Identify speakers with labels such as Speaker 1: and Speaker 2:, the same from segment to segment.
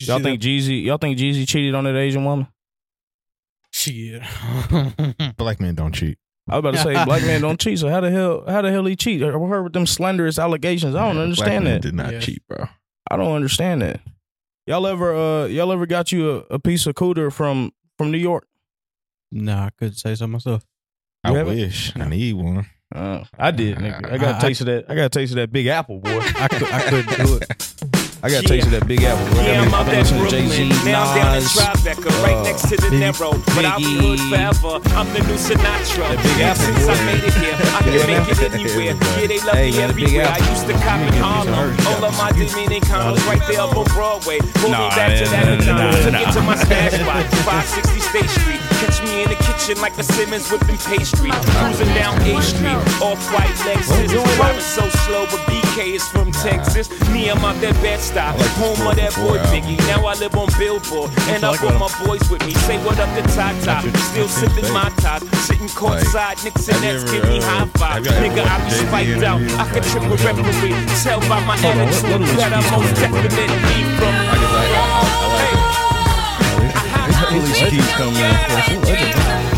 Speaker 1: You
Speaker 2: y'all
Speaker 1: see
Speaker 2: think Jeezy? Y'all think Jeezy cheated on that Asian woman?
Speaker 1: Shit.
Speaker 3: Black men don't cheat.
Speaker 2: I was about to say black man don't cheat. So how the hell? How the hell he cheat? I heard with them slanderous allegations. I don't
Speaker 3: Yeah,
Speaker 2: understand
Speaker 3: Black men
Speaker 2: that.
Speaker 3: Did not
Speaker 1: Yeah.
Speaker 3: cheat, bro.
Speaker 2: I don't understand that. Y'all ever? Uh, y'all ever got you a, a piece of cooter from from New York?
Speaker 1: nah, I couldn't say so myself.
Speaker 2: You
Speaker 3: I
Speaker 2: haven't?
Speaker 3: wish. I need one.
Speaker 2: Uh, I did. Nigga. I got
Speaker 1: I-
Speaker 2: a taste of that. I got a taste of that Big Apple, boy.
Speaker 1: I, could, I couldn't do it.
Speaker 2: I got a taste of that Big Apple. Boy. I
Speaker 4: Yeah, I'm
Speaker 2: got
Speaker 4: out
Speaker 2: been
Speaker 4: that
Speaker 2: listening to Jay Z,
Speaker 4: Brooklyn. Now I'm down in
Speaker 2: Nas,
Speaker 4: Tribeca,
Speaker 2: uh,
Speaker 4: right next to the
Speaker 2: Big-
Speaker 4: narrow. But I'll be hood
Speaker 2: Biggie.
Speaker 4: forever. I'm the new Sinatra.
Speaker 2: That Big
Speaker 4: And
Speaker 2: Apple,
Speaker 4: since I
Speaker 2: boy.
Speaker 4: made it here, I can
Speaker 2: Yeah,
Speaker 4: make it
Speaker 2: man.
Speaker 4: anywhere. Yeah, they love
Speaker 2: Hey,
Speaker 4: me
Speaker 2: man, that Big
Speaker 4: everywhere. I
Speaker 2: Apple.
Speaker 4: used to cop in Harlem. All of my Dominicanos right there up on Broadway. Pull me
Speaker 2: Nah,
Speaker 4: back to
Speaker 2: nah,
Speaker 4: that
Speaker 2: nah,
Speaker 4: O'Donnell.
Speaker 2: nah,
Speaker 4: Took it
Speaker 2: nah.
Speaker 4: to my stash spot, 560 State Street. Catch me in the kitchen like a Simmons whipping pastry. Cruising down A Street, off-white Lexus. Driving so slow, but BK is from Texas. Me, I'm out that bed stop.
Speaker 3: like
Speaker 4: Home of that
Speaker 3: Four
Speaker 4: boy
Speaker 3: Four
Speaker 4: Biggie. Now I live on Billboard. And I
Speaker 1: like
Speaker 4: brought
Speaker 1: that.
Speaker 4: my boys with me. Say what up to Tata.
Speaker 3: That's your-
Speaker 4: Still
Speaker 3: that's your
Speaker 4: sipping
Speaker 3: thing.
Speaker 4: my top. Sitting courtside. Knicks and
Speaker 3: have you
Speaker 4: Nets
Speaker 3: ever,
Speaker 4: give me
Speaker 3: uh,
Speaker 4: high five.
Speaker 3: have y'all ever
Speaker 4: Nigga, I be
Speaker 3: watched JV
Speaker 4: spiked out.
Speaker 3: interviews?
Speaker 4: I could
Speaker 3: Like,
Speaker 4: trip a
Speaker 3: yeah.
Speaker 4: referee. Tell by my
Speaker 2: Hold on, what- what
Speaker 4: attitude
Speaker 2: do we speak
Speaker 4: that I'm most
Speaker 2: on, bro?
Speaker 4: definitely from.
Speaker 3: I just like. I, I like it.
Speaker 2: keeps coming out.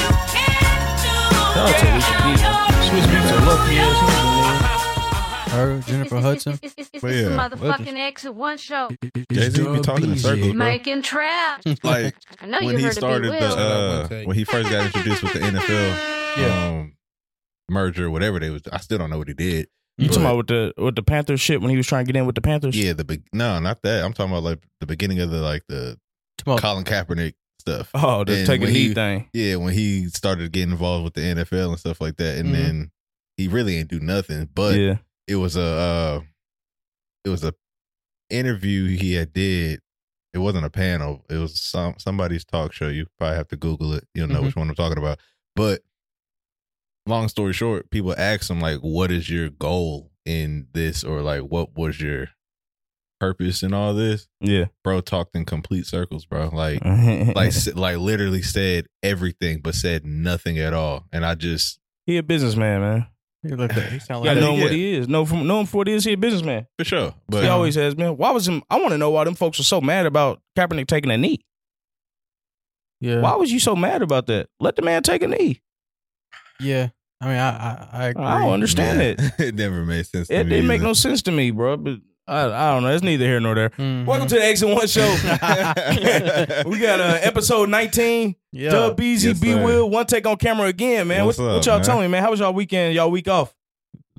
Speaker 2: Shout out to Alicia Keys. She was being so lucky. yeah, she was-
Speaker 1: Her, Jennifer Hudson.
Speaker 5: It's, it's, it's,
Speaker 3: But
Speaker 5: it's
Speaker 3: yeah.
Speaker 5: motherfucking exit one show.
Speaker 3: Jay Z be talking in circles, bro.
Speaker 5: Making trap.
Speaker 3: Like
Speaker 5: I
Speaker 2: Oh,
Speaker 5: know
Speaker 3: when
Speaker 5: you
Speaker 3: he
Speaker 5: heard
Speaker 3: started
Speaker 5: of B.
Speaker 3: the
Speaker 5: Will.
Speaker 3: uh,
Speaker 1: Will.
Speaker 3: when he first got introduced with the NFL
Speaker 1: Yeah.
Speaker 3: um, merger, whatever they was. I still don't know what he did.
Speaker 2: You talking
Speaker 3: But-
Speaker 2: about with the with the Panthers shit when he was trying to get in with the Panthers?
Speaker 3: Yeah, the be- no, not that. I'm talking about like the beginning of the like the
Speaker 1: Tomorrow.
Speaker 3: Colin Kaepernick stuff.
Speaker 2: Oh, the
Speaker 3: And
Speaker 2: take a
Speaker 3: when
Speaker 2: knee
Speaker 3: he-
Speaker 2: thing.
Speaker 3: Yeah, when he started getting involved with the NFL and stuff like that, and
Speaker 2: Mm-hmm.
Speaker 1: Mhm.
Speaker 3: then he really ain't do nothing. But
Speaker 2: yeah.
Speaker 3: it was a uh, it was a interview he had did. It wasn't a panel. It was some somebody's talk show. You probably have to Google it. You'll know
Speaker 2: Mm-hmm.
Speaker 1: Mhm.
Speaker 3: which one I'm talking about. But long story short, people asked him like, "What is your goal in this?" or like, "What was your purpose in all this?"
Speaker 2: Yeah.
Speaker 3: Bro talked in complete circles, bro. Like like s- like literally said everything but said nothing at all and i just
Speaker 2: he a businessman, man.
Speaker 1: He looked like- he sound
Speaker 2: You gotta
Speaker 3: Yeah,
Speaker 2: know
Speaker 1: like
Speaker 2: him
Speaker 3: yeah.
Speaker 2: what he is. Know from know him for what he is, he a businessman.
Speaker 3: for sure
Speaker 2: he
Speaker 3: but
Speaker 2: always has been. Why was him I wanna know why them folks are so mad about Kaepernick taking a knee.
Speaker 1: yeah.
Speaker 2: Why was you so mad about that? Let the man take a knee.
Speaker 1: Yeah. I mean, I I, I agree.
Speaker 2: I don't understand it.
Speaker 3: it it never made sense to
Speaker 2: It
Speaker 3: me
Speaker 2: didn't make
Speaker 3: either.
Speaker 2: no sense to me, bro. But I, I don't know. It's neither here nor there.
Speaker 1: Mhm.
Speaker 2: Welcome to the X and One Show. we got uh, episode 19.
Speaker 1: yeah.
Speaker 2: Dub BZ,
Speaker 3: Yes,
Speaker 2: B
Speaker 3: sir.
Speaker 2: Will, one take on camera again, man.
Speaker 3: What's
Speaker 2: what,
Speaker 3: up,
Speaker 2: what y'all
Speaker 3: man?
Speaker 2: telling me, man? How was y'all weekend? Y'all week off?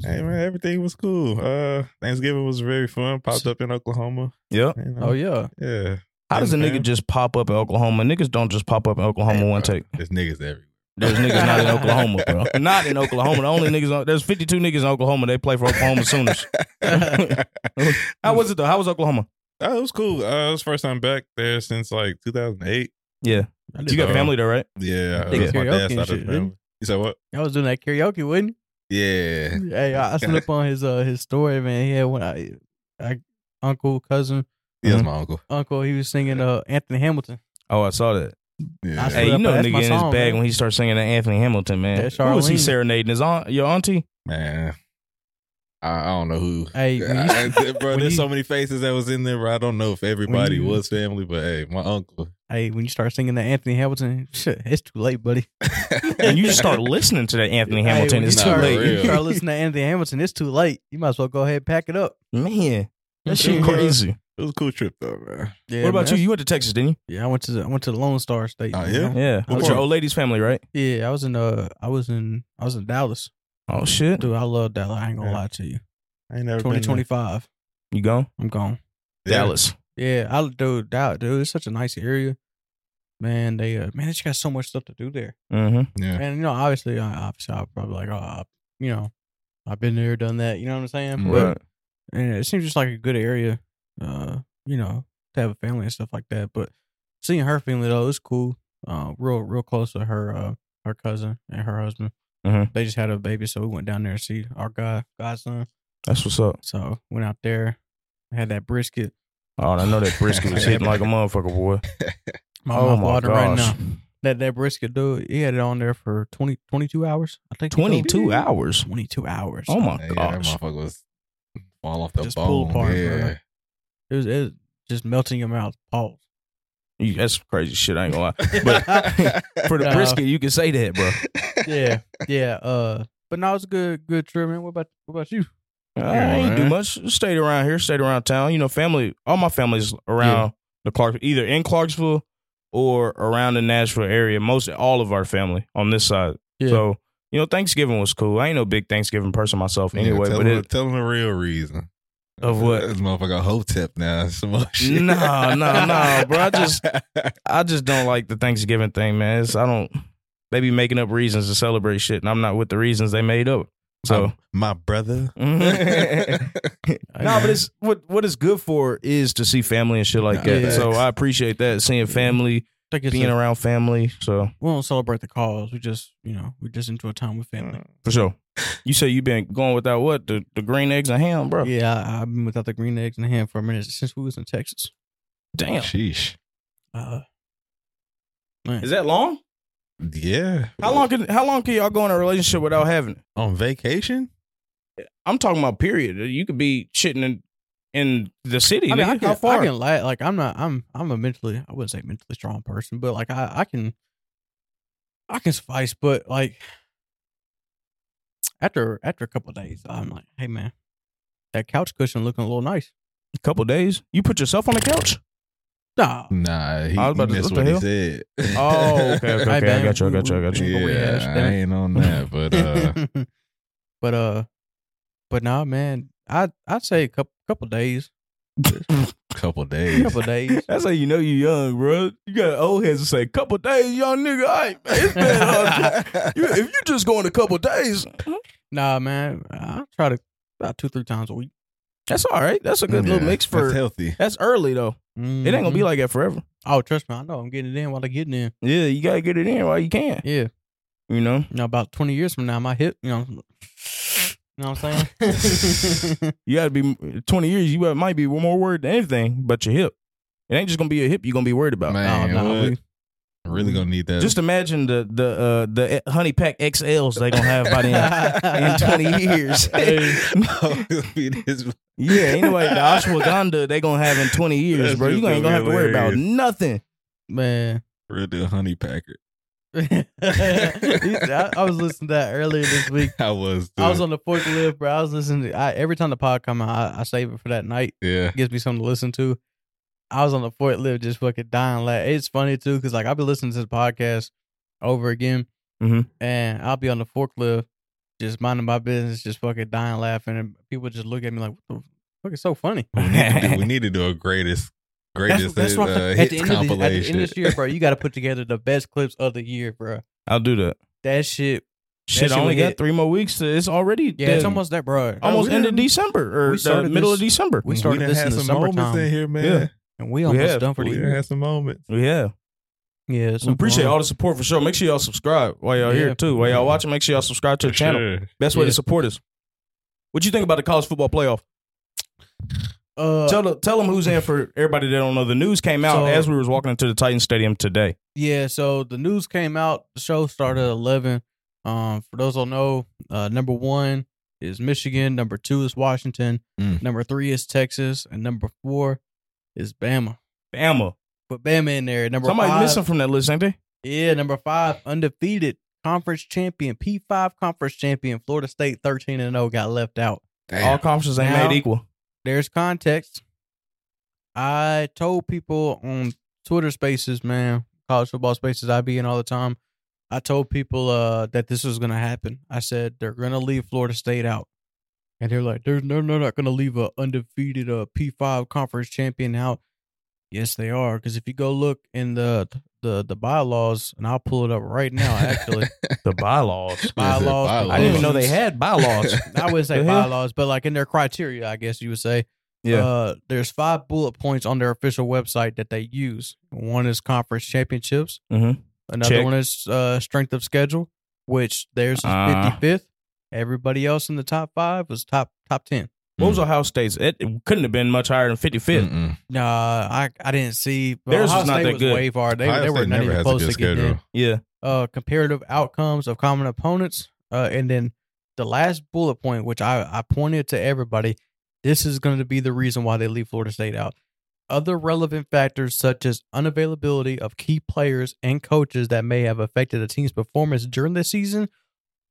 Speaker 3: hey man everything was cool uh thanksgiving was very fun popped up in oklahoma
Speaker 2: Yep.
Speaker 3: you know.
Speaker 1: Oh yeah.
Speaker 3: yeah
Speaker 2: How does a
Speaker 3: Yeah,
Speaker 2: nigga
Speaker 3: man.
Speaker 2: just pop up in Oklahoma? Niggas don't just pop up in Oklahoma
Speaker 3: Hey,
Speaker 2: one
Speaker 3: bro,
Speaker 2: take.
Speaker 3: there's niggas everywhere
Speaker 2: There's niggas not in Oklahoma, bro. Not in Oklahoma. The only niggas on, there's 52 niggas in Oklahoma. They play for Oklahoma Sooners.
Speaker 3: Mm.
Speaker 2: How was it though? How was Oklahoma?
Speaker 3: oh, it was cool uh it was first time back there since like 2008
Speaker 2: Yeah, you got
Speaker 3: Uh,
Speaker 2: family there, right?
Speaker 3: yeah
Speaker 1: They
Speaker 3: it was my
Speaker 1: karaoke and
Speaker 3: dad's side of the
Speaker 1: shit,
Speaker 3: family.
Speaker 1: didn't
Speaker 3: you said what
Speaker 1: I was doing that karaoke, wouldn't?
Speaker 3: yeah
Speaker 1: you? Hey, I, I slipped on his uh his story, man. He had one I, I uncle, cousin,
Speaker 3: he
Speaker 1: Uh-huh.
Speaker 3: was my uncle
Speaker 1: uncle. He was singing uh Anthony Hamilton.
Speaker 2: Oh, I saw that.
Speaker 3: yeah
Speaker 1: I-
Speaker 2: Hey, you know
Speaker 1: That's
Speaker 2: nigga
Speaker 1: my
Speaker 2: in his
Speaker 1: song,
Speaker 2: bag
Speaker 1: man.
Speaker 2: when he starts singing that Anthony Hamilton, man.
Speaker 1: That's
Speaker 2: Who was he
Speaker 1: Charlene.
Speaker 2: serenading? His aunt, your auntie?
Speaker 3: man I, I don't know who
Speaker 1: Hey, when you-
Speaker 3: I- I- bro,
Speaker 1: when
Speaker 3: there's
Speaker 1: you-
Speaker 3: so many faces that was in there. Bro. I don't know if everybody
Speaker 1: you-
Speaker 3: was family, but hey, my uncle.
Speaker 1: hey, when you start singing that Anthony Hamilton, shit, it's too late, buddy.
Speaker 2: And you just start listening to that Anthony
Speaker 1: Hey,
Speaker 2: Hamilton.
Speaker 1: when
Speaker 2: It's
Speaker 1: you
Speaker 2: too
Speaker 1: start-
Speaker 3: late.
Speaker 1: when You
Speaker 3: Real.
Speaker 1: start listening to Anthony Hamilton. It's too late. You might as well go ahead and pack it up.
Speaker 2: man. That shit
Speaker 3: Yeah.
Speaker 2: crazy.
Speaker 3: It was a cool trip though, man.
Speaker 1: Mm-hmm. Yeah,
Speaker 2: what about
Speaker 1: man.
Speaker 2: you? You went to Texas, didn't you?
Speaker 1: Yeah, I went to the, I went to the Lone Star State.
Speaker 3: Oh,
Speaker 1: you
Speaker 3: yeah?
Speaker 1: know?
Speaker 2: Yeah.
Speaker 1: I
Speaker 2: With
Speaker 1: was-
Speaker 2: your old lady's family, right?
Speaker 1: yeah. I was in uh, I was in, I was in Dallas.
Speaker 2: Oh shit.
Speaker 1: Dude, I love Dallas. I ain't gonna
Speaker 3: Yeah.
Speaker 1: lie to you.
Speaker 3: I ain't never
Speaker 1: Twenty
Speaker 3: been
Speaker 1: twenty five.
Speaker 2: You gone?
Speaker 1: I'm gone.
Speaker 3: there. Yeah.
Speaker 2: Dallas.
Speaker 1: Yeah, I dude, Dallas, dude, it's such a nice area. Man, they uh, man, they just got so much stuff to do there.
Speaker 2: Mm-hmm.
Speaker 3: Yeah.
Speaker 1: And you know, obviously, I, obviously, I'll probably like, oh, I- you know, I've been there, done that. You know what I'm saying?
Speaker 2: Mm,
Speaker 3: Right.
Speaker 1: But and it seems just like a good area, uh, you know, to have a family and stuff like that. But seeing her family though, it's cool. Uh, real, real close to her, uh, her cousin and her husband.
Speaker 2: Mhm.
Speaker 1: They just had a baby, so we went down there to see our god godson.
Speaker 2: That's what's up.
Speaker 1: So went out there, had that brisket.
Speaker 2: Oh, I know that brisket was hitting like a motherfucker, boy.
Speaker 1: My
Speaker 2: oh
Speaker 1: mouth
Speaker 2: my
Speaker 1: watering right
Speaker 2: gosh.
Speaker 1: now. That that brisket, dude, he had it on there for 20, 22 hours. I think he told me.
Speaker 2: 22 hours.
Speaker 1: 22 hours.
Speaker 2: Oh my
Speaker 3: Yeah, that
Speaker 2: gosh.
Speaker 3: motherfucker was fall off the
Speaker 1: Just pulled
Speaker 3: bone.
Speaker 1: apart,
Speaker 3: yeah.
Speaker 1: bro. It was, it was just melting your mouth. Pause.
Speaker 2: You, that's crazy shit. I ain't gonna lie. But for the
Speaker 1: No.
Speaker 2: brisket, you can say that, bro.
Speaker 1: Yeah, yeah. Uh, but no, it's a good, good trip, man. What about, what about you?
Speaker 2: I ain't do
Speaker 3: man.
Speaker 2: much. Stayed around here. Stayed around town. You know, family. All my family's around the Clark, either in Clarksville or around the Nashville area. Most all of our family on this side.
Speaker 1: Yeah.
Speaker 2: So you know, Thanksgiving was cool. I ain't no big Thanksgiving person myself, anyway.
Speaker 3: tell
Speaker 2: but
Speaker 3: them,
Speaker 2: it,
Speaker 3: tell them the real reason
Speaker 2: Of what? Mm-hmm.
Speaker 3: This motherfucker hotep now. It's Some other shit.
Speaker 2: Nah, nah, nah, bro. I just- I just don't like the Thanksgiving thing, man. It's, I don't. They be making up reasons to celebrate shit, and I'm not with the reasons they made up. So.
Speaker 3: my brother.
Speaker 2: No, but it's what what it's good for is to see family and shit like
Speaker 3: Nah,
Speaker 2: that.
Speaker 1: facts.
Speaker 2: So I appreciate that seeing family,
Speaker 1: I think it's
Speaker 2: being
Speaker 1: a-
Speaker 2: around family. So
Speaker 1: we don't celebrate the cause. We just, you know, we just enjoy time with family.
Speaker 2: for sure, you say you been going without what the, the green eggs and ham, bro?
Speaker 1: Yeah, I, I've been without the green eggs and ham for a minute since we was in Texas.
Speaker 2: Damn,
Speaker 3: Sheesh.
Speaker 1: Uh, man.
Speaker 2: is that long?
Speaker 3: Yeah.
Speaker 2: How long can how long can y'all go in a relationship without having? it?
Speaker 3: On vacation?
Speaker 2: I'm talking about period. You could be shitting in in the city.
Speaker 1: I mean,
Speaker 2: nigga.
Speaker 1: I can,
Speaker 2: how far?
Speaker 1: I can la- like I'm not I'm I'm a mentally I wouldn't say mentally strong person, but like I I can I can suffice, but like after after a couple of days, I'm like, hey man, that couch cushion looking a little nice.
Speaker 2: a couple days. You put yourself on the couch.
Speaker 1: Nah,
Speaker 3: Nah, he,
Speaker 2: I was about
Speaker 3: he
Speaker 2: to-
Speaker 3: missed
Speaker 2: what
Speaker 3: what
Speaker 2: the
Speaker 3: he said.
Speaker 2: Oh, okay, okay,
Speaker 1: Hey,
Speaker 2: okay. I
Speaker 1: man,
Speaker 2: got you. I
Speaker 1: we-
Speaker 2: got you. I got you.
Speaker 1: we- we-
Speaker 3: Yeah,
Speaker 1: Yeah,
Speaker 3: I ain't on that, but uh,
Speaker 1: but uh, but nah, man, I I'd say a couple couple days,
Speaker 3: couple days.
Speaker 1: couple days.
Speaker 2: That's how you know you young, bro. You got old heads to say, couple days, young nigga. All right, man, it's been uh, you, if you just go in a couple days,
Speaker 1: Nah, man, I try to about two three times a week.
Speaker 2: that's all right. That's a good little
Speaker 3: Yeah,
Speaker 2: mix
Speaker 3: that's Mm-hmm.
Speaker 2: for.
Speaker 3: healthy.
Speaker 2: That's early though. It ain't gonna be
Speaker 1: Mhm.
Speaker 2: like that forever.
Speaker 1: oh, trust me, I know I'm getting it in while I'm getting in.
Speaker 2: Yeah, you gotta get it in while you can.
Speaker 1: Yeah.
Speaker 2: You know,
Speaker 1: you know, about 20 years from now, my hip, you know, you know what I'm saying?
Speaker 2: you gotta be twenty years. You might be more worried than anything, but your hip. It ain't just gonna be a hip. You are gonna be worried
Speaker 1: Oh,
Speaker 2: about.
Speaker 3: Man,
Speaker 1: nah,
Speaker 3: what?
Speaker 1: we-
Speaker 3: really gonna need that.
Speaker 2: Just imagine the the uh, the honey pack XLs they gonna have by then. in 20 years.
Speaker 3: years.
Speaker 2: yeah, anyway, the ashwagandha they gonna have in twenty years,
Speaker 3: That's
Speaker 2: bro. You
Speaker 3: just
Speaker 2: ain't gonna
Speaker 3: gonna
Speaker 2: have
Speaker 3: be
Speaker 2: to worry about
Speaker 3: hilarious.
Speaker 2: nothing.
Speaker 1: man.
Speaker 3: Real deal honey packer.
Speaker 1: I, I was listening to that earlier this week.
Speaker 3: I was.
Speaker 1: I was
Speaker 3: too.
Speaker 1: on the forklift, bro. I was listening to I, every time the pod come out, I, I save it for that night.
Speaker 3: yeah.
Speaker 1: It gives me something to listen to. I was on the forklift just fucking dying. Like it's funny too, because like I've been listening to this podcast over again, Mm-hmm.
Speaker 2: Mhm.
Speaker 1: and I'll be on the forklift just minding my business, just fucking dying laughing, and people just look at me like, "What the fuck is so funny?"
Speaker 3: We need, to do, we need to do a greatest, greatest
Speaker 1: what
Speaker 3: uh,
Speaker 1: I'm saying. at, the
Speaker 3: hits
Speaker 1: end of the, at the
Speaker 3: compilation.
Speaker 1: end of this year, bro. You got to put together the best clips of the year, bro.
Speaker 2: I'll do that.
Speaker 1: That shit,
Speaker 2: Shit,
Speaker 1: shit
Speaker 2: I only
Speaker 1: would
Speaker 2: got
Speaker 1: hit.
Speaker 2: three more weeks. To, it's already
Speaker 1: yeah, it's
Speaker 2: the-
Speaker 1: almost that, bro.
Speaker 2: almost
Speaker 3: we
Speaker 2: end of
Speaker 3: done-
Speaker 2: December or
Speaker 1: we
Speaker 2: the
Speaker 1: started
Speaker 2: middle of
Speaker 1: this-
Speaker 2: December.
Speaker 1: we started
Speaker 3: done
Speaker 1: this in
Speaker 3: had
Speaker 1: the
Speaker 3: some moments
Speaker 1: summertime.
Speaker 3: in here, man.
Speaker 2: Yeah.
Speaker 1: and we almost
Speaker 2: have,
Speaker 1: done for the
Speaker 3: We
Speaker 1: year.
Speaker 3: had some moments.
Speaker 2: Yeah,
Speaker 1: Yeah, so
Speaker 2: we appreciate all the support for sure. Make sure y'all subscribe while y'all
Speaker 1: Uh-huh. Yeah.
Speaker 2: here too. While y'all watching, make sure y'all subscribe to the channel.
Speaker 3: Sure.
Speaker 2: Best way
Speaker 1: Yeah.
Speaker 2: to support us. What you think about the college football playoff?
Speaker 1: Uh,
Speaker 2: tell the, tell them who's in for everybody that don't know. The news came out
Speaker 1: So-
Speaker 2: as we was walking into the Titan Stadium today.
Speaker 1: Yeah, so the news came out. The show started at eleven. Um, for those who don't know, uh, number one is Michigan, number two is Washington,
Speaker 3: Mm.
Speaker 1: number three is Texas, and number four is Bama.
Speaker 2: Bama,
Speaker 1: But Bama in there, number
Speaker 2: somebody
Speaker 1: five,
Speaker 2: missing from that list, ain't they?
Speaker 1: yeah, number five undefeated conference champion, P five conference champion, Florida State thirteen and zero got left out.
Speaker 2: All
Speaker 3: Damn.
Speaker 2: conferences ain't
Speaker 1: Now-
Speaker 2: made equal.
Speaker 1: There's context. I told people on Twitter spaces, man, college football spaces I be in all the time. I told people uh, that this was gonna happen. I said they're gonna leave Florida State out, and they're like, "They're no, they're not gonna leave a undefeated uh, P five conference champion out." Yes, they are, because if you go look in the the the bylaws, and I'll pull it up right now. Actually,
Speaker 2: The bylaws.
Speaker 1: bylaws,
Speaker 2: I didn't even know they
Speaker 1: Laws.
Speaker 2: had bylaws.
Speaker 1: I wouldn't say
Speaker 2: The hell?
Speaker 1: bylaws, but like in their criteria, I guess you would say.
Speaker 2: Yeah.
Speaker 1: Uh, there's five bullet points on their official website that they use. One is conference championships.
Speaker 2: hmm
Speaker 1: Another
Speaker 2: Check.
Speaker 1: one is uh, strength of schedule, which theirs is
Speaker 2: Ah.
Speaker 1: 55th. Everybody else in the top five was top top 10.
Speaker 2: What was Ohio State's? It, it couldn't have been much higher than fifty fifth.
Speaker 1: Mm.
Speaker 3: Mm-mm.
Speaker 1: Nah, I, I didn't see. but
Speaker 2: Theirs
Speaker 1: Ohio
Speaker 2: was not
Speaker 1: State
Speaker 2: that good.
Speaker 1: way far. They,
Speaker 3: Ohio
Speaker 1: they were
Speaker 3: State
Speaker 1: not
Speaker 3: never
Speaker 1: even
Speaker 3: has a
Speaker 1: close
Speaker 3: good
Speaker 1: to getting in.
Speaker 3: schedule.
Speaker 2: Yeah.
Speaker 1: uh, comparative outcomes of common opponents. Uh, and then the last bullet point, which I, I pointed to everybody, This is going to be the reason why they leave Florida State out. Other relevant factors such as unavailability of key players and coaches that may have affected a team's performance during the season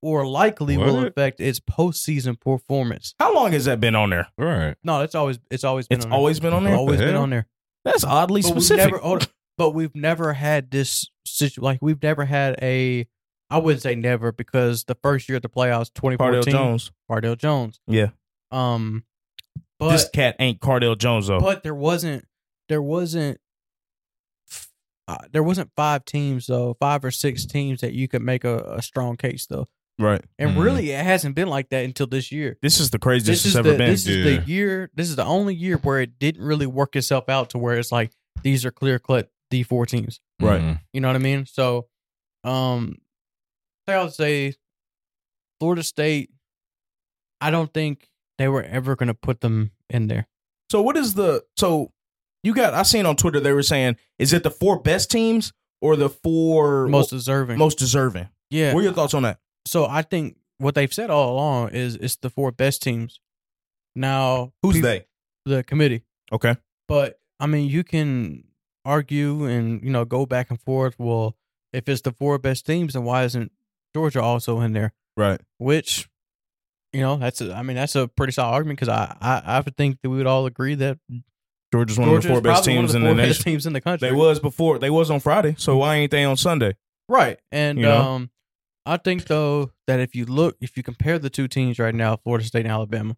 Speaker 1: or likely will
Speaker 3: What?
Speaker 1: affect its postseason performance.
Speaker 2: How long has that been on there?
Speaker 3: All right.
Speaker 1: No, it's always it's always been
Speaker 2: It's
Speaker 1: on
Speaker 2: always been on
Speaker 1: there.
Speaker 2: there.
Speaker 1: Mm. always
Speaker 3: the
Speaker 1: been
Speaker 3: hell?
Speaker 1: on there.
Speaker 2: That's oddly
Speaker 1: But we've
Speaker 2: specific.
Speaker 1: never hold on. but we've never had this situ- like we've never had a I wouldn't say never because the first year at the playoffs 2014
Speaker 2: Cardell Jones.
Speaker 1: Cardell Jones.
Speaker 2: Yeah.
Speaker 1: Um but
Speaker 2: this cat ain't Cardell Jones though.
Speaker 1: but there wasn't there wasn't f- uh, there wasn't five teams though, five or six teams that you could make a, a strong case though.
Speaker 2: right.
Speaker 1: And
Speaker 3: Mhm.
Speaker 1: really it hasn't been like that until this year.
Speaker 2: This is the craziest
Speaker 1: This
Speaker 2: it's
Speaker 1: is
Speaker 2: ever
Speaker 1: the
Speaker 2: been.
Speaker 1: this is the
Speaker 3: Yeah.
Speaker 1: year this is the only year where it didn't really work itself out to where it's like these are clear cut D four teams.
Speaker 2: Right.
Speaker 3: Mhm.
Speaker 1: You know what I mean? So, um, so I would say Florida State. I don't think they were ever going to put them in there.
Speaker 2: So what is the so you got I seen on Twitter they were saying is it the four best teams or the four
Speaker 1: Most deserving.
Speaker 2: most deserving?
Speaker 1: yeah.
Speaker 2: What are your thoughts on that?
Speaker 1: So I think what they've said all along is it's the four best teams. Now,
Speaker 2: Who's
Speaker 1: peop-
Speaker 2: they?
Speaker 1: The committee.
Speaker 2: Okay.
Speaker 1: But I mean, you can argue and you know go back and forth. Well, if it's the four best teams, then why isn't Georgia also in there?
Speaker 2: Right.
Speaker 1: which you know that's a, I mean that's a pretty solid argument because I, I I would think that we would all agree that
Speaker 2: Georgia's one
Speaker 1: Georgia
Speaker 2: of
Speaker 1: is
Speaker 2: the four best
Speaker 1: probably one of
Speaker 2: teams
Speaker 1: the
Speaker 2: in the
Speaker 1: four best
Speaker 2: nation.
Speaker 1: teams in the Mm-hmm. country.
Speaker 2: They was before. They was on Friday. So why ain't they on Sunday?
Speaker 1: right, and
Speaker 2: you know?
Speaker 1: um, I think though that if you look if you compare the two teams right now, Florida State and Alabama,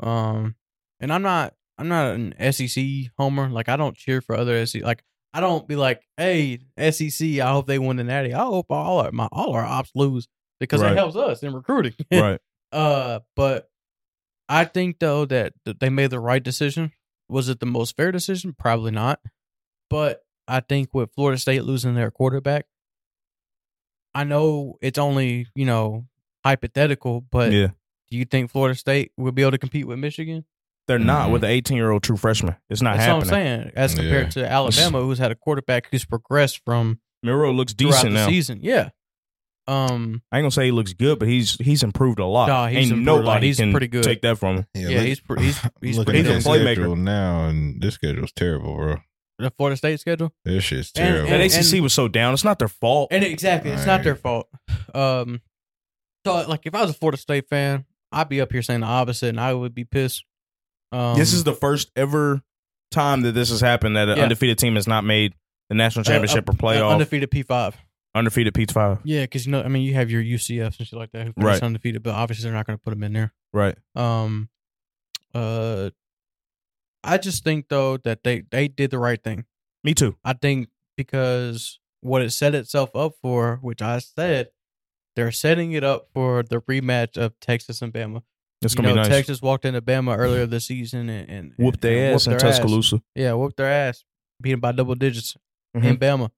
Speaker 1: um, and I'm not I'm not an SEC homer. Like I don't cheer for other SEC. Like I don't be like, hey SEC, I hope they win the Natty. I hope all our, my all our ops lose because it
Speaker 2: Right.
Speaker 1: helps us in recruiting.
Speaker 2: Right.
Speaker 1: Uh, but I think though that th- they made the right decision. Was it the most fair decision? Probably not. But I think with Florida State losing their quarterback, I know it's only you know hypothetical, but
Speaker 2: yeah.
Speaker 1: do you think Florida State will be able to compete with Michigan?
Speaker 2: They're not
Speaker 3: Mhm.
Speaker 2: with the 18 year old true freshman. It's
Speaker 1: Mm-hmm.
Speaker 2: not
Speaker 1: That's
Speaker 2: happening.
Speaker 1: what I'm saying. As compared to Alabama, who's had a quarterback who's progressed from
Speaker 2: Miro looks
Speaker 1: throughout
Speaker 2: decent
Speaker 1: the
Speaker 2: now.
Speaker 1: season. Yeah. Um.
Speaker 2: I ain't gonna say he looks good, but he's he's improved a lot.
Speaker 1: Nah, he's
Speaker 2: ain't
Speaker 1: improved a lot.
Speaker 2: nobody
Speaker 1: He's
Speaker 2: can
Speaker 1: pretty good.
Speaker 2: take that from him.
Speaker 1: Yeah,
Speaker 3: look-
Speaker 1: he's pr- he's he's
Speaker 3: look
Speaker 1: pretty
Speaker 3: at
Speaker 2: good.
Speaker 3: this
Speaker 2: He's a playmaker.
Speaker 3: schedule now, and this schedule's terrible, bro.
Speaker 1: the Florida State schedule.
Speaker 3: This shit's
Speaker 1: And-
Speaker 3: terrible.
Speaker 2: That ACC was so down. It's not their fault.
Speaker 1: And exactly, it's not their fault. Um, so like, if I was a Florida State fan, I'd be up here saying the opposite, and I would be pissed. Um,
Speaker 2: this is the first ever time that this has happened that an
Speaker 1: Yeah.
Speaker 2: undefeated team has not made the national
Speaker 1: Uh,
Speaker 2: championship or
Speaker 1: uh,
Speaker 2: playoff
Speaker 1: undefeated P five.
Speaker 2: undefeated P five.
Speaker 1: Yeah, because you know, I mean, you have your UCFs and shit like that who finish
Speaker 2: Right.
Speaker 1: undefeated, but obviously they're not going to put them in there.
Speaker 2: Right.
Speaker 1: Um, uh, I just think though that they they did the right thing.
Speaker 2: Me too.
Speaker 1: I think because what it set itself up for, which I said, they're setting it up for the rematch of Texas and Bama.
Speaker 2: It's
Speaker 1: you
Speaker 2: gonna
Speaker 1: know,
Speaker 2: be nice.
Speaker 1: Texas walked into Bama earlier this season and, and
Speaker 2: Whoop their
Speaker 1: and
Speaker 2: ass in
Speaker 1: whooped their
Speaker 2: Tuscaloosa.
Speaker 1: Yeah, whooped their ass, beat 'em by double digits
Speaker 2: Mm-hmm.
Speaker 1: in Bama,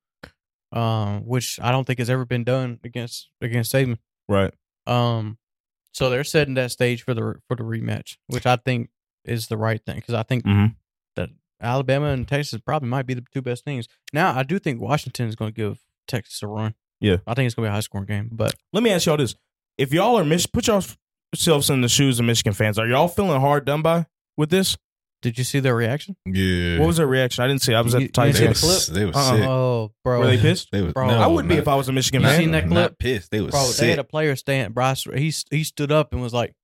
Speaker 1: um, which I don't think has ever been done against against Saban.
Speaker 2: Right.
Speaker 1: Um, so they're setting that stage for the for the rematch, which I think is the right thing because I think
Speaker 2: Mhm.
Speaker 1: that Alabama and Texas probably might be the two best teams. Now, I do think Washington is going to give Texas a run.
Speaker 2: Yeah.
Speaker 1: I think it's going to be a high scoring game, but
Speaker 2: Let me ask y'all this: If y'all are Mich- put yourselves in the shoes of Michigan fans, are y'all feeling hard done by with this?
Speaker 1: did you see their reaction?
Speaker 3: yeah.
Speaker 2: What was their reaction? I didn't see. I was at
Speaker 1: You-
Speaker 2: the
Speaker 1: you didn't
Speaker 2: Titans.
Speaker 1: see the
Speaker 3: they
Speaker 2: game.
Speaker 3: was,
Speaker 1: clip?
Speaker 3: They was
Speaker 2: Uh-uh.
Speaker 3: sick.
Speaker 1: Oh, bro,
Speaker 2: Were they pissed?
Speaker 3: They was.
Speaker 1: Bro.
Speaker 3: no,
Speaker 2: I would be
Speaker 3: not-
Speaker 2: if I was a Michigan
Speaker 1: You
Speaker 3: not-
Speaker 2: fan.
Speaker 1: seen that
Speaker 3: Not
Speaker 1: clip?
Speaker 3: pissed. They was
Speaker 1: Bro,
Speaker 3: sick.
Speaker 1: they had a player stand. Bryce, he he stood up and was like,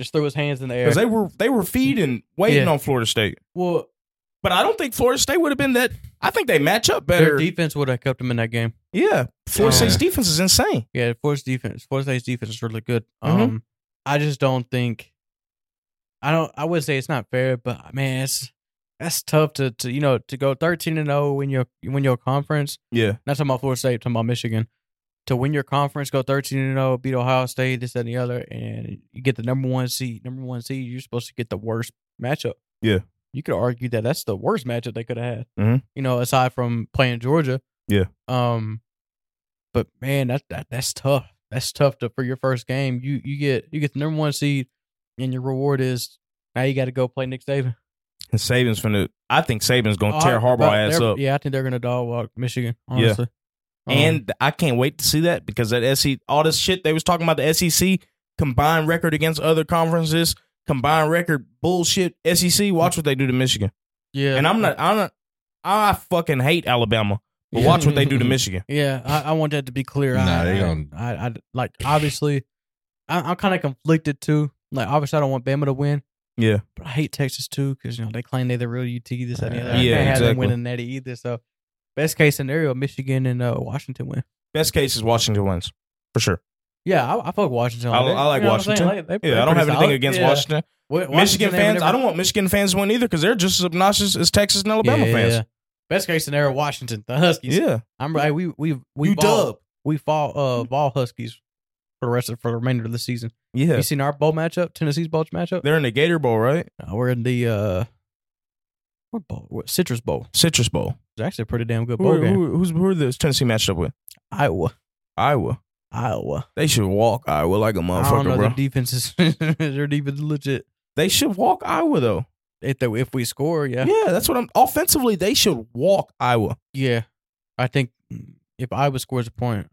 Speaker 1: just threw his hands in the air.
Speaker 2: because they were they were feeding, waiting
Speaker 1: Yeah.
Speaker 2: on Florida State.
Speaker 1: well,
Speaker 2: But I don't think Florida State would have been that. I think they match up
Speaker 1: their
Speaker 2: better.
Speaker 1: defense would have kept them in that game.
Speaker 2: Yeah, Florida
Speaker 1: Yeah.
Speaker 2: State's defense is insane.
Speaker 1: Yeah, Florida defense, Florida State's defense is really good.
Speaker 2: Mhm.
Speaker 1: Um, I just don't think, I don't, I would say it's not fair, but man, it's that's tough to to you know to go thirteen and zero when your when your conference.
Speaker 2: Yeah,
Speaker 1: Not talking about Florida State, talking about Michigan. To win your conference, go thirteen and zero, beat Ohio State, this that, and the other, and you get the number one seed. Number one seed, you're supposed to get the worst matchup.
Speaker 2: Yeah.
Speaker 1: you could argue that that's the worst matchup they could have had.
Speaker 2: Mhm.
Speaker 1: You know, aside from playing Georgia.
Speaker 2: Yeah.
Speaker 1: Um, but man, that, that that's tough. That's tough to for your first game. You you get you get the number one seed, and your reward is now you got to go play Nick Saban.
Speaker 2: and Saban's finna. I think Saban's gonna tear
Speaker 1: Oh,
Speaker 2: Harbaugh
Speaker 1: but
Speaker 2: ass
Speaker 1: they're-
Speaker 2: up.
Speaker 1: Yeah, I think they're gonna dog walk Michigan.
Speaker 2: Yeah.
Speaker 1: Honestly. Um,
Speaker 2: And I can't wait to see that E, because that SEC, all this shit they was talking about the SEC combined record against other conferences. combined record bullshit SEC. Watch what they do to Michigan.
Speaker 1: Yeah,
Speaker 2: And I'm not. I'm not. I fucking hate Alabama. But
Speaker 1: Yeah.
Speaker 2: watch what they do to Michigan.
Speaker 1: Yeah, I, I want that to be clear.
Speaker 3: Nah,
Speaker 1: I,
Speaker 3: they
Speaker 1: I-
Speaker 3: don't-
Speaker 1: I, I like obviously, I, I'm kind of conflicted too. Like obviously, I don't want Bama to win.
Speaker 2: Yeah.
Speaker 1: but I hate Texas too because you know they claim they're the real UT. This that, and the other. I
Speaker 2: Yeah,
Speaker 1: can't have them
Speaker 2: exactly.
Speaker 1: winning that either. So, best case scenario, Michigan and uh, Washington win.
Speaker 2: Best case is Washington wins for sure.
Speaker 1: Yeah, I, I fuck Washington.
Speaker 2: I,
Speaker 1: they-
Speaker 2: I like
Speaker 1: you know what I'm saying?
Speaker 2: Washington.
Speaker 1: Like, they-
Speaker 2: yeah,
Speaker 1: they're
Speaker 2: I don't
Speaker 1: pretty
Speaker 2: have anything
Speaker 1: solid.
Speaker 2: against
Speaker 1: Yeah.
Speaker 2: Washington.
Speaker 1: Wa-
Speaker 2: Michigan
Speaker 1: they
Speaker 2: fans.
Speaker 1: never-
Speaker 2: I don't want Michigan fans to win either because they're just as obnoxious as Texas and Alabama
Speaker 1: Yeah, yeah, yeah.
Speaker 2: fans.
Speaker 1: Best case scenario, Washington, the Huskies.
Speaker 2: Yeah,
Speaker 1: I'm right. We we we
Speaker 2: You
Speaker 1: ball,
Speaker 2: dub. Mm-hmm.
Speaker 1: we fall uh ball Huskies for the rest of for the remainder of the season.
Speaker 2: yeah.
Speaker 1: You seen our bowl matchup, Tennessee's bowl matchup?
Speaker 2: They're in the Gator Bowl, right?
Speaker 1: Uh, we're in the uh, what bowl? What, Citrus Bowl.
Speaker 2: Citrus Bowl.
Speaker 1: It's actually a pretty damn good
Speaker 2: Who,
Speaker 1: bowl game.
Speaker 2: who, who's who are the Tennessee matched up with?
Speaker 1: Iowa,
Speaker 2: Iowa.
Speaker 1: Iowa.
Speaker 2: They should walk Iowa like a
Speaker 1: I don't know
Speaker 2: motherfucker,
Speaker 1: their
Speaker 2: bro.
Speaker 1: defense is their defense is legit.
Speaker 2: They should walk Iowa though.
Speaker 1: If they, if we score, yeah,
Speaker 2: Yeah. that's what I'm. Offensively, they should walk Iowa.
Speaker 1: yeah. I think if Iowa scores a point,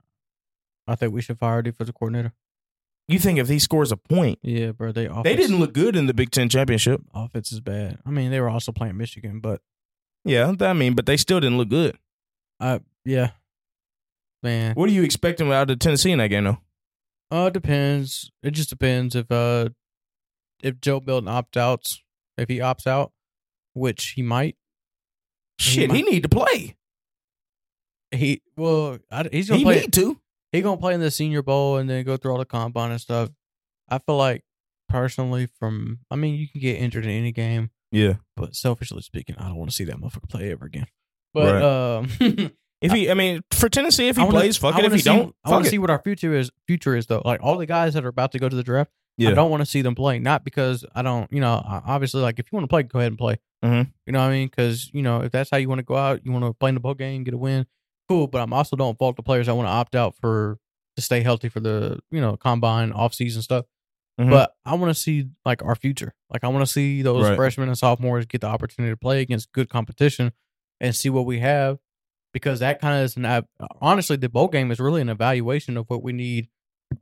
Speaker 1: I think we should fire our defensive coordinator.
Speaker 2: You think if he scores a point,
Speaker 1: Yeah, bro. They offense,
Speaker 2: they didn't look good in the Big Ten championship.
Speaker 1: offense is bad. I mean, they were also playing Michigan, but
Speaker 2: Yeah, I mean, but they still didn't look good.
Speaker 1: yeah, man.
Speaker 2: What are you expecting out of Tennessee in that game though?
Speaker 1: Uh, it depends. It just depends if uh, if Joe Milton opts out, if he opts out, which he might.
Speaker 2: Shit, he,
Speaker 1: might-
Speaker 2: need to play.
Speaker 1: He well, I, he's gonna
Speaker 2: He
Speaker 1: play.
Speaker 2: need to.
Speaker 1: He gonna play in the Senior Bowl and then go through all the combine and stuff. I feel like personally, from I mean, you can get injured in any game,
Speaker 2: Yeah.
Speaker 1: but selfishly speaking, I don't want to see that motherfucker play ever again. But
Speaker 2: Right.
Speaker 1: um,
Speaker 2: If he, I mean, for Tennessee, if he
Speaker 1: I wanna-
Speaker 2: plays, fuck
Speaker 1: I
Speaker 2: it. If
Speaker 1: wanna
Speaker 2: he
Speaker 1: see-
Speaker 2: don't,
Speaker 1: I want
Speaker 2: fuck
Speaker 1: to
Speaker 2: it.
Speaker 1: see what our future is. Future is though, like all the guys that are about to go to the draft.
Speaker 2: Yeah.
Speaker 1: I don't want to see them play, not because I don't, you know, I- obviously, like if you want to play, go ahead and play.
Speaker 2: Mhm.
Speaker 1: You know what I mean? Because you know, if that's how you want to go out, you want to play in the bowl game, get a win, cool. But I'm also don't fault the players that want to opt out for to stay healthy for the you know combine off season stuff.
Speaker 2: Mhm.
Speaker 1: But I want to see like our future. Like I want to see those
Speaker 2: Right.
Speaker 1: freshmen and sophomores get the opportunity to play against good competition and see what we have because that kind of is not honestly the bowl game is really an evaluation of what we need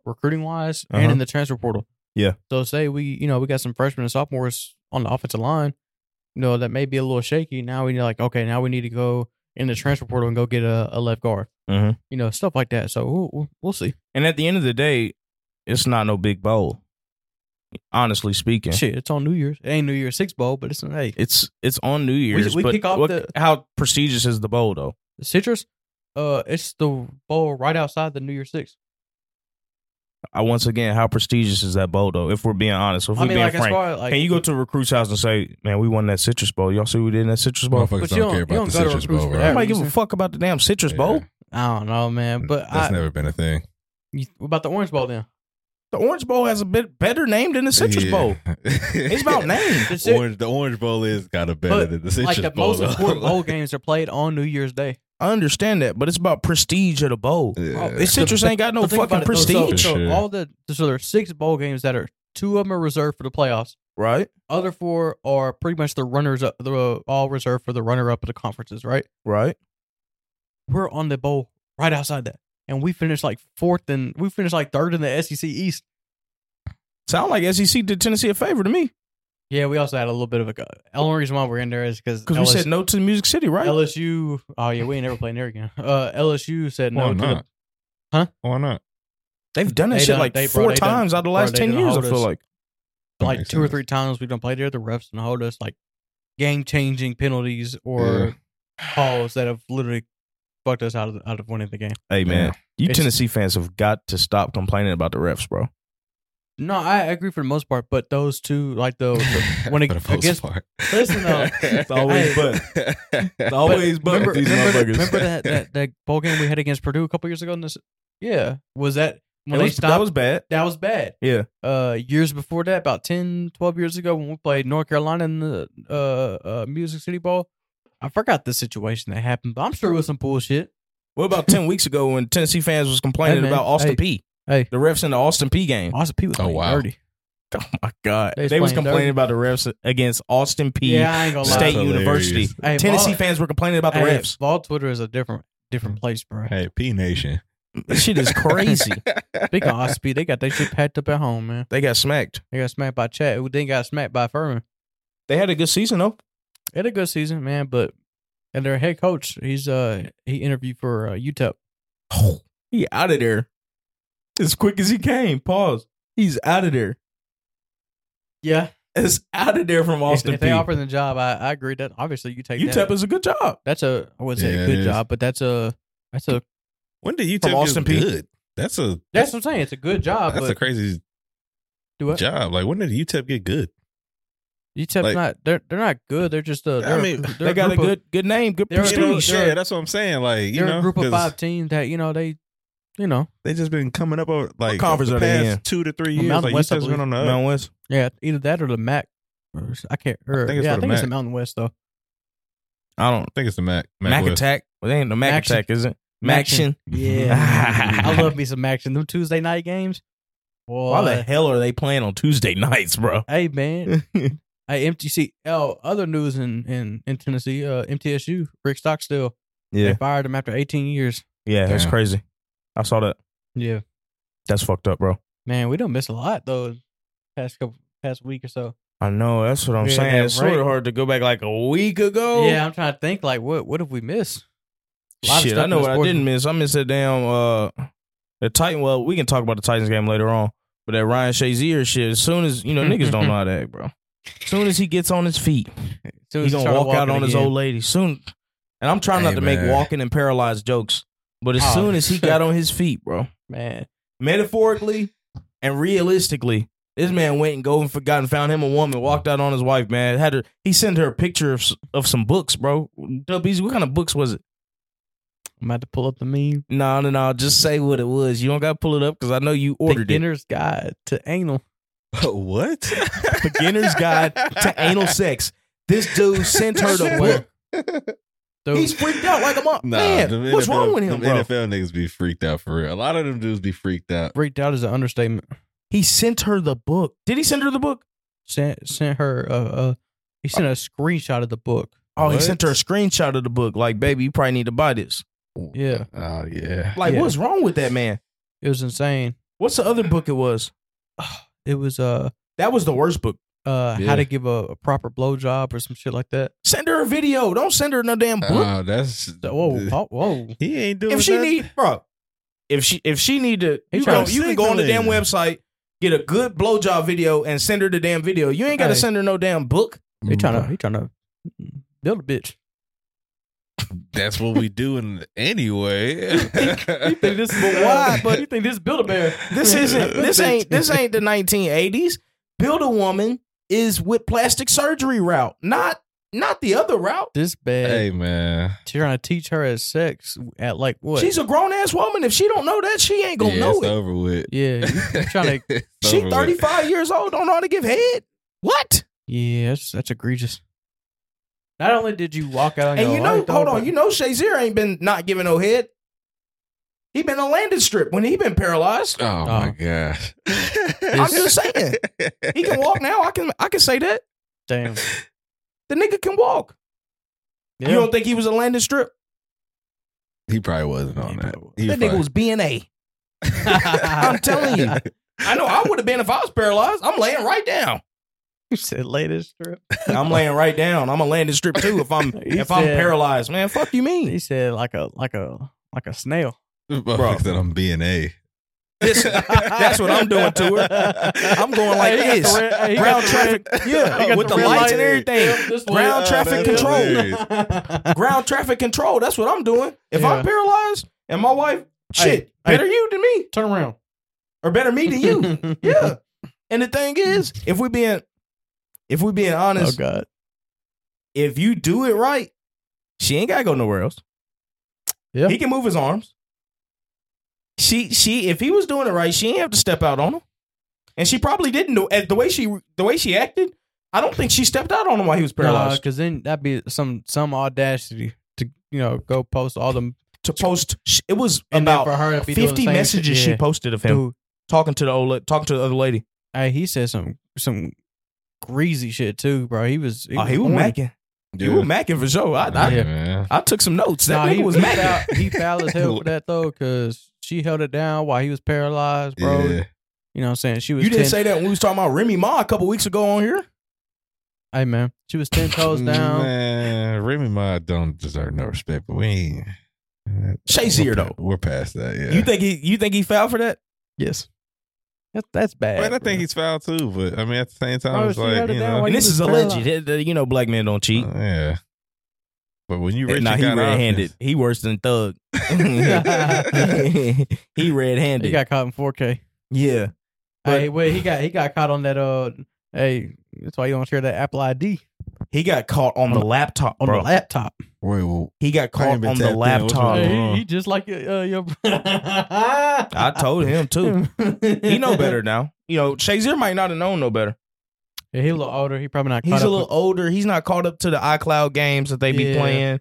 Speaker 1: recruiting wise and
Speaker 2: Uh-huh.
Speaker 1: in the transfer portal.
Speaker 2: Yeah.
Speaker 1: So say we you know we got some freshmen and sophomores on the offensive line, you know that may be a little shaky. Now we like okay now we need to go in the transfer portal and go get a, a left guard.
Speaker 2: Mhm.
Speaker 1: You know stuff like that. So we'll, we'll, we'll see.
Speaker 2: And at the end of the day, it's not no big bowl. Honestly speaking,
Speaker 1: Shit, it's on New Year's. It ain't New Year's Six bowl, but it's hey
Speaker 2: it's it's on New Year's.
Speaker 1: we
Speaker 2: but
Speaker 1: kick off
Speaker 2: what-
Speaker 1: the-
Speaker 2: how prestigious is the bowl though?
Speaker 1: citrus. Uh, it's the bowl right outside the New Year's Six.
Speaker 2: I once again, how prestigious is that bowl though? If we're being honest, if we're
Speaker 1: I mean,
Speaker 2: being
Speaker 1: like as
Speaker 2: frank,
Speaker 1: far as, like
Speaker 2: can you go to a recruit's house and say, "Man, we won that Citrus Bowl. Y'all see who we did in that Citrus Bowl?
Speaker 1: But
Speaker 3: Motherfuckers
Speaker 1: you
Speaker 3: don't
Speaker 1: don't-
Speaker 3: care
Speaker 1: you
Speaker 3: about
Speaker 1: don't
Speaker 3: the
Speaker 1: go to
Speaker 3: Citrus
Speaker 1: recruits
Speaker 3: Bowl,
Speaker 1: for
Speaker 3: right?
Speaker 1: that.
Speaker 2: Nobody give a
Speaker 1: reason.
Speaker 2: fuck about the damn Citrus
Speaker 3: Yeah.
Speaker 2: Bowl.
Speaker 1: I don't know, man. But I,
Speaker 3: that's never been a thing.
Speaker 1: you, what about the Orange Bowl then?
Speaker 2: The Orange Bowl has a bit better name than the Citrus
Speaker 3: Yeah.
Speaker 2: Bowl. It's about name.
Speaker 1: The Cit-
Speaker 3: Orange, the Orange Bowl is got a better
Speaker 1: But,
Speaker 3: than the Citrus
Speaker 1: like the
Speaker 3: Bowl.
Speaker 1: most
Speaker 3: though.
Speaker 1: important bowl games are played on New Year's Day.
Speaker 2: I understand that, but it's about prestige of the bowl.
Speaker 1: Oh,
Speaker 3: Yeah.
Speaker 2: This Citrus ain't got no
Speaker 1: But think
Speaker 2: fucking
Speaker 1: about it, though. So-
Speaker 2: prestige,
Speaker 1: So,
Speaker 3: For sure.
Speaker 1: all the so there's six bowl games that are two of them are reserved for the playoffs.
Speaker 2: right?
Speaker 1: Other four are pretty much the runners up, the all reserved for the runner up of the conferences. Right?
Speaker 2: Right?
Speaker 1: We're on the bowl right outside that, and we finished like fourth and we finished like third in the SEC East.
Speaker 2: Sound like SEC did Tennessee a favor to me
Speaker 1: Yeah, we also had a little bit of a. Only reason why we're in there is because
Speaker 2: because we said no to Music City, right?
Speaker 1: LSU. Oh yeah, we ain't never playing there again. Uh, LSU said
Speaker 3: Why
Speaker 1: no to the
Speaker 3: not?
Speaker 1: Huh?
Speaker 3: Why not?
Speaker 2: They've done that
Speaker 1: They
Speaker 2: shit
Speaker 1: done-
Speaker 2: like
Speaker 1: they- bro,
Speaker 2: four
Speaker 1: they done-
Speaker 2: times out of the
Speaker 1: bro,
Speaker 2: last
Speaker 1: they
Speaker 2: ten
Speaker 1: done
Speaker 2: years. I
Speaker 1: hold
Speaker 2: feel
Speaker 1: us.
Speaker 2: like
Speaker 1: like
Speaker 3: Makes
Speaker 1: two or
Speaker 3: sense.
Speaker 1: three times we don't play there. The refs and hold us like game changing penalties or calls that have literally fucked us out of out of winning the game.
Speaker 2: Hey man,
Speaker 3: Yeah.
Speaker 2: you
Speaker 1: It's-
Speaker 2: Tennessee fans have got to stop complaining about the refs, bro.
Speaker 1: No, I agree for the most part, but those two, like the, the- when it
Speaker 3: For the most
Speaker 1: against
Speaker 3: part.
Speaker 1: listen though,
Speaker 3: it's
Speaker 1: Hey.
Speaker 2: always
Speaker 3: but.
Speaker 1: but
Speaker 2: but
Speaker 1: remember,
Speaker 2: these
Speaker 1: remember,
Speaker 2: motherfuckers.
Speaker 1: remember that, that that bowl game we had against Purdue a couple years ago. In this, yeah, was that
Speaker 2: It
Speaker 1: when they
Speaker 2: was-
Speaker 1: stopped?
Speaker 2: that was bad.
Speaker 1: that was bad.
Speaker 2: Yeah.
Speaker 1: Uh, years before that, about 10, 12 years ago, when we played North Carolina in the uh, uh Music City Bowl, I forgot the situation that happened, but I'm sure it was some bullshit.
Speaker 2: What about ten weeks ago when Tennessee fans was complaining
Speaker 1: Hey, man.
Speaker 2: about Austin
Speaker 1: Hey.
Speaker 2: P?
Speaker 1: Hey.
Speaker 2: the refs in the Austin P game.
Speaker 1: Austin P was
Speaker 3: Oh,
Speaker 1: playing
Speaker 3: wow.
Speaker 1: dirty.
Speaker 2: Oh my god,
Speaker 1: They
Speaker 2: they,
Speaker 1: was
Speaker 2: was
Speaker 1: playing
Speaker 2: complaining
Speaker 1: dirty.
Speaker 2: about the refs against Austin P
Speaker 1: Yeah, I ain't gonna lie.
Speaker 2: State
Speaker 3: That's
Speaker 2: University.
Speaker 3: hilarious.
Speaker 1: Hey,
Speaker 2: Tennessee
Speaker 1: ball-
Speaker 2: fans were complaining about the
Speaker 1: hey,
Speaker 2: refs. Mm.
Speaker 1: Ball Twitter is a different different place, bro.
Speaker 3: Hey, P Nation.
Speaker 2: This shit is crazy.
Speaker 1: Speaking of Ospie, they got their shit packed up at home, man.
Speaker 2: they got smacked.
Speaker 1: They got smacked by Chad. They got smacked by Furman.
Speaker 2: They had a good season though.
Speaker 1: They had a good season, man, but and their head coach, he's uh he interviewed for uh, UTEP.
Speaker 2: Oh, he out of there as quick as he came. Pause. He's out of there.
Speaker 1: Yeah,
Speaker 2: It's out of there from
Speaker 1: if,
Speaker 2: Austin
Speaker 1: if they
Speaker 2: Peay.
Speaker 1: offer the job, I, I agree that obviously you take
Speaker 2: UTEP
Speaker 1: that.
Speaker 2: is a good job.
Speaker 1: that's a I wouldn't say
Speaker 3: Yeah,
Speaker 1: a
Speaker 3: it
Speaker 1: good
Speaker 3: is.
Speaker 1: job, but that's a that's a
Speaker 3: When did you
Speaker 2: From
Speaker 3: take
Speaker 2: Austin Peay.
Speaker 3: good? That's a
Speaker 1: that's what I'm saying. It's a good job,
Speaker 3: that's
Speaker 1: but
Speaker 3: a crazy
Speaker 1: do what?
Speaker 3: job. Like when did UTEP get good?
Speaker 1: UTEP's
Speaker 3: like-
Speaker 1: not they're they're not good. They're just a
Speaker 3: I
Speaker 1: they're, a-
Speaker 3: mean,
Speaker 1: they're
Speaker 2: They got a
Speaker 1: group of-
Speaker 2: good good name, good
Speaker 1: They're a-
Speaker 2: prestige.
Speaker 1: they're-
Speaker 3: yeah, that's what I'm saying. Like you
Speaker 1: they're
Speaker 3: know,
Speaker 1: a group of
Speaker 3: 'cause
Speaker 1: five teams that you know they you know
Speaker 3: They just been coming up over like
Speaker 2: conference
Speaker 3: the
Speaker 2: are they
Speaker 3: past
Speaker 2: in?
Speaker 3: two to three
Speaker 1: Well,
Speaker 3: years.
Speaker 1: Mountain
Speaker 3: like
Speaker 1: West, I
Speaker 3: UTEP's
Speaker 1: believe.
Speaker 3: been on the up.
Speaker 2: Mountain West.
Speaker 1: yeah either that or the MAC. Or, I can't. Or,
Speaker 3: think it's
Speaker 1: yeah,
Speaker 3: for
Speaker 1: I
Speaker 3: the
Speaker 1: think it's the
Speaker 3: MAC.
Speaker 1: Mountain West though.
Speaker 2: I don't.
Speaker 3: I think it's the Mac. Mac,
Speaker 2: Mac,
Speaker 3: West.
Speaker 2: Attack. Well, they ain't the Mac
Speaker 1: Maction.
Speaker 2: Attack, is it? Maction.
Speaker 1: Yeah, I love me some action. Them Tuesday night games. Boy,
Speaker 2: Why the hell are they playing on Tuesday nights, bro?
Speaker 1: hey man, hey MTC. Oh, other news in in in Tennessee, uh, MTSU Rick Stockstill. They
Speaker 2: Yeah,
Speaker 1: fired him after 18 years.
Speaker 2: yeah, that's
Speaker 3: Damn.
Speaker 2: crazy. I saw that.
Speaker 1: Yeah,
Speaker 2: That's fucked up, bro.
Speaker 1: man, we don't miss a lot though. Past couple past week or so.
Speaker 2: I know. That's what I'm
Speaker 1: Yeah,
Speaker 2: saying.
Speaker 1: that
Speaker 2: It's sort
Speaker 1: rate-
Speaker 2: of hard to go back like a week ago.
Speaker 1: Yeah, I'm trying to think like what what have we missed? A lot of
Speaker 2: Shit,
Speaker 1: stuff
Speaker 2: I
Speaker 1: in
Speaker 2: know
Speaker 1: the
Speaker 2: what I
Speaker 1: sports-
Speaker 2: didn't miss. I missed that damn uh the Titan. Well, we can talk about the Titans game later on, but that Ryan Shazier shit. As soon as you know, niggas don't know how to act, bro. As soon as he gets on his feet,
Speaker 1: Soon as
Speaker 2: he's gonna
Speaker 1: started
Speaker 2: walk out
Speaker 1: walking
Speaker 2: on his
Speaker 1: again.
Speaker 2: old lady soon. And I'm trying not
Speaker 3: Hey,
Speaker 2: to make
Speaker 3: man.
Speaker 2: walking and paralyzed jokes, but as
Speaker 1: Oh.
Speaker 2: soon as he got on his feet, bro,
Speaker 1: man.
Speaker 2: metaphorically and realistically, this man went and go and forgot and found him a woman, walked out on his wife, man. Had her, he sent her a picture of, s- of some books, bro. Dubbies, what kind of books was it?
Speaker 1: I'm about to pull up the meme.
Speaker 2: No, no, no. Just say what it was. You don't got to pull it up because I know you ordered
Speaker 1: Beginner's Guide to Anal.
Speaker 3: what?
Speaker 2: it. Beginner's Guide to Anal Sex. This dude sent her the
Speaker 1: Where?
Speaker 2: book. He's freaked out like a mom.
Speaker 3: Nah,
Speaker 2: man,
Speaker 3: them
Speaker 2: what's
Speaker 3: NFL
Speaker 2: wrong with him,
Speaker 3: them
Speaker 2: bro?
Speaker 3: NFL niggas be freaked out for real. A lot of them dudes be freaked out.
Speaker 1: freaked out is an understatement.
Speaker 2: He sent her the book. Did he send her the book?
Speaker 1: Sent sent her uh, uh he sent a screenshot of the book.
Speaker 2: Oh, he
Speaker 3: What?
Speaker 2: sent her a screenshot of the book. Like, baby, you probably need to buy this.
Speaker 1: Yeah,
Speaker 3: Oh yeah.
Speaker 2: Like,
Speaker 1: Yeah.
Speaker 2: what's wrong with that man?
Speaker 1: it was insane.
Speaker 2: What's the other book it was?
Speaker 1: It was uh
Speaker 2: That was the worst book.
Speaker 1: uh
Speaker 3: Yeah.
Speaker 1: how to give a, a proper blowjob or some shit like that.
Speaker 2: Send her a video. Don't send her no damn book.
Speaker 3: Oh, that's
Speaker 1: So, whoa, whoa, whoa.
Speaker 3: He ain't doing
Speaker 2: if she
Speaker 3: that.
Speaker 2: need, bro, if she if she need to,
Speaker 1: He
Speaker 2: you,
Speaker 1: trying
Speaker 2: go,
Speaker 1: to
Speaker 2: you can go on the damn
Speaker 3: signaling.
Speaker 2: website, get a good blowjob video, and send her the damn video. You ain't got to
Speaker 1: Hey.
Speaker 2: send her no damn book.
Speaker 1: He trying to he trying to build a bitch.
Speaker 3: Mm, That's what we do in anyway.
Speaker 2: But why? But
Speaker 1: you think this build a bear?
Speaker 2: this isn't this ain't this ain't the 1980s. Build a woman is with plastic surgery route, not not the other route.
Speaker 1: this bad.
Speaker 3: Hey man.
Speaker 1: Trying to teach her as sex at like what?
Speaker 2: She's a grown ass woman. If she don't know that, she ain't gonna
Speaker 3: yeah,
Speaker 2: know
Speaker 3: it's
Speaker 2: it.
Speaker 3: over with.
Speaker 1: yeah, you, you trying to?
Speaker 3: It's
Speaker 2: She
Speaker 3: over with.
Speaker 2: 35 years old, don't know how to give head. What?
Speaker 1: Yeah, that's, that's egregious. Not only did you walk out on
Speaker 2: And
Speaker 1: your
Speaker 2: you know,
Speaker 1: life, though,
Speaker 2: hold on,
Speaker 1: but-
Speaker 2: you know Shazier ain't been not giving no head. He been a landed strip when he been paralyzed.
Speaker 3: Oh, my gosh.
Speaker 2: I'm just saying. He can walk now. I can I can say that.
Speaker 1: damn.
Speaker 2: The nigga can walk.
Speaker 1: Yeah.
Speaker 2: You don't think he was a landed strip?
Speaker 3: He probably wasn't on that. He
Speaker 2: That nigga
Speaker 3: probably-
Speaker 2: was BNA. I'm telling you. I know I would have been if I was paralyzed. I'm laying right down.
Speaker 1: You said latest strip.
Speaker 2: I'm laying right down. I'm a landed strip too if I'm
Speaker 1: He
Speaker 2: if I'm
Speaker 1: said-
Speaker 2: paralyzed. Man, fuck you mean?
Speaker 1: He said like a like a like a snail.
Speaker 3: Bro. said I'm B and A.
Speaker 2: Listen, that's what I'm doing to her. I'm going like
Speaker 1: Hey, he got
Speaker 2: this.
Speaker 1: the red- hey, he got
Speaker 2: Brown
Speaker 1: the
Speaker 2: traffic.
Speaker 1: he
Speaker 2: Yeah,
Speaker 1: got
Speaker 2: with the,
Speaker 1: the red
Speaker 2: lights
Speaker 1: light.
Speaker 2: and everything.
Speaker 1: This
Speaker 2: Ground traffic
Speaker 3: that's
Speaker 2: control.
Speaker 3: hilarious.
Speaker 2: Ground traffic control. That's what I'm doing. If
Speaker 1: Yeah.
Speaker 2: I'm paralyzed and my wife, shit,
Speaker 1: Hey, hey.
Speaker 2: better you than me
Speaker 1: Turn around.
Speaker 2: or better me than you. yeah. And the thing is, if we being if we being
Speaker 1: Oh
Speaker 2: honest,
Speaker 1: god.
Speaker 2: if you do it right, she ain't gotta go nowhere else.
Speaker 1: Yeah.
Speaker 2: He can move his arms. She she if he was doing it right, she ain't have to step out on him. And she probably didn't do at the way she the way she acted, I don't think she stepped out on him while he was paralyzed.
Speaker 1: because then that'd be some some audacity to you know go post all them
Speaker 2: to post it was
Speaker 1: and then
Speaker 2: about
Speaker 1: for her to be doing the
Speaker 2: fifty
Speaker 1: same
Speaker 2: messages
Speaker 1: shit.
Speaker 2: she
Speaker 1: Yeah.
Speaker 2: posted of him
Speaker 1: Dude,
Speaker 2: talking to the old la- talking to the other lady.
Speaker 1: hey, he said some some greasy shit too, bro. He was
Speaker 2: oh, he was
Speaker 1: horny.
Speaker 2: macking. You were macking for sure. I, I,
Speaker 1: Yeah.
Speaker 3: man.
Speaker 2: I took some notes. That
Speaker 1: Nah,
Speaker 2: nigga
Speaker 1: he
Speaker 2: was
Speaker 1: he
Speaker 2: macking.
Speaker 1: foul, he foul as hell for that though, because She held it down while he was paralyzed, bro.
Speaker 3: Yeah.
Speaker 1: You know what I'm saying? She was
Speaker 2: You didn't
Speaker 1: 10
Speaker 2: say that when we was talking about Remy Ma a couple weeks ago on here.
Speaker 1: Hey man, she was ten toes down.
Speaker 3: Mm, Man, Remy Ma don't deserve no respect, but we ain't.
Speaker 2: Shazier,
Speaker 3: we're pa-
Speaker 2: though.
Speaker 3: We're past that, yeah.
Speaker 2: You think he? You think he fouled for that?
Speaker 1: Yes, that's that's bad.
Speaker 3: But
Speaker 1: bro.
Speaker 3: I think he's foul too, but I mean, at the same time,
Speaker 2: Oh,
Speaker 1: Bro,
Speaker 3: it's
Speaker 1: she
Speaker 3: like,
Speaker 1: held it
Speaker 3: you
Speaker 1: down
Speaker 3: know.
Speaker 1: while
Speaker 2: And
Speaker 1: he
Speaker 2: this
Speaker 1: was
Speaker 2: is alleged.
Speaker 1: paralyzed.
Speaker 2: It- You know, black men don't cheat.
Speaker 3: yeah. But when you rich,
Speaker 2: nah,
Speaker 3: and
Speaker 2: he
Speaker 3: Uh, got
Speaker 2: red handed.
Speaker 3: options-
Speaker 2: He worse than Thug. he red
Speaker 1: He
Speaker 2: handed.
Speaker 1: got caught in 4K.
Speaker 2: yeah. But-
Speaker 1: hey, wait, he got he got caught on that. Uh, hey, that's why you don't share that Apple ID
Speaker 2: He got caught on the laptop,
Speaker 1: on
Speaker 2: bro.
Speaker 1: the laptop.
Speaker 3: Wait, well,
Speaker 2: he got
Speaker 3: I
Speaker 2: caught
Speaker 3: ain't been
Speaker 2: on the
Speaker 3: tapped in. What's
Speaker 2: laptop.
Speaker 3: wrong?
Speaker 1: Hey, he, he just like uh, your.
Speaker 2: I
Speaker 1: I
Speaker 2: told him too. He know better now. You know, Shazier might not have known no better.
Speaker 1: Yeah, he a little older. He probably not.
Speaker 2: He's
Speaker 1: caught
Speaker 2: a
Speaker 1: up
Speaker 2: little older. He's not caught up to the iCloud games that they be
Speaker 1: Yeah.
Speaker 2: playing.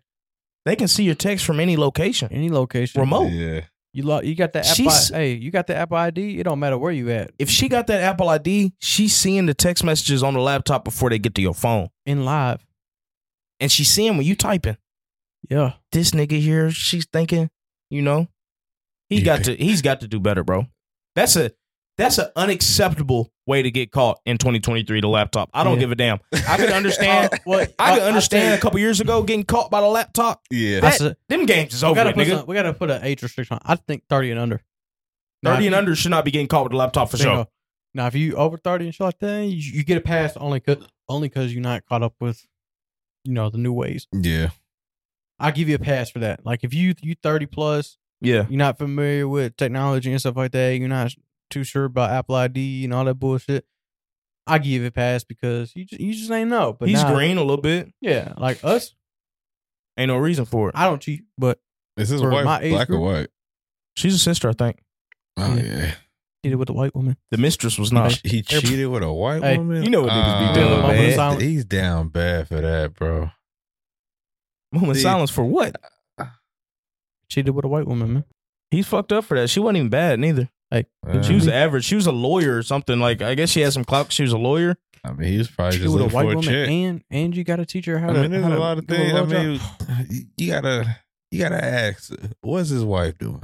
Speaker 2: They can see your text from any
Speaker 1: with
Speaker 2: location.
Speaker 1: any location.
Speaker 2: Remote. Oh.
Speaker 3: yeah.
Speaker 1: You lo- you got that Apple.
Speaker 2: She's-
Speaker 1: I- hey, you got the Apple ID. It don't matter where you at.
Speaker 2: If she got that Apple ID, she's seeing the text messages on the laptop before they get to your phone,
Speaker 1: In live.
Speaker 2: and she's seeing when you typing.
Speaker 1: Yeah.
Speaker 2: This nigga here, she's thinking, you know, he
Speaker 3: You
Speaker 2: got to he's got to do better, bro. That's a that's an unacceptable way to get caught in 2023. The laptop. I don't
Speaker 1: Yeah. Oh,
Speaker 2: give a damn. I can understand.
Speaker 1: Well,
Speaker 2: I can understand
Speaker 1: think-
Speaker 2: a couple years ago getting caught by the laptop.
Speaker 3: Yeah.
Speaker 1: I said-
Speaker 2: Them games is
Speaker 1: we
Speaker 2: over,
Speaker 1: gotta
Speaker 2: with,
Speaker 1: put
Speaker 2: nigga.
Speaker 1: some- we gotta put an age restriction. on. I think thirty and under. Nah,
Speaker 2: Thirty and
Speaker 1: if you-
Speaker 2: under should not be getting caught with a laptop for sure.
Speaker 1: Bingo. Now, if you over thirty and shit like that, you, you get a pass only cause only cause you're not caught up with, you know, the new ways.
Speaker 3: Yeah.
Speaker 1: I give you a pass for that. Like if you you thirty plus,
Speaker 2: Yeah,
Speaker 1: you're not familiar with technology and stuff like that. You're not too sure about Apple ID and all that bullshit. I give it a pass because you just, you just ain't know. But
Speaker 2: he's
Speaker 1: nah,
Speaker 2: green a little bit.
Speaker 1: Yeah, like us,
Speaker 2: Ain't no reason for it.
Speaker 1: I don't cheat, but
Speaker 3: Is his
Speaker 1: For
Speaker 3: wife
Speaker 1: my age
Speaker 3: black
Speaker 1: group?
Speaker 3: or white?
Speaker 2: She's a sister, I think.
Speaker 3: Oh,
Speaker 1: Yeah.
Speaker 3: yeah.
Speaker 1: did it with a white woman.
Speaker 2: The mistress was not.
Speaker 3: He cheated with a white
Speaker 1: Hey,
Speaker 3: woman?
Speaker 2: you know what niggas be
Speaker 1: doing,
Speaker 3: Oh,
Speaker 1: man.
Speaker 3: he's-
Speaker 1: Silence.
Speaker 3: He's down bad for that, bro.
Speaker 2: Moment
Speaker 3: See-
Speaker 2: silence for what?
Speaker 1: Cheated with a white woman, man.
Speaker 2: He's fucked up for that. She wasn't even bad neither.
Speaker 3: Uh,
Speaker 2: She was average. She was a lawyer or something. Like I guess she had some clout. 'cause She was a lawyer.
Speaker 3: I mean, he was probably
Speaker 1: Cheated
Speaker 3: just
Speaker 1: with a
Speaker 3: looking
Speaker 1: white
Speaker 3: for a
Speaker 1: woman,
Speaker 3: check.
Speaker 1: and and you got to teach her how
Speaker 3: I
Speaker 1: to.
Speaker 3: mean, there's
Speaker 1: how
Speaker 3: a
Speaker 1: to
Speaker 3: lot of
Speaker 1: do
Speaker 3: things. I
Speaker 1: blowjob.
Speaker 3: mean, you gotta you gotta ask, what's his wife doing?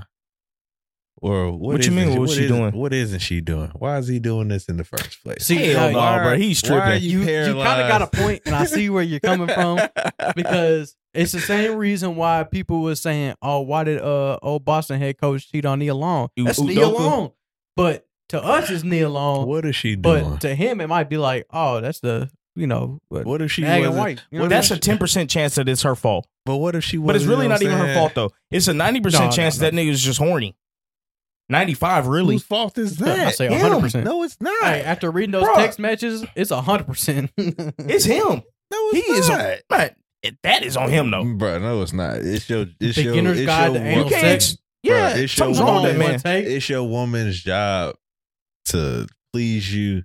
Speaker 3: Or what,
Speaker 2: What you
Speaker 3: isn't-
Speaker 2: mean, what was she
Speaker 3: isn't-
Speaker 2: doing?
Speaker 3: What isn't she doing? Why is he doing this in the first place?
Speaker 1: See,
Speaker 2: Hell
Speaker 1: now
Speaker 2: no,
Speaker 3: why-
Speaker 2: bro. He's
Speaker 3: why are
Speaker 2: tripping.
Speaker 1: you, you kind of got a point, and I see where you're coming from because it's the same reason why people were saying, "Oh, why did uh old Boston head coach cheat on Neil Long?"
Speaker 2: U-
Speaker 1: That's Neil
Speaker 2: Udoka?
Speaker 1: Long, but to us it's Neil Long.
Speaker 3: What is she
Speaker 1: but
Speaker 3: doing?
Speaker 1: to him, it might be like, "Oh, that's the you know what,
Speaker 3: What if she
Speaker 1: Nag and
Speaker 3: wasn't?
Speaker 1: White." You know what I
Speaker 2: That's
Speaker 1: mean?
Speaker 2: a ten percent chance that it's her fault.
Speaker 3: But what if she? Wasn't,
Speaker 2: But it's really
Speaker 3: you know
Speaker 2: not
Speaker 3: what
Speaker 2: even
Speaker 3: I'm
Speaker 2: her fault though. It's a ninety
Speaker 1: No, no,
Speaker 2: percent chance
Speaker 1: no.
Speaker 2: that nigga was just horny. Ninety five,
Speaker 3: saying?
Speaker 2: really.
Speaker 3: Whose fault is
Speaker 1: I
Speaker 3: that?
Speaker 1: say
Speaker 3: Him.
Speaker 1: 100%.
Speaker 3: No, it's not.
Speaker 1: Hey, after reading those
Speaker 2: Bruh.
Speaker 1: text messages, it's hundred percent.
Speaker 2: It's him.
Speaker 3: no,
Speaker 2: He
Speaker 3: it's
Speaker 2: is
Speaker 3: not.
Speaker 2: on. Man, that is on him though.
Speaker 3: Bro, no, it's not. It's your it's
Speaker 1: Beginner's
Speaker 3: your, it's
Speaker 1: guide
Speaker 3: your
Speaker 1: to
Speaker 3: wo-
Speaker 1: anal
Speaker 2: You can't.
Speaker 1: sex.
Speaker 2: ex- Yeah,
Speaker 3: Bruh, it's
Speaker 2: something's
Speaker 3: your
Speaker 2: wrong with that
Speaker 3: woman.
Speaker 2: man.
Speaker 1: man.
Speaker 3: it's your woman's job to please you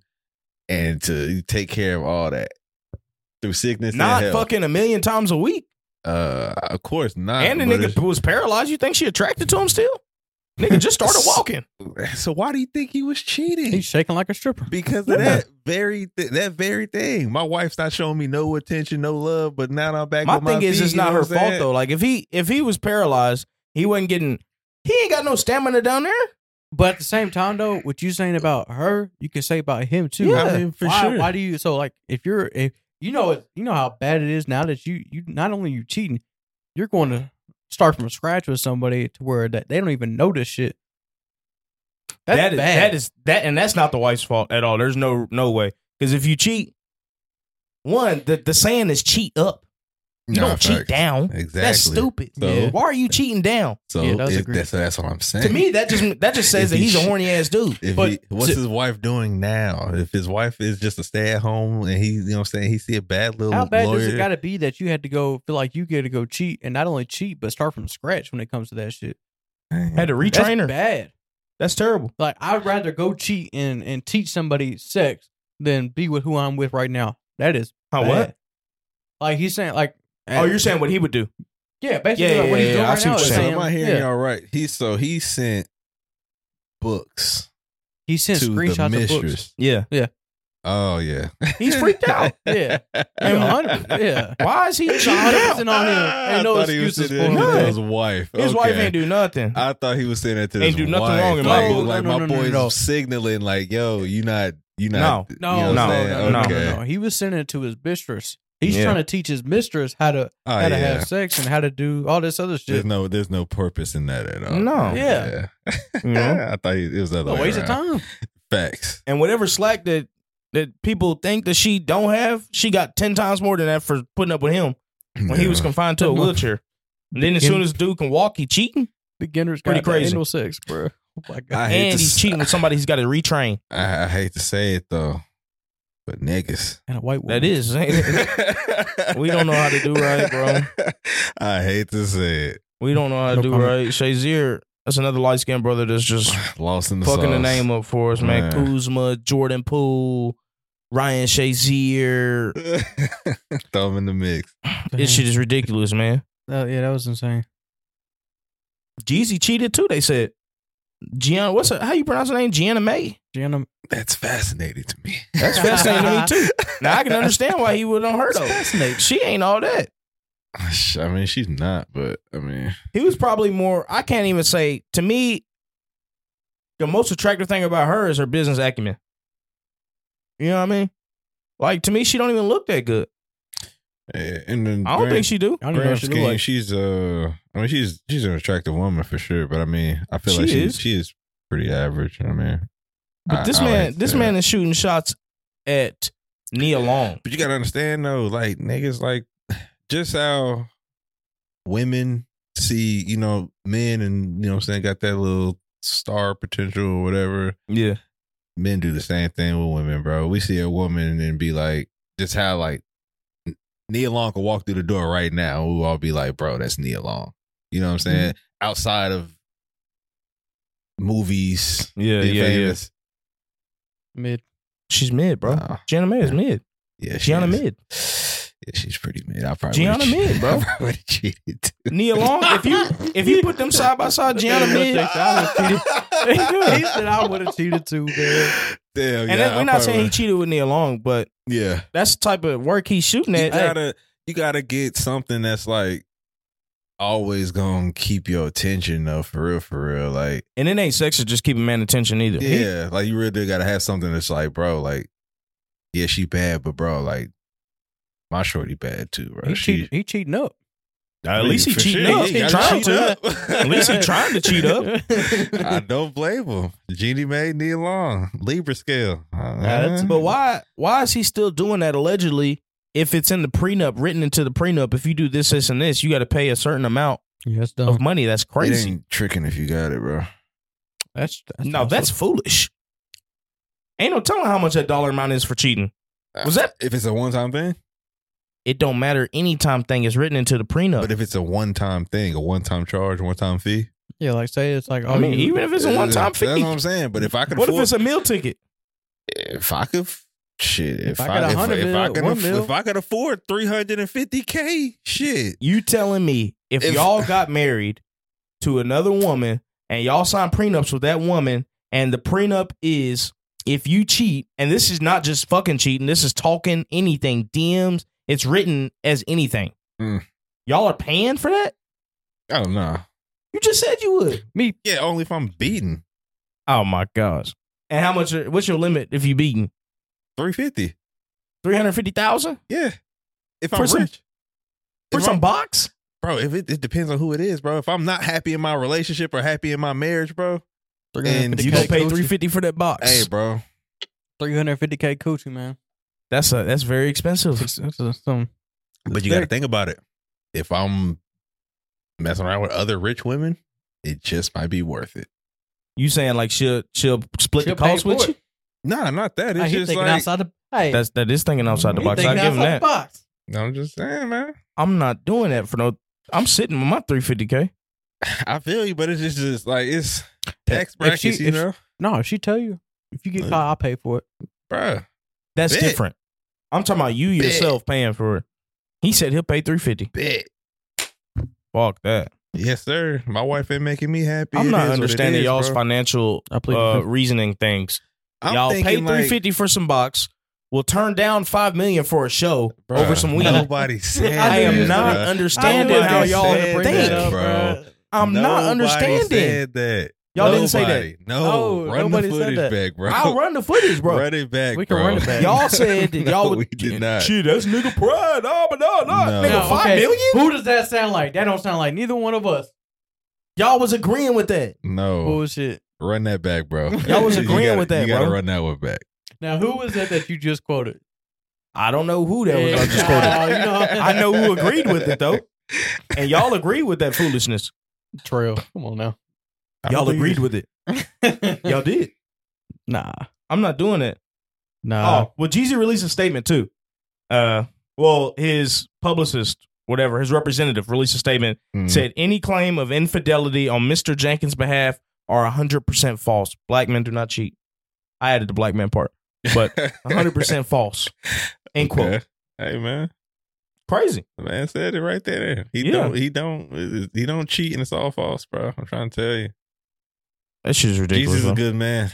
Speaker 3: and to take care of all that through sickness
Speaker 2: Not
Speaker 3: and health.
Speaker 2: fucking a million times a week.
Speaker 3: uh, of course not.
Speaker 2: and the
Speaker 3: but
Speaker 2: nigga was paralyzed. You think she attracted to him still? Nigga just started walking.
Speaker 3: it's- So why do you think he was cheating?
Speaker 1: He's shaking like a stripper.
Speaker 3: because
Speaker 2: Yeah.
Speaker 3: of that very th- that very thing. My wife's not showing me no attention, no love, but now I'm back.
Speaker 2: My
Speaker 3: with
Speaker 2: thing
Speaker 3: my
Speaker 2: is,
Speaker 3: feet,
Speaker 2: it's
Speaker 3: you know
Speaker 2: not her
Speaker 3: what I'm
Speaker 2: fault
Speaker 3: saying?
Speaker 2: though. Like if he if he was paralyzed, he wasn't getting. He ain't got no stamina down there.
Speaker 1: But at the same time, though, what you saying about her, you can say about him too.
Speaker 2: Yeah.
Speaker 3: I mean, for
Speaker 1: why,
Speaker 3: sure.
Speaker 1: Why do you? So like, if you're, if you know, it, you know how bad it is now that you, you not only you cheating, you're going to start from scratch with somebody to where that they don't even know this shit. That's
Speaker 2: That is
Speaker 1: bad.
Speaker 2: that is that, and that's not the wife's fault at all. There's no no way because if you cheat, one the the saying is cheat up. You
Speaker 3: Nah,
Speaker 2: don't cheat
Speaker 3: facts.
Speaker 2: down.
Speaker 3: Exactly.
Speaker 2: That's stupid.
Speaker 3: So,
Speaker 1: Yeah.
Speaker 2: Why are you cheating down?
Speaker 3: so
Speaker 1: Yeah, that's
Speaker 3: if-
Speaker 1: agreed.
Speaker 3: that's that's what I'm saying.
Speaker 2: To me, that just that just says
Speaker 3: If
Speaker 2: that
Speaker 3: he
Speaker 2: he's a
Speaker 3: sh-
Speaker 2: horny ass dude.
Speaker 3: If
Speaker 1: But
Speaker 3: he, what's
Speaker 1: to-
Speaker 3: his wife doing now? If his wife is just a stay at home and he, you know, what I'm saying he see a bad little
Speaker 1: How bad
Speaker 3: lawyer.
Speaker 1: does it got to be that you had to go feel like you get to go cheat and not only cheat but start from scratch when it comes to that shit?
Speaker 2: Had to
Speaker 1: That's
Speaker 2: retrain her.
Speaker 1: bad.
Speaker 2: That's terrible.
Speaker 1: Like I'd rather go cheat and and teach somebody sex than be with who I'm with right now. That is
Speaker 2: How what?
Speaker 1: bad. Like he's saying, like eh,
Speaker 2: Oh, you're saying what he would do?
Speaker 1: yeah, basically
Speaker 2: Yeah,
Speaker 1: like, what
Speaker 2: yeah,
Speaker 1: he's
Speaker 2: yeah,
Speaker 1: doing
Speaker 2: I
Speaker 1: right
Speaker 2: see
Speaker 1: now.
Speaker 2: what
Speaker 1: Is
Speaker 2: you're
Speaker 3: so
Speaker 1: saying,
Speaker 3: am I hearing
Speaker 1: yeah,
Speaker 3: y'all right? He so he sent books
Speaker 1: he sent
Speaker 3: to the
Speaker 1: screenshots of books.
Speaker 3: mistress.
Speaker 2: Yeah.
Speaker 1: Yeah.
Speaker 3: Oh yeah,
Speaker 2: He's freaked out.
Speaker 1: Yeah. Yeah,
Speaker 2: And why-
Speaker 1: 100 yeah.
Speaker 2: why is he
Speaker 1: Hundred
Speaker 2: chilling
Speaker 1: percent on
Speaker 2: out?
Speaker 1: him. Ain't no
Speaker 3: I thought he was
Speaker 1: excuses
Speaker 3: sitting
Speaker 1: for
Speaker 3: there
Speaker 1: him.
Speaker 3: to
Speaker 2: None.
Speaker 3: his wife.
Speaker 2: His wife
Speaker 3: Okay.
Speaker 2: ain't do nothing.
Speaker 3: I thought he was saying that to
Speaker 2: Ain't
Speaker 3: his
Speaker 2: do nothing
Speaker 3: wife.
Speaker 2: wrong in my
Speaker 3: like,
Speaker 1: book.
Speaker 3: like
Speaker 1: No, no,
Speaker 3: my
Speaker 1: no, no,
Speaker 3: boy's
Speaker 1: no.
Speaker 3: signaling like, "Yo, you not, you
Speaker 2: No.
Speaker 3: not." you
Speaker 1: No,
Speaker 3: know what
Speaker 1: no,
Speaker 3: I'm
Speaker 1: no,
Speaker 3: saying?
Speaker 1: no,
Speaker 2: Okay.
Speaker 1: no, no. He was sending it to his mistress. He's
Speaker 2: Yeah.
Speaker 1: trying to teach his mistress how to
Speaker 3: Oh,
Speaker 1: how to
Speaker 3: yeah.
Speaker 1: have sex and how to do all this other
Speaker 3: There's
Speaker 1: shit.
Speaker 3: no, there's no purpose in that at all.
Speaker 2: No.
Speaker 1: Yeah.
Speaker 2: You know?
Speaker 3: I thought he, it was the other
Speaker 1: What a
Speaker 3: way
Speaker 1: waste
Speaker 3: around.
Speaker 1: of time.
Speaker 3: Facts.
Speaker 2: and whatever slack that that people think that she don't have, she got ten times more than that for putting up with him when he was
Speaker 3: Yeah.
Speaker 2: confined to a wheelchair. And then as soon as dude can walk, he cheating,
Speaker 1: Beginners
Speaker 2: Pretty
Speaker 1: got that
Speaker 2: crazy.
Speaker 1: anal sex, bro. Oh my god.
Speaker 3: I hate to
Speaker 2: and he's
Speaker 3: s-
Speaker 2: cheating with somebody he's got to retrain.
Speaker 3: I, I hate to say it though, but niggas.
Speaker 1: And a white woman.
Speaker 2: That is, We don't know how to do right, bro.
Speaker 3: I hate to say it.
Speaker 2: we don't know how to
Speaker 1: No
Speaker 2: do
Speaker 1: comment.
Speaker 2: right. Shazier, that's another light skinned brother that's just
Speaker 3: Lost in the
Speaker 2: fucking the
Speaker 3: sauce.
Speaker 2: name up for us, man.
Speaker 3: Man.
Speaker 2: Kuzma, Jordan Poole, Ryan Shazier.
Speaker 3: Throw him in the mix.
Speaker 2: This shit is ridiculous, man.
Speaker 1: Oh, yeah, that was insane.
Speaker 2: Jeezy cheated too. They said Gianna. What's her, how you pronounce her name? Gianna May.
Speaker 1: Gianna,
Speaker 3: That's fascinating to me.
Speaker 2: That's fascinating to me too. Now I can understand why he would on her though. She ain't all that.
Speaker 3: I mean, she's not, but I mean,
Speaker 2: He was probably more. I can't even say to me. The most attractive thing about her is her business acumen. You know what I mean? Like to me, she don't even look that good.
Speaker 3: eh, and then
Speaker 2: I don't
Speaker 3: grand-
Speaker 2: think she do.
Speaker 1: I don't even know
Speaker 3: grand
Speaker 1: what she look
Speaker 3: scheme,
Speaker 1: like.
Speaker 3: she's uh, I mean, she's she's an attractive woman for sure, but I mean, I feel
Speaker 2: She
Speaker 3: like she's
Speaker 2: is.
Speaker 3: she is pretty average. I mean,
Speaker 2: But
Speaker 3: I-
Speaker 2: this
Speaker 3: I
Speaker 2: man,
Speaker 3: like
Speaker 2: this
Speaker 3: that.
Speaker 2: man is shooting shots at Nia Long.
Speaker 3: But you gotta understand though, like niggas, like just how women see, you know, men and you know what I'm saying, got that little star potential or whatever.
Speaker 2: Yeah,
Speaker 3: Men do the same thing with women, bro. We see a woman and be like, just how like Nia Long could walk through the door right now, and we'll all be like, bro, that's Nia Long. You know what I'm
Speaker 2: Mm-hmm.
Speaker 3: saying? Outside of movies,
Speaker 2: yeah,
Speaker 3: being famous.
Speaker 1: mid.
Speaker 2: She's mid, bro.
Speaker 3: Nah.
Speaker 2: Gianna May is mid.
Speaker 3: Yeah, she
Speaker 2: Gianna
Speaker 3: is.
Speaker 2: mid.
Speaker 3: Yeah, she's pretty mid. I probably
Speaker 2: Gianna
Speaker 3: would've
Speaker 2: mid,
Speaker 3: cheated.
Speaker 2: bro.
Speaker 3: I probably would've cheated too.
Speaker 2: Nia Long. If you if you put them side by side, Gianna Mid.
Speaker 1: he said I would have cheated too, man.
Speaker 2: And
Speaker 3: Damn, yeah,
Speaker 2: we're
Speaker 3: I
Speaker 2: not
Speaker 3: probably
Speaker 2: saying he
Speaker 3: would-
Speaker 2: cheated with Nia Long, but
Speaker 3: yeah.
Speaker 2: that's the type of work he's shooting
Speaker 3: You
Speaker 2: at. Hey,
Speaker 3: gotta, you gotta get something that's like always gonna keep your attention though, for real, for real. Like,
Speaker 2: and it ain't sexist just keeping man attention either. He-
Speaker 3: yeah, like you really do gotta have something that's like, bro, like, yeah, she bad, but bro, like, my shorty bad too, bro.
Speaker 1: He,
Speaker 3: she,
Speaker 1: cheat, he cheating up.
Speaker 2: at least he
Speaker 3: for
Speaker 2: cheating
Speaker 3: sure,
Speaker 2: up.
Speaker 3: he
Speaker 2: He
Speaker 3: gotta
Speaker 2: trying
Speaker 3: cheat
Speaker 2: to.
Speaker 3: up.
Speaker 2: At least he trying to cheat up.
Speaker 3: I don't blame him. Jeannie made Neil Long Libra scale. Uh,
Speaker 2: But why why is he still doing that allegedly? If it's in the prenup, written into the prenup, if you do this, this, and this, you got to pay a certain amount
Speaker 1: Yeah, that's
Speaker 2: of
Speaker 1: dumb.
Speaker 2: money. That's
Speaker 3: It
Speaker 2: crazy.
Speaker 3: ain't tricking if you got it, bro.
Speaker 1: That's, that's
Speaker 2: No, that's foolish. Ain't no telling how much that dollar amount is for cheating.
Speaker 3: Uh,
Speaker 2: Was that-
Speaker 3: if it's a one time thing?
Speaker 2: It don't matter. Anytime thing is written into the prenup.
Speaker 3: But if it's a one time thing, a one time charge, one time fee.
Speaker 1: yeah. Like say it's like oh,
Speaker 2: I mean,
Speaker 1: you,
Speaker 2: even if it's a one time
Speaker 3: That's what
Speaker 2: fee.
Speaker 3: I'm saying. But if I could
Speaker 2: What if
Speaker 3: afford,
Speaker 2: it's a meal ticket?
Speaker 3: if I could, shit, if,
Speaker 1: I
Speaker 3: I,
Speaker 1: got a
Speaker 3: if,
Speaker 1: hundred
Speaker 3: if
Speaker 1: mil,
Speaker 3: I could,
Speaker 1: one
Speaker 3: aff-
Speaker 1: mil.
Speaker 3: if I could afford 350k, shit,
Speaker 2: You telling me if,
Speaker 3: If-
Speaker 2: y'all got married to another woman and y'all signed prenups with that woman, and the prenup is if you cheat, and this is not just fucking cheating, this is talking anything, DMs, it's written as anything.
Speaker 3: Mm.
Speaker 2: Y'all are paying for that?
Speaker 3: oh no,
Speaker 2: You just said you would.
Speaker 1: me
Speaker 3: yeah, only if I'm beaten
Speaker 2: Oh my gosh. And how much what's your limit if you beating?
Speaker 3: 350,
Speaker 2: 350,000
Speaker 3: yeah, if
Speaker 2: For
Speaker 3: I'm
Speaker 2: some-
Speaker 3: rich,
Speaker 2: for
Speaker 3: If
Speaker 2: some
Speaker 3: I'm-
Speaker 2: box?
Speaker 3: bro. If it, it depends on who it is, bro. If I'm not happy in my relationship or happy in my marriage, bro, and
Speaker 2: You
Speaker 3: you
Speaker 2: gonna
Speaker 3: don't
Speaker 2: pay
Speaker 3: pay,
Speaker 2: 350 for that box.
Speaker 3: hey, bro,
Speaker 1: three hundred fifty k coochie, man.
Speaker 2: That's a that's very expensive.
Speaker 1: That's, that's, that's some-
Speaker 3: But you got to think about it. If I'm messing around with other rich women, it just might be worth it.
Speaker 2: You saying like she'll she'll split
Speaker 1: She'll
Speaker 2: the cost
Speaker 1: pay
Speaker 2: with
Speaker 1: for
Speaker 2: you?
Speaker 3: Nah, not that.
Speaker 1: Hey,
Speaker 3: It's
Speaker 1: he
Speaker 3: just
Speaker 1: thinking
Speaker 3: like
Speaker 1: outside the. Hey,
Speaker 2: That's that is thinking outside the
Speaker 1: he
Speaker 2: box. I
Speaker 1: thinking
Speaker 2: give him
Speaker 1: outside the
Speaker 2: that.
Speaker 1: box.
Speaker 3: I'm just saying, man.
Speaker 2: I'm not doing that for no. I'm sitting with my 350k.
Speaker 3: I feel you, but it's just, just like it's tax
Speaker 1: If- if
Speaker 3: brackets,
Speaker 1: she-
Speaker 3: you
Speaker 1: if-
Speaker 3: know,
Speaker 1: No, if she tell you if you get caught, I'll pay for it.
Speaker 3: Bruh.
Speaker 2: That's
Speaker 3: Bet.
Speaker 2: different. I'm talking about you
Speaker 3: Bet.
Speaker 2: yourself paying for it. He said he'll pay 350.
Speaker 3: Bet.
Speaker 2: Fuck that.
Speaker 3: Yes, sir. My wife ain't making me happy.
Speaker 2: I'm
Speaker 3: It is
Speaker 2: not
Speaker 3: what it
Speaker 2: understanding
Speaker 3: is,
Speaker 2: y'all's
Speaker 3: bro.
Speaker 2: financial
Speaker 1: I plead the
Speaker 2: uh,
Speaker 1: fifth.
Speaker 2: reasoning things.
Speaker 3: I'm
Speaker 2: Y'all pay
Speaker 3: thinking, like,
Speaker 2: 350 for some box. will turn down five million for a show over some weed.
Speaker 3: Nobody said.
Speaker 2: I am
Speaker 3: that,
Speaker 2: not
Speaker 3: bruh.
Speaker 2: understanding
Speaker 3: Nobody
Speaker 2: how y'all
Speaker 3: said
Speaker 2: think.
Speaker 3: that, bro.
Speaker 2: I'm not
Speaker 3: Nobody
Speaker 2: understanding.
Speaker 3: Said that.
Speaker 2: Y'all didn't say that. Oh,
Speaker 3: Nobody. No,
Speaker 1: No,
Speaker 3: run the
Speaker 1: nobody said
Speaker 3: footage
Speaker 1: that.
Speaker 3: back, bro.
Speaker 2: I'll run the footage, bro.
Speaker 3: Run it back,
Speaker 1: We can
Speaker 3: bro.
Speaker 1: run it back.
Speaker 2: Y'all said that y'all
Speaker 3: No,
Speaker 2: would.
Speaker 3: we did not.
Speaker 2: Shit, that's nigga pride. Oh, but no, no,
Speaker 3: No.
Speaker 2: nigga,
Speaker 1: Now,
Speaker 2: five
Speaker 1: okay,
Speaker 2: million?
Speaker 1: Who does that sound like? That don't sound like neither one of us.
Speaker 2: Y'all was agreeing with that.
Speaker 3: No,
Speaker 1: Bullshit.
Speaker 3: run that back, bro.
Speaker 2: Y'all was
Speaker 3: You
Speaker 2: agreeing
Speaker 3: gotta-
Speaker 2: with that,
Speaker 3: You gotta
Speaker 2: bro.
Speaker 3: run that one back.
Speaker 1: Now, who was that that you just quoted?
Speaker 2: I don't know who that was. I just
Speaker 1: Yeah,
Speaker 3: Oh,
Speaker 2: quoted.
Speaker 1: you know,
Speaker 2: I know who agreed with it though, and y'all agreed with that foolishness.
Speaker 1: Trail. Come on now.
Speaker 3: I
Speaker 2: Y'all
Speaker 3: believe
Speaker 2: agreed
Speaker 3: you.
Speaker 2: with it. Y'all did.
Speaker 1: Nah.
Speaker 2: I'm not doing that.
Speaker 3: Uh-huh.
Speaker 1: Nah.
Speaker 2: oh, well, Jeezy released a statement too. Uh, well, his publicist, whatever, his representative released a statement
Speaker 3: Mm.
Speaker 2: said any claim of infidelity on Mr. Jenkins' behalf are 100% false. Black men do not cheat. I added the black man part. But 100% false. End quote.
Speaker 3: Okay. Hey man,
Speaker 2: Crazy.
Speaker 3: the man said it right there. He
Speaker 2: Yeah.
Speaker 3: don't. He don't. He don't cheat, and it's all false, bro. I'm trying to tell you.
Speaker 2: That shit is ridiculous.
Speaker 3: Jesus is
Speaker 2: bro.
Speaker 3: a good man.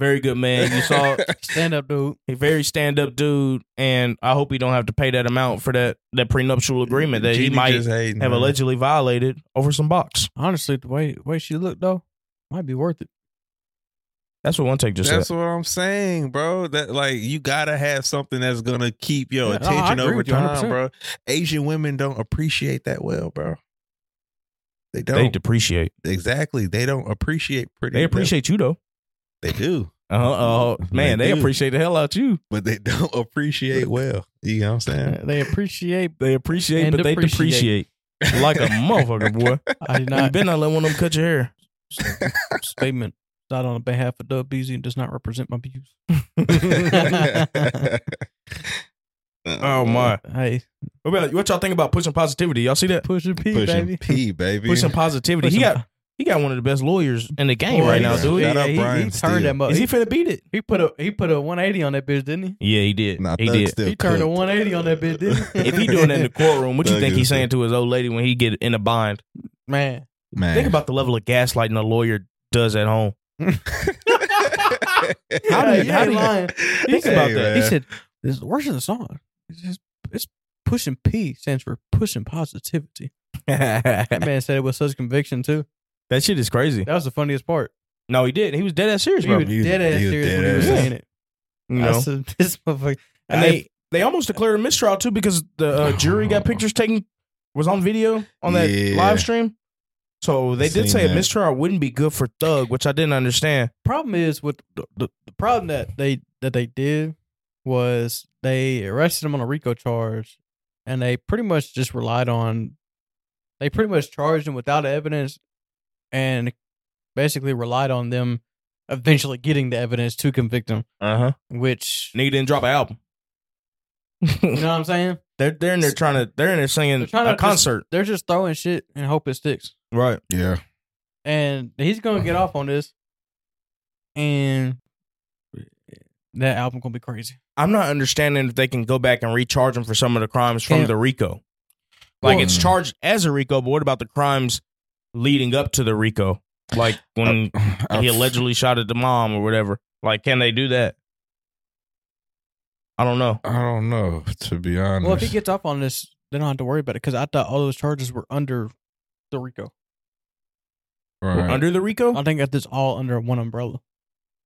Speaker 2: Very good man. You saw
Speaker 1: Stand up, Oh. dude.
Speaker 2: a very stand up dude, and I hope he don't have to pay that amount for that that prenuptial agreement that he
Speaker 3: Genie
Speaker 2: might
Speaker 3: just hating,
Speaker 2: have
Speaker 3: man.
Speaker 2: allegedly violated over some box.
Speaker 1: Honestly, the way, way she looked, though, might be worth it.
Speaker 2: That's what one take just
Speaker 3: That's
Speaker 2: said.
Speaker 3: what I'm saying, bro. That like you gotta have something that's gonna keep your
Speaker 1: Yeah, no, I
Speaker 3: attention
Speaker 1: agree
Speaker 3: over
Speaker 1: with you
Speaker 3: time,
Speaker 1: 100%.
Speaker 3: bro. Asian women don't appreciate that well, bro. They
Speaker 2: They
Speaker 3: don't
Speaker 2: depreciate.
Speaker 3: exactly. They don't appreciate pretty.
Speaker 2: They
Speaker 3: women.
Speaker 2: appreciate you though.
Speaker 3: They do,
Speaker 2: Uh, uh man,
Speaker 3: They
Speaker 2: they
Speaker 3: do.
Speaker 2: appreciate the hell out you.
Speaker 3: but they don't appreciate well. You know what I'm saying?
Speaker 1: They appreciate.
Speaker 2: They appreciate,
Speaker 1: And
Speaker 2: but they depreciate
Speaker 1: depreciate.
Speaker 2: like a motherfucker, boy.
Speaker 1: I did
Speaker 2: You
Speaker 1: not.
Speaker 2: better not let one of them cut your hair.
Speaker 1: statement not on behalf of Dub Beezy and does not represent my views.
Speaker 2: Oh my!
Speaker 1: Hey,
Speaker 2: What, about- what y'all think about pushing positivity? Y'all see that?
Speaker 1: pushing P,
Speaker 3: Pushing
Speaker 1: baby.
Speaker 3: P, baby.
Speaker 2: Pushing positivity. he
Speaker 1: Pushing-
Speaker 2: got he got one of the best lawyers in the game
Speaker 1: Boy,
Speaker 2: right
Speaker 1: he-
Speaker 2: now, dude.
Speaker 3: Shout out
Speaker 1: he,
Speaker 3: Brian
Speaker 1: he
Speaker 3: Steele.
Speaker 1: turned that much.
Speaker 2: Is
Speaker 1: He,
Speaker 2: he finna beat it?
Speaker 1: put a he put a 180 on that bitch, didn't he?
Speaker 2: Yeah, he did.
Speaker 3: Nah,
Speaker 2: he
Speaker 3: Thug
Speaker 2: did.
Speaker 3: still
Speaker 1: He turned a
Speaker 3: cooked.
Speaker 1: 180 on that bitch, didn't he?
Speaker 2: If he doing that in the courtroom, what you
Speaker 3: Thug
Speaker 2: think
Speaker 3: is
Speaker 2: he's saying
Speaker 3: good.
Speaker 2: to his old lady when he get in a bind?
Speaker 1: man.
Speaker 3: man.
Speaker 2: Think about the level of gaslighting a lawyer does at home.
Speaker 1: How
Speaker 2: do you-
Speaker 1: he
Speaker 2: how do
Speaker 1: ain't
Speaker 2: you-
Speaker 1: lying?
Speaker 2: Think about that.
Speaker 1: He said, "This is worse than the song. It's, just, it's pushing P stands for pushing positivity." That
Speaker 2: that
Speaker 1: man said it with such conviction too.
Speaker 2: shit is crazy.
Speaker 1: That was the funniest part.
Speaker 2: No, he did. He was dead ass serious,
Speaker 1: He
Speaker 2: bro.
Speaker 1: was
Speaker 3: he was-
Speaker 1: dead ass
Speaker 3: he was
Speaker 1: serious
Speaker 3: dead
Speaker 1: when he was
Speaker 2: ass.
Speaker 1: saying it.
Speaker 2: you know,
Speaker 1: I said, this motherfucker.
Speaker 2: and
Speaker 1: I-
Speaker 2: they they almost declared a mistrial too because the uh, jury got pictures taken was on video on that
Speaker 3: Yeah.
Speaker 2: live stream. So they did
Speaker 3: Seen
Speaker 2: say a
Speaker 3: that.
Speaker 2: mistrial wouldn't be good for Thug, which I didn't understand.
Speaker 1: problem is with the, the, the problem that they that they did was they arrested him on a RICO charge, and they pretty much just relied on they pretty much charged him without evidence, and basically relied on them eventually getting the evidence to convict him.
Speaker 2: Uh huh.
Speaker 1: Which
Speaker 2: Nigga didn't drop an album.
Speaker 1: you know what I'm saying?
Speaker 2: They're they're in there trying to they're in there
Speaker 1: They're
Speaker 2: singing
Speaker 1: trying to
Speaker 2: a concert,
Speaker 1: They're just throwing shit and hope it sticks.
Speaker 2: right?
Speaker 3: yeah.
Speaker 1: and he's gonna get off on this, and that album gonna be crazy.
Speaker 2: I'm not understanding if they can go back and recharge him for some of the crimes from
Speaker 1: Can't.
Speaker 2: the RICO. Like
Speaker 1: Well-
Speaker 2: it's charged as a RICO, but what about the crimes leading up to the RICO? Like
Speaker 3: Uh,
Speaker 2: when Um, he allegedly shot at the mom or whatever. Like, can they do that? I don't know.
Speaker 3: I don't know, to be honest.
Speaker 1: Well, if he gets off on this, they don't have to worry about it because I thought all those charges were under the RICO.
Speaker 3: right.
Speaker 2: Under the
Speaker 1: I
Speaker 2: RICO?
Speaker 1: think that this all under one umbrella.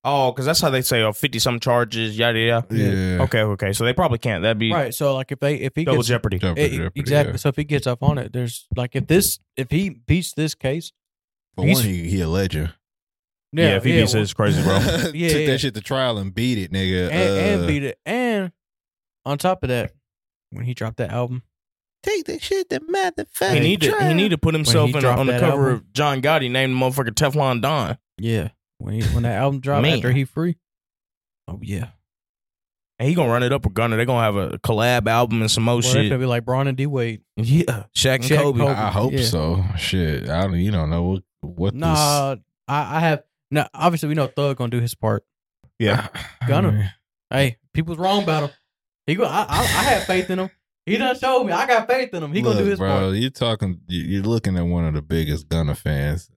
Speaker 2: Oh, because that's how they say, oh, 50 some charges, yada, yada.
Speaker 3: yeah.
Speaker 2: Okay, okay. So they probably can't. That'd be
Speaker 1: Right. So like if they if he
Speaker 2: double
Speaker 1: gets
Speaker 2: jeopardy.
Speaker 3: Double
Speaker 1: it- it-
Speaker 3: jeopardy,
Speaker 1: exactly
Speaker 3: yeah.
Speaker 1: so if he gets off on it, there's like if this if he beats this case,
Speaker 3: For one,
Speaker 1: He's-
Speaker 3: he, he a legend.
Speaker 2: Yeah, if he beats it,
Speaker 1: well,
Speaker 2: it's crazy, bro.
Speaker 3: Took
Speaker 1: Yeah, yeah.
Speaker 3: that shit to trial and beat it, nigga.
Speaker 1: and,
Speaker 3: Uh,
Speaker 1: and beat it, and on top of that, when he dropped that album,
Speaker 3: Take that shit to motherfucker.
Speaker 2: He need to he need to put himself
Speaker 1: he
Speaker 2: in,
Speaker 1: dropped
Speaker 2: on the
Speaker 1: that
Speaker 2: cover
Speaker 1: album.
Speaker 2: of John Gotti named the motherfucker Teflon Don.
Speaker 1: yeah, when he, when that album dropped
Speaker 2: Man.
Speaker 1: after he free, oh yeah,
Speaker 2: And he gonna run it up with Gunner. They're gonna have a collab album and some more
Speaker 1: well,
Speaker 2: shit.
Speaker 1: It'll be like Braun and D Wade.
Speaker 2: yeah, Shaq and
Speaker 1: Shaq,
Speaker 2: Kobe.
Speaker 1: Kobe.
Speaker 3: I hope
Speaker 1: Yeah.
Speaker 3: so. Shit, I don't. You don't know what what.
Speaker 1: Nah, I, I have. No, obviously we know Thug gonna do his part.
Speaker 3: this, yeah,
Speaker 1: Gunna. Hey, people's wrong about him. He go. I, I, I have faith in him. He done showed me. I got faith in him. He gonna do his
Speaker 3: bro.
Speaker 1: part.
Speaker 3: You're talking. you- You're looking at one of the biggest Gunna fans.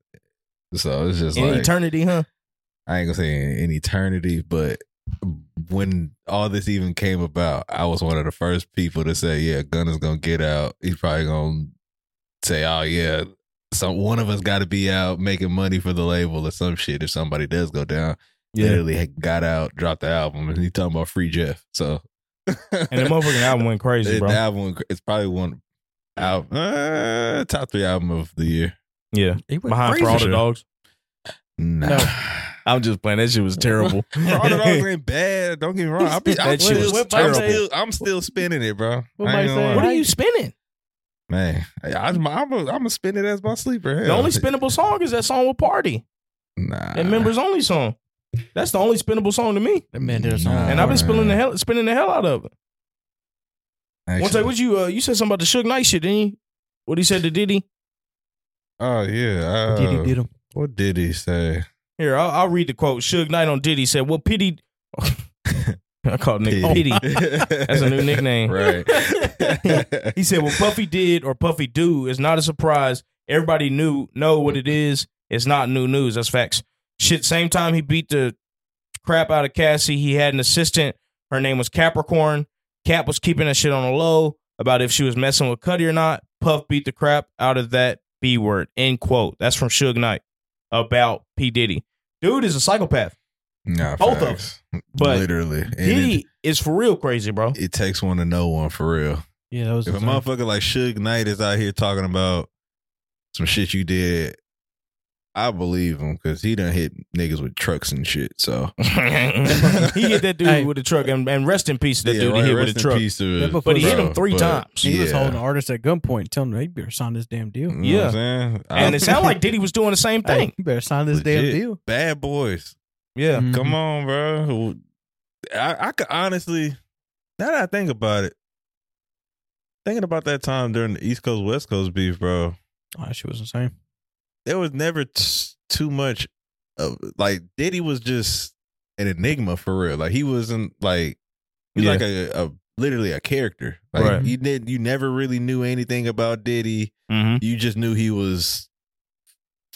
Speaker 3: So it's just
Speaker 2: in
Speaker 3: like
Speaker 2: eternity, huh?
Speaker 3: I ain't gonna say in, in eternity, but when all this even came about, I was one of the first people to say, "Yeah, Gunner's gonna get out. He's probably gonna say, oh yeah, so one of us got to be out making money for the label or some shit if somebody does go down." Literally had got out, dropped the album, and he talking about Free Jeff. So,
Speaker 2: And the motherfucking album went crazy,
Speaker 3: It-
Speaker 2: bro.
Speaker 3: The album it's probably one album, uh, top three album of the year.
Speaker 2: yeah.
Speaker 1: He went
Speaker 2: Behind
Speaker 1: crazy.
Speaker 2: for all the dogs.
Speaker 3: Nah.
Speaker 1: No.
Speaker 2: I'm just playing. That shit was terrible.
Speaker 3: All the dogs ain't bad. Don't get me wrong. I be, I'm,
Speaker 2: That shit was
Speaker 3: still, I'm
Speaker 2: terrible.
Speaker 3: still I'm still spinning it, bro.
Speaker 1: What
Speaker 3: I
Speaker 1: Mike
Speaker 3: ain't gonna
Speaker 1: said?
Speaker 3: lie.
Speaker 2: what are you spinning?
Speaker 3: man? I, am I'm a, I'm a spin it as my sleeper. Hell.
Speaker 2: The only spinnable song is that song with Party.
Speaker 3: nah.
Speaker 2: That members only song. That's the only spinnable song to me.
Speaker 1: That man did a song.
Speaker 3: Nah.
Speaker 2: And I've been
Speaker 3: Alright.
Speaker 2: spinning the hell spinning the hell out of it.
Speaker 3: Actually,
Speaker 2: One time, what you uh, you said something about the Suge Knight shit, didn't you? What he said to Diddy?
Speaker 3: Oh yeah. Uh,
Speaker 1: Did he did him?
Speaker 3: What did he say?
Speaker 2: Here, I'll, I'll read the quote. Suge Knight on Diddy said, "Well, pity." I called nigga pity. That's a new nickname.
Speaker 3: right?
Speaker 2: He said, "What Puffy did or Puffy do is not a surprise. Everybody knew know what it is. It's not new news. That's facts. Shit. Same time he beat the crap out of Cassie, he had an assistant. Her name was Capricorn. Cap was keeping that shit on the low about if she was messing with Cuddy or not. Puff beat the crap out of that B word. End quote. That's from Suge Knight about P Diddy. Dude is a psychopath,
Speaker 3: Nah,
Speaker 2: Both of
Speaker 3: facts.
Speaker 2: but
Speaker 3: literally, And
Speaker 2: Diddy
Speaker 3: it,
Speaker 2: is for real crazy, bro.
Speaker 3: it takes one to know one for real.
Speaker 1: Yeah, that was.
Speaker 3: If a
Speaker 1: the song.
Speaker 3: motherfucker like Suge Knight is out here talking about some shit you did, I believe him because he done hit niggas with trucks and shit. So
Speaker 2: he hit that dude
Speaker 1: Hey.
Speaker 2: with a truck, and, and rest in peace to that
Speaker 3: Yeah,
Speaker 2: dude
Speaker 3: right,
Speaker 2: he hit
Speaker 3: rest
Speaker 2: with a
Speaker 3: in
Speaker 2: truck.
Speaker 3: peace to-
Speaker 1: That motherfucker-
Speaker 2: But he hit
Speaker 3: bro,
Speaker 2: him three
Speaker 3: but-
Speaker 2: times.
Speaker 1: He was
Speaker 3: yeah.
Speaker 1: holding artists at gunpoint, telling them, "Hey, you better sign this damn deal."
Speaker 3: You know what
Speaker 2: Yeah.
Speaker 3: I'm saying?
Speaker 2: And
Speaker 3: I-
Speaker 2: it sounded like Diddy was doing the same
Speaker 1: Hey,
Speaker 2: thing.
Speaker 1: you better sign this damn
Speaker 3: Legit.
Speaker 1: deal.
Speaker 3: bad boys.
Speaker 2: Yeah.
Speaker 1: Mhm.
Speaker 3: Come on, bro. I, I could honestly, now that I think about it, thinking about that time during the East Coast West Coast beef, bro.
Speaker 1: Oh, that shit was insane.
Speaker 3: there was never t- too much of like Diddy was just an enigma for real. Like he wasn't like he was
Speaker 2: Yeah.
Speaker 3: like a, a literally a character. Like
Speaker 2: Right.
Speaker 3: you did you never really knew anything about Diddy.
Speaker 2: Mm-hmm.
Speaker 3: You just knew he was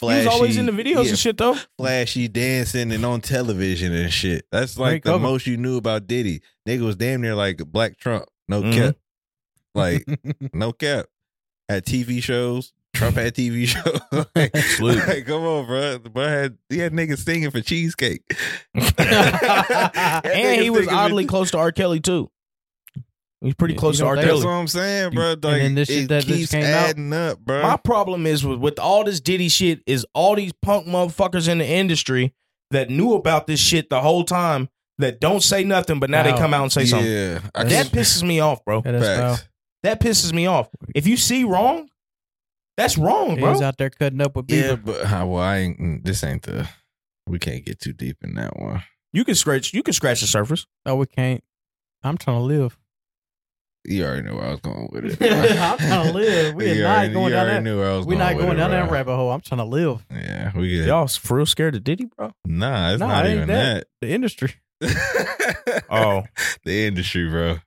Speaker 2: He
Speaker 3: flashy.
Speaker 2: was always in the videos
Speaker 3: yeah,
Speaker 2: and shit though.
Speaker 3: flashy dancing and on television and shit. That's like
Speaker 1: Great
Speaker 3: the
Speaker 1: cover.
Speaker 3: most you knew about Diddy. Nigga was damn near like Black Trump. No
Speaker 1: Mm-hmm.
Speaker 2: Mhm.
Speaker 3: cap. Like no cap. Had TV shows. Trump had TV shows. like,
Speaker 2: Absolutely.
Speaker 3: like, come on, bro. The Bro had he had niggas singing for cheesecake.
Speaker 2: and he was
Speaker 3: Niggas
Speaker 2: oddly
Speaker 3: thinking-
Speaker 2: close to R. Kelly too. He's pretty
Speaker 1: Yeah,
Speaker 2: close
Speaker 1: you
Speaker 2: to
Speaker 1: know,
Speaker 2: R.
Speaker 1: they-
Speaker 3: That's
Speaker 2: Kelly.
Speaker 3: what I'm saying, bro.
Speaker 1: And
Speaker 3: Like,
Speaker 1: then this shit
Speaker 3: it
Speaker 1: that just
Speaker 3: keeps
Speaker 1: came out-
Speaker 3: adding up, bro.
Speaker 2: My problem is with, with all this Diddy shit is all these punk motherfuckers in the industry that knew about this shit the whole time that don't say nothing, but now they
Speaker 1: Wow.
Speaker 2: come out and say something.
Speaker 3: Yeah, I
Speaker 2: That
Speaker 3: can't-
Speaker 2: pisses me off, bro.
Speaker 1: Yeah, that's foul.
Speaker 3: facts.
Speaker 2: That pisses me off. If you see wrong, that's wrong,
Speaker 1: He
Speaker 2: bro.
Speaker 1: was out there cutting up with
Speaker 3: Yeah,
Speaker 1: Bieber.
Speaker 3: but uh, well, I ain't. mm, This ain't the. We can't get too deep in that one.
Speaker 2: You can scratch. You can scratch the surface.
Speaker 1: No, Oh, we can't. I'm trying to live.
Speaker 3: You already know where I was going with it.
Speaker 1: I'm trying to live. We are
Speaker 3: You
Speaker 1: not
Speaker 3: already-
Speaker 1: going
Speaker 3: you
Speaker 1: down
Speaker 3: already
Speaker 1: that-
Speaker 3: knew where I was
Speaker 1: We're not
Speaker 3: with
Speaker 1: going
Speaker 3: it,
Speaker 1: down that
Speaker 3: bro.
Speaker 1: rabbit hole. I'm trying to live
Speaker 3: Yeah, we get.
Speaker 2: Y'all for real scared of Diddy, bro?
Speaker 3: Nah, it's
Speaker 1: Nah,
Speaker 3: not
Speaker 1: it ain't
Speaker 3: even
Speaker 1: that.
Speaker 3: that.
Speaker 1: the industry.
Speaker 2: Oh
Speaker 3: the industry, bro.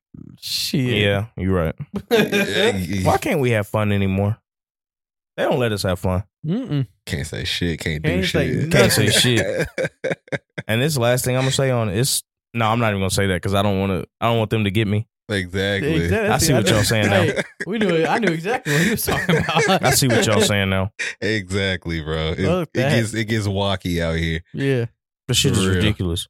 Speaker 1: Shit.
Speaker 2: yeah, you're right. Why
Speaker 3: Yeah,
Speaker 2: can't we have fun anymore? They don't let us have fun.
Speaker 1: Mm-mm.
Speaker 3: can't say shit. Can't, do
Speaker 1: Can't say
Speaker 3: shit.
Speaker 1: nothing.
Speaker 2: Can't say shit. And this last thing I'm gonna say on it is no, I'm not even gonna say that because I don't want to. I don't want them to get me.
Speaker 3: exactly.
Speaker 1: Exactly.
Speaker 2: I see what y'all saying now.
Speaker 1: Hey, we knew. I knew exactly what he was talking about.
Speaker 2: I see what y'all saying now.
Speaker 3: Exactly, bro. It,
Speaker 1: Fuck
Speaker 3: it
Speaker 1: that.
Speaker 3: gets it gets wacky out here.
Speaker 1: Yeah.
Speaker 2: This shit
Speaker 3: For
Speaker 2: is
Speaker 3: real.
Speaker 2: ridiculous.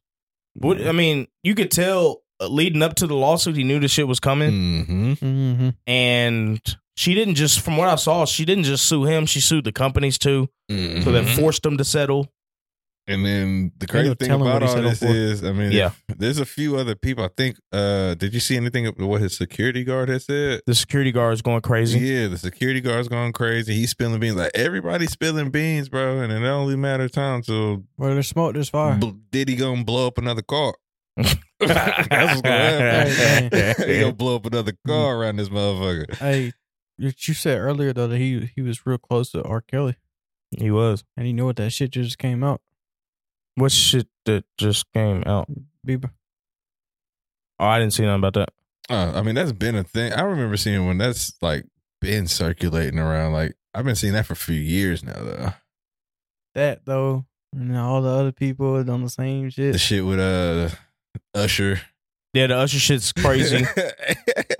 Speaker 2: What I mean, you could tell uh, leading up to the lawsuit, he knew the shit was coming,
Speaker 3: Mm-hmm.
Speaker 1: Mm-hmm.
Speaker 2: and she didn't just. From what I saw, she didn't just sue him. She sued the companies too,
Speaker 3: Mm-hmm.
Speaker 2: so that forced them to settle.
Speaker 3: and then the
Speaker 1: Ain't
Speaker 3: crazy
Speaker 1: no
Speaker 3: thing
Speaker 1: telling
Speaker 3: about
Speaker 1: what he
Speaker 3: all
Speaker 1: settled
Speaker 3: this
Speaker 1: for.
Speaker 3: is, I mean,
Speaker 2: Yeah.
Speaker 3: there's a few other people. I think. Uh, did you see anything of what his security guard had said?
Speaker 2: The security guard is going crazy.
Speaker 3: Yeah, the security guard's going crazy. He's spilling beans. Like everybody's spilling beans, bro. And it only matter of time till
Speaker 1: Where there's smoke, there's fire.
Speaker 3: bl- Diddy gonna blow up another car. That's what's gonna happen. he gonna blow up another car around this motherfucker.
Speaker 1: Hey, you you said earlier though that he he was real close to R. Kelly,
Speaker 2: He was.
Speaker 1: and he knew what that shit just came out.
Speaker 2: What shit that just came out?
Speaker 1: Bieber.
Speaker 2: Oh, I didn't see nothing about that.
Speaker 3: Uh, I mean, that's been a thing. I remember seeing when that's like been circulating around. Like I've been seeing that for a few years now, though.
Speaker 1: That though, and all the other people on the same
Speaker 3: The
Speaker 1: shit.
Speaker 3: shit with uh Usher.
Speaker 2: Yeah, the Usher shit's crazy.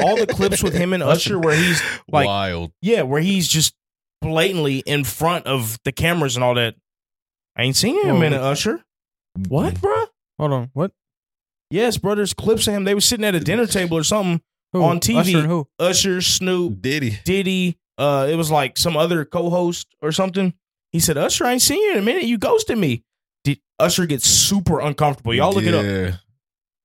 Speaker 2: All the clips with him and Usher where he's like-
Speaker 3: wild.
Speaker 2: yeah, where he's just blatantly in front of the cameras and all that. I ain't seen him in a
Speaker 1: Whoa.
Speaker 2: minute, Usher. What, bruh?
Speaker 1: Hold on. What?
Speaker 2: Yes, bro. There's clips of him. They were sitting at a dinner table or something.
Speaker 1: Who?
Speaker 2: On TV.
Speaker 1: Usher and who?
Speaker 2: Usher, Snoop,
Speaker 3: Did he?
Speaker 2: Diddy. Uh, it was like some other co-host or something. He said, "Usher, I ain't seen you in a minute. You ghosted me." Did Usher gets super uncomfortable? Y'all look it up.
Speaker 3: yeah,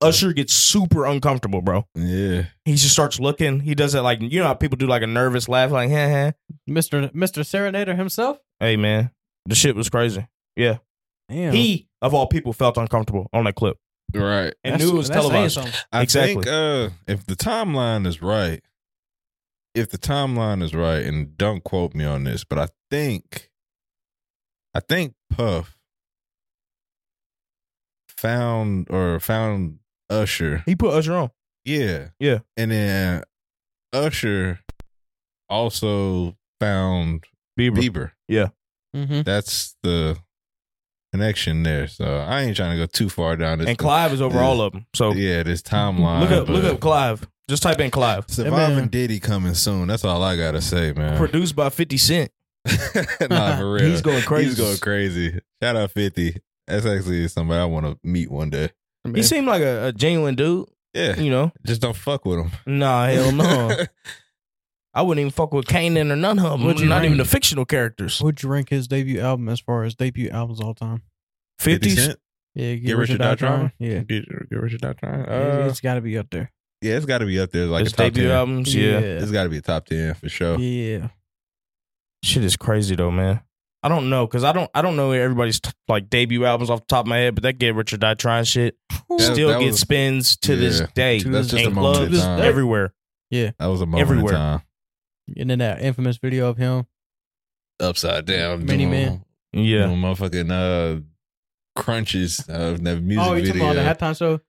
Speaker 2: Usher gets super uncomfortable, bro.
Speaker 3: Yeah.
Speaker 2: He just starts looking. He does it like you know how people do like a nervous laugh, like "Heh heh."
Speaker 1: Mr. Mr. Serenader himself?
Speaker 2: Hey man, the shit was crazy.
Speaker 1: Damn.
Speaker 2: He of all people felt uncomfortable on that clip
Speaker 3: Right.
Speaker 2: and
Speaker 1: That's-
Speaker 2: knew it was
Speaker 1: that's saying
Speaker 2: televised.
Speaker 1: something.
Speaker 3: I
Speaker 2: Exactly.
Speaker 3: think uh, if the timeline is right, if the timeline is right, and don't quote me on this, but I think, I think Puff found or found Usher.
Speaker 2: He put Usher on.
Speaker 3: Yeah,
Speaker 2: Yeah.
Speaker 3: and then Usher also found
Speaker 2: Bieber.
Speaker 3: Bieber.
Speaker 1: Mhm.
Speaker 3: That's the connection there. So I ain't trying to go too far down this.
Speaker 2: And Clive is over
Speaker 3: Yeah.
Speaker 2: all of them. So
Speaker 3: yeah, this timeline.
Speaker 2: look up,
Speaker 3: but-
Speaker 2: look up Clive. Just type in Clive.
Speaker 1: That
Speaker 3: Surviving
Speaker 1: man-
Speaker 3: Diddy coming soon. That's all I gotta say, man.
Speaker 2: Produced by Fifty Cent.
Speaker 3: nah, for real.
Speaker 2: He's going crazy.
Speaker 3: He's going crazy. Shout out Fifty. That's actually somebody I want to meet one day.
Speaker 2: He seemed like a, a genuine dude.
Speaker 3: Yeah,
Speaker 2: You know?
Speaker 3: just don't fuck with him.
Speaker 2: Nah, hell no. I wouldn't even fuck with Kanan or none of
Speaker 1: Would
Speaker 2: them.
Speaker 1: you
Speaker 2: Not
Speaker 1: rank-
Speaker 2: even the fictional characters.
Speaker 1: Would you rank his debut album as far as debut albums all time?
Speaker 3: 50
Speaker 2: Fifty.
Speaker 3: Cent.
Speaker 1: Yeah,
Speaker 3: Get Rich or Die Trying.
Speaker 1: Yeah,
Speaker 3: Get, get Richard Dot Trying.
Speaker 1: It's-
Speaker 3: Uh,
Speaker 1: it's got to be up there.
Speaker 3: yeah, it's got to be up there. Like a
Speaker 2: his
Speaker 3: top
Speaker 2: debut
Speaker 3: 10.
Speaker 2: albums. Yeah.
Speaker 3: It's got to be a top ten for sure.
Speaker 1: yeah.
Speaker 2: Shit is crazy though, man. I don't know because I don't I don't know everybody's t- like debut albums off the top of my head, but that Get Rich or Die Trying shit
Speaker 3: That-
Speaker 2: still
Speaker 3: that
Speaker 2: gets
Speaker 3: was-
Speaker 2: spins to this
Speaker 3: yeah.
Speaker 2: day.
Speaker 1: To
Speaker 3: That's
Speaker 1: this
Speaker 3: just a
Speaker 2: and
Speaker 3: moment in
Speaker 2: clubs
Speaker 3: time.
Speaker 2: everywhere.
Speaker 3: that was a moment
Speaker 2: everywhere.
Speaker 3: in time.
Speaker 1: And then that infamous video of him.
Speaker 3: Upside down.
Speaker 1: Mini
Speaker 3: doing-
Speaker 1: Man.
Speaker 2: Yeah.
Speaker 3: doing motherfucking uh, crunches of that music
Speaker 1: oh, you talking
Speaker 3: video.
Speaker 1: about the halftime show?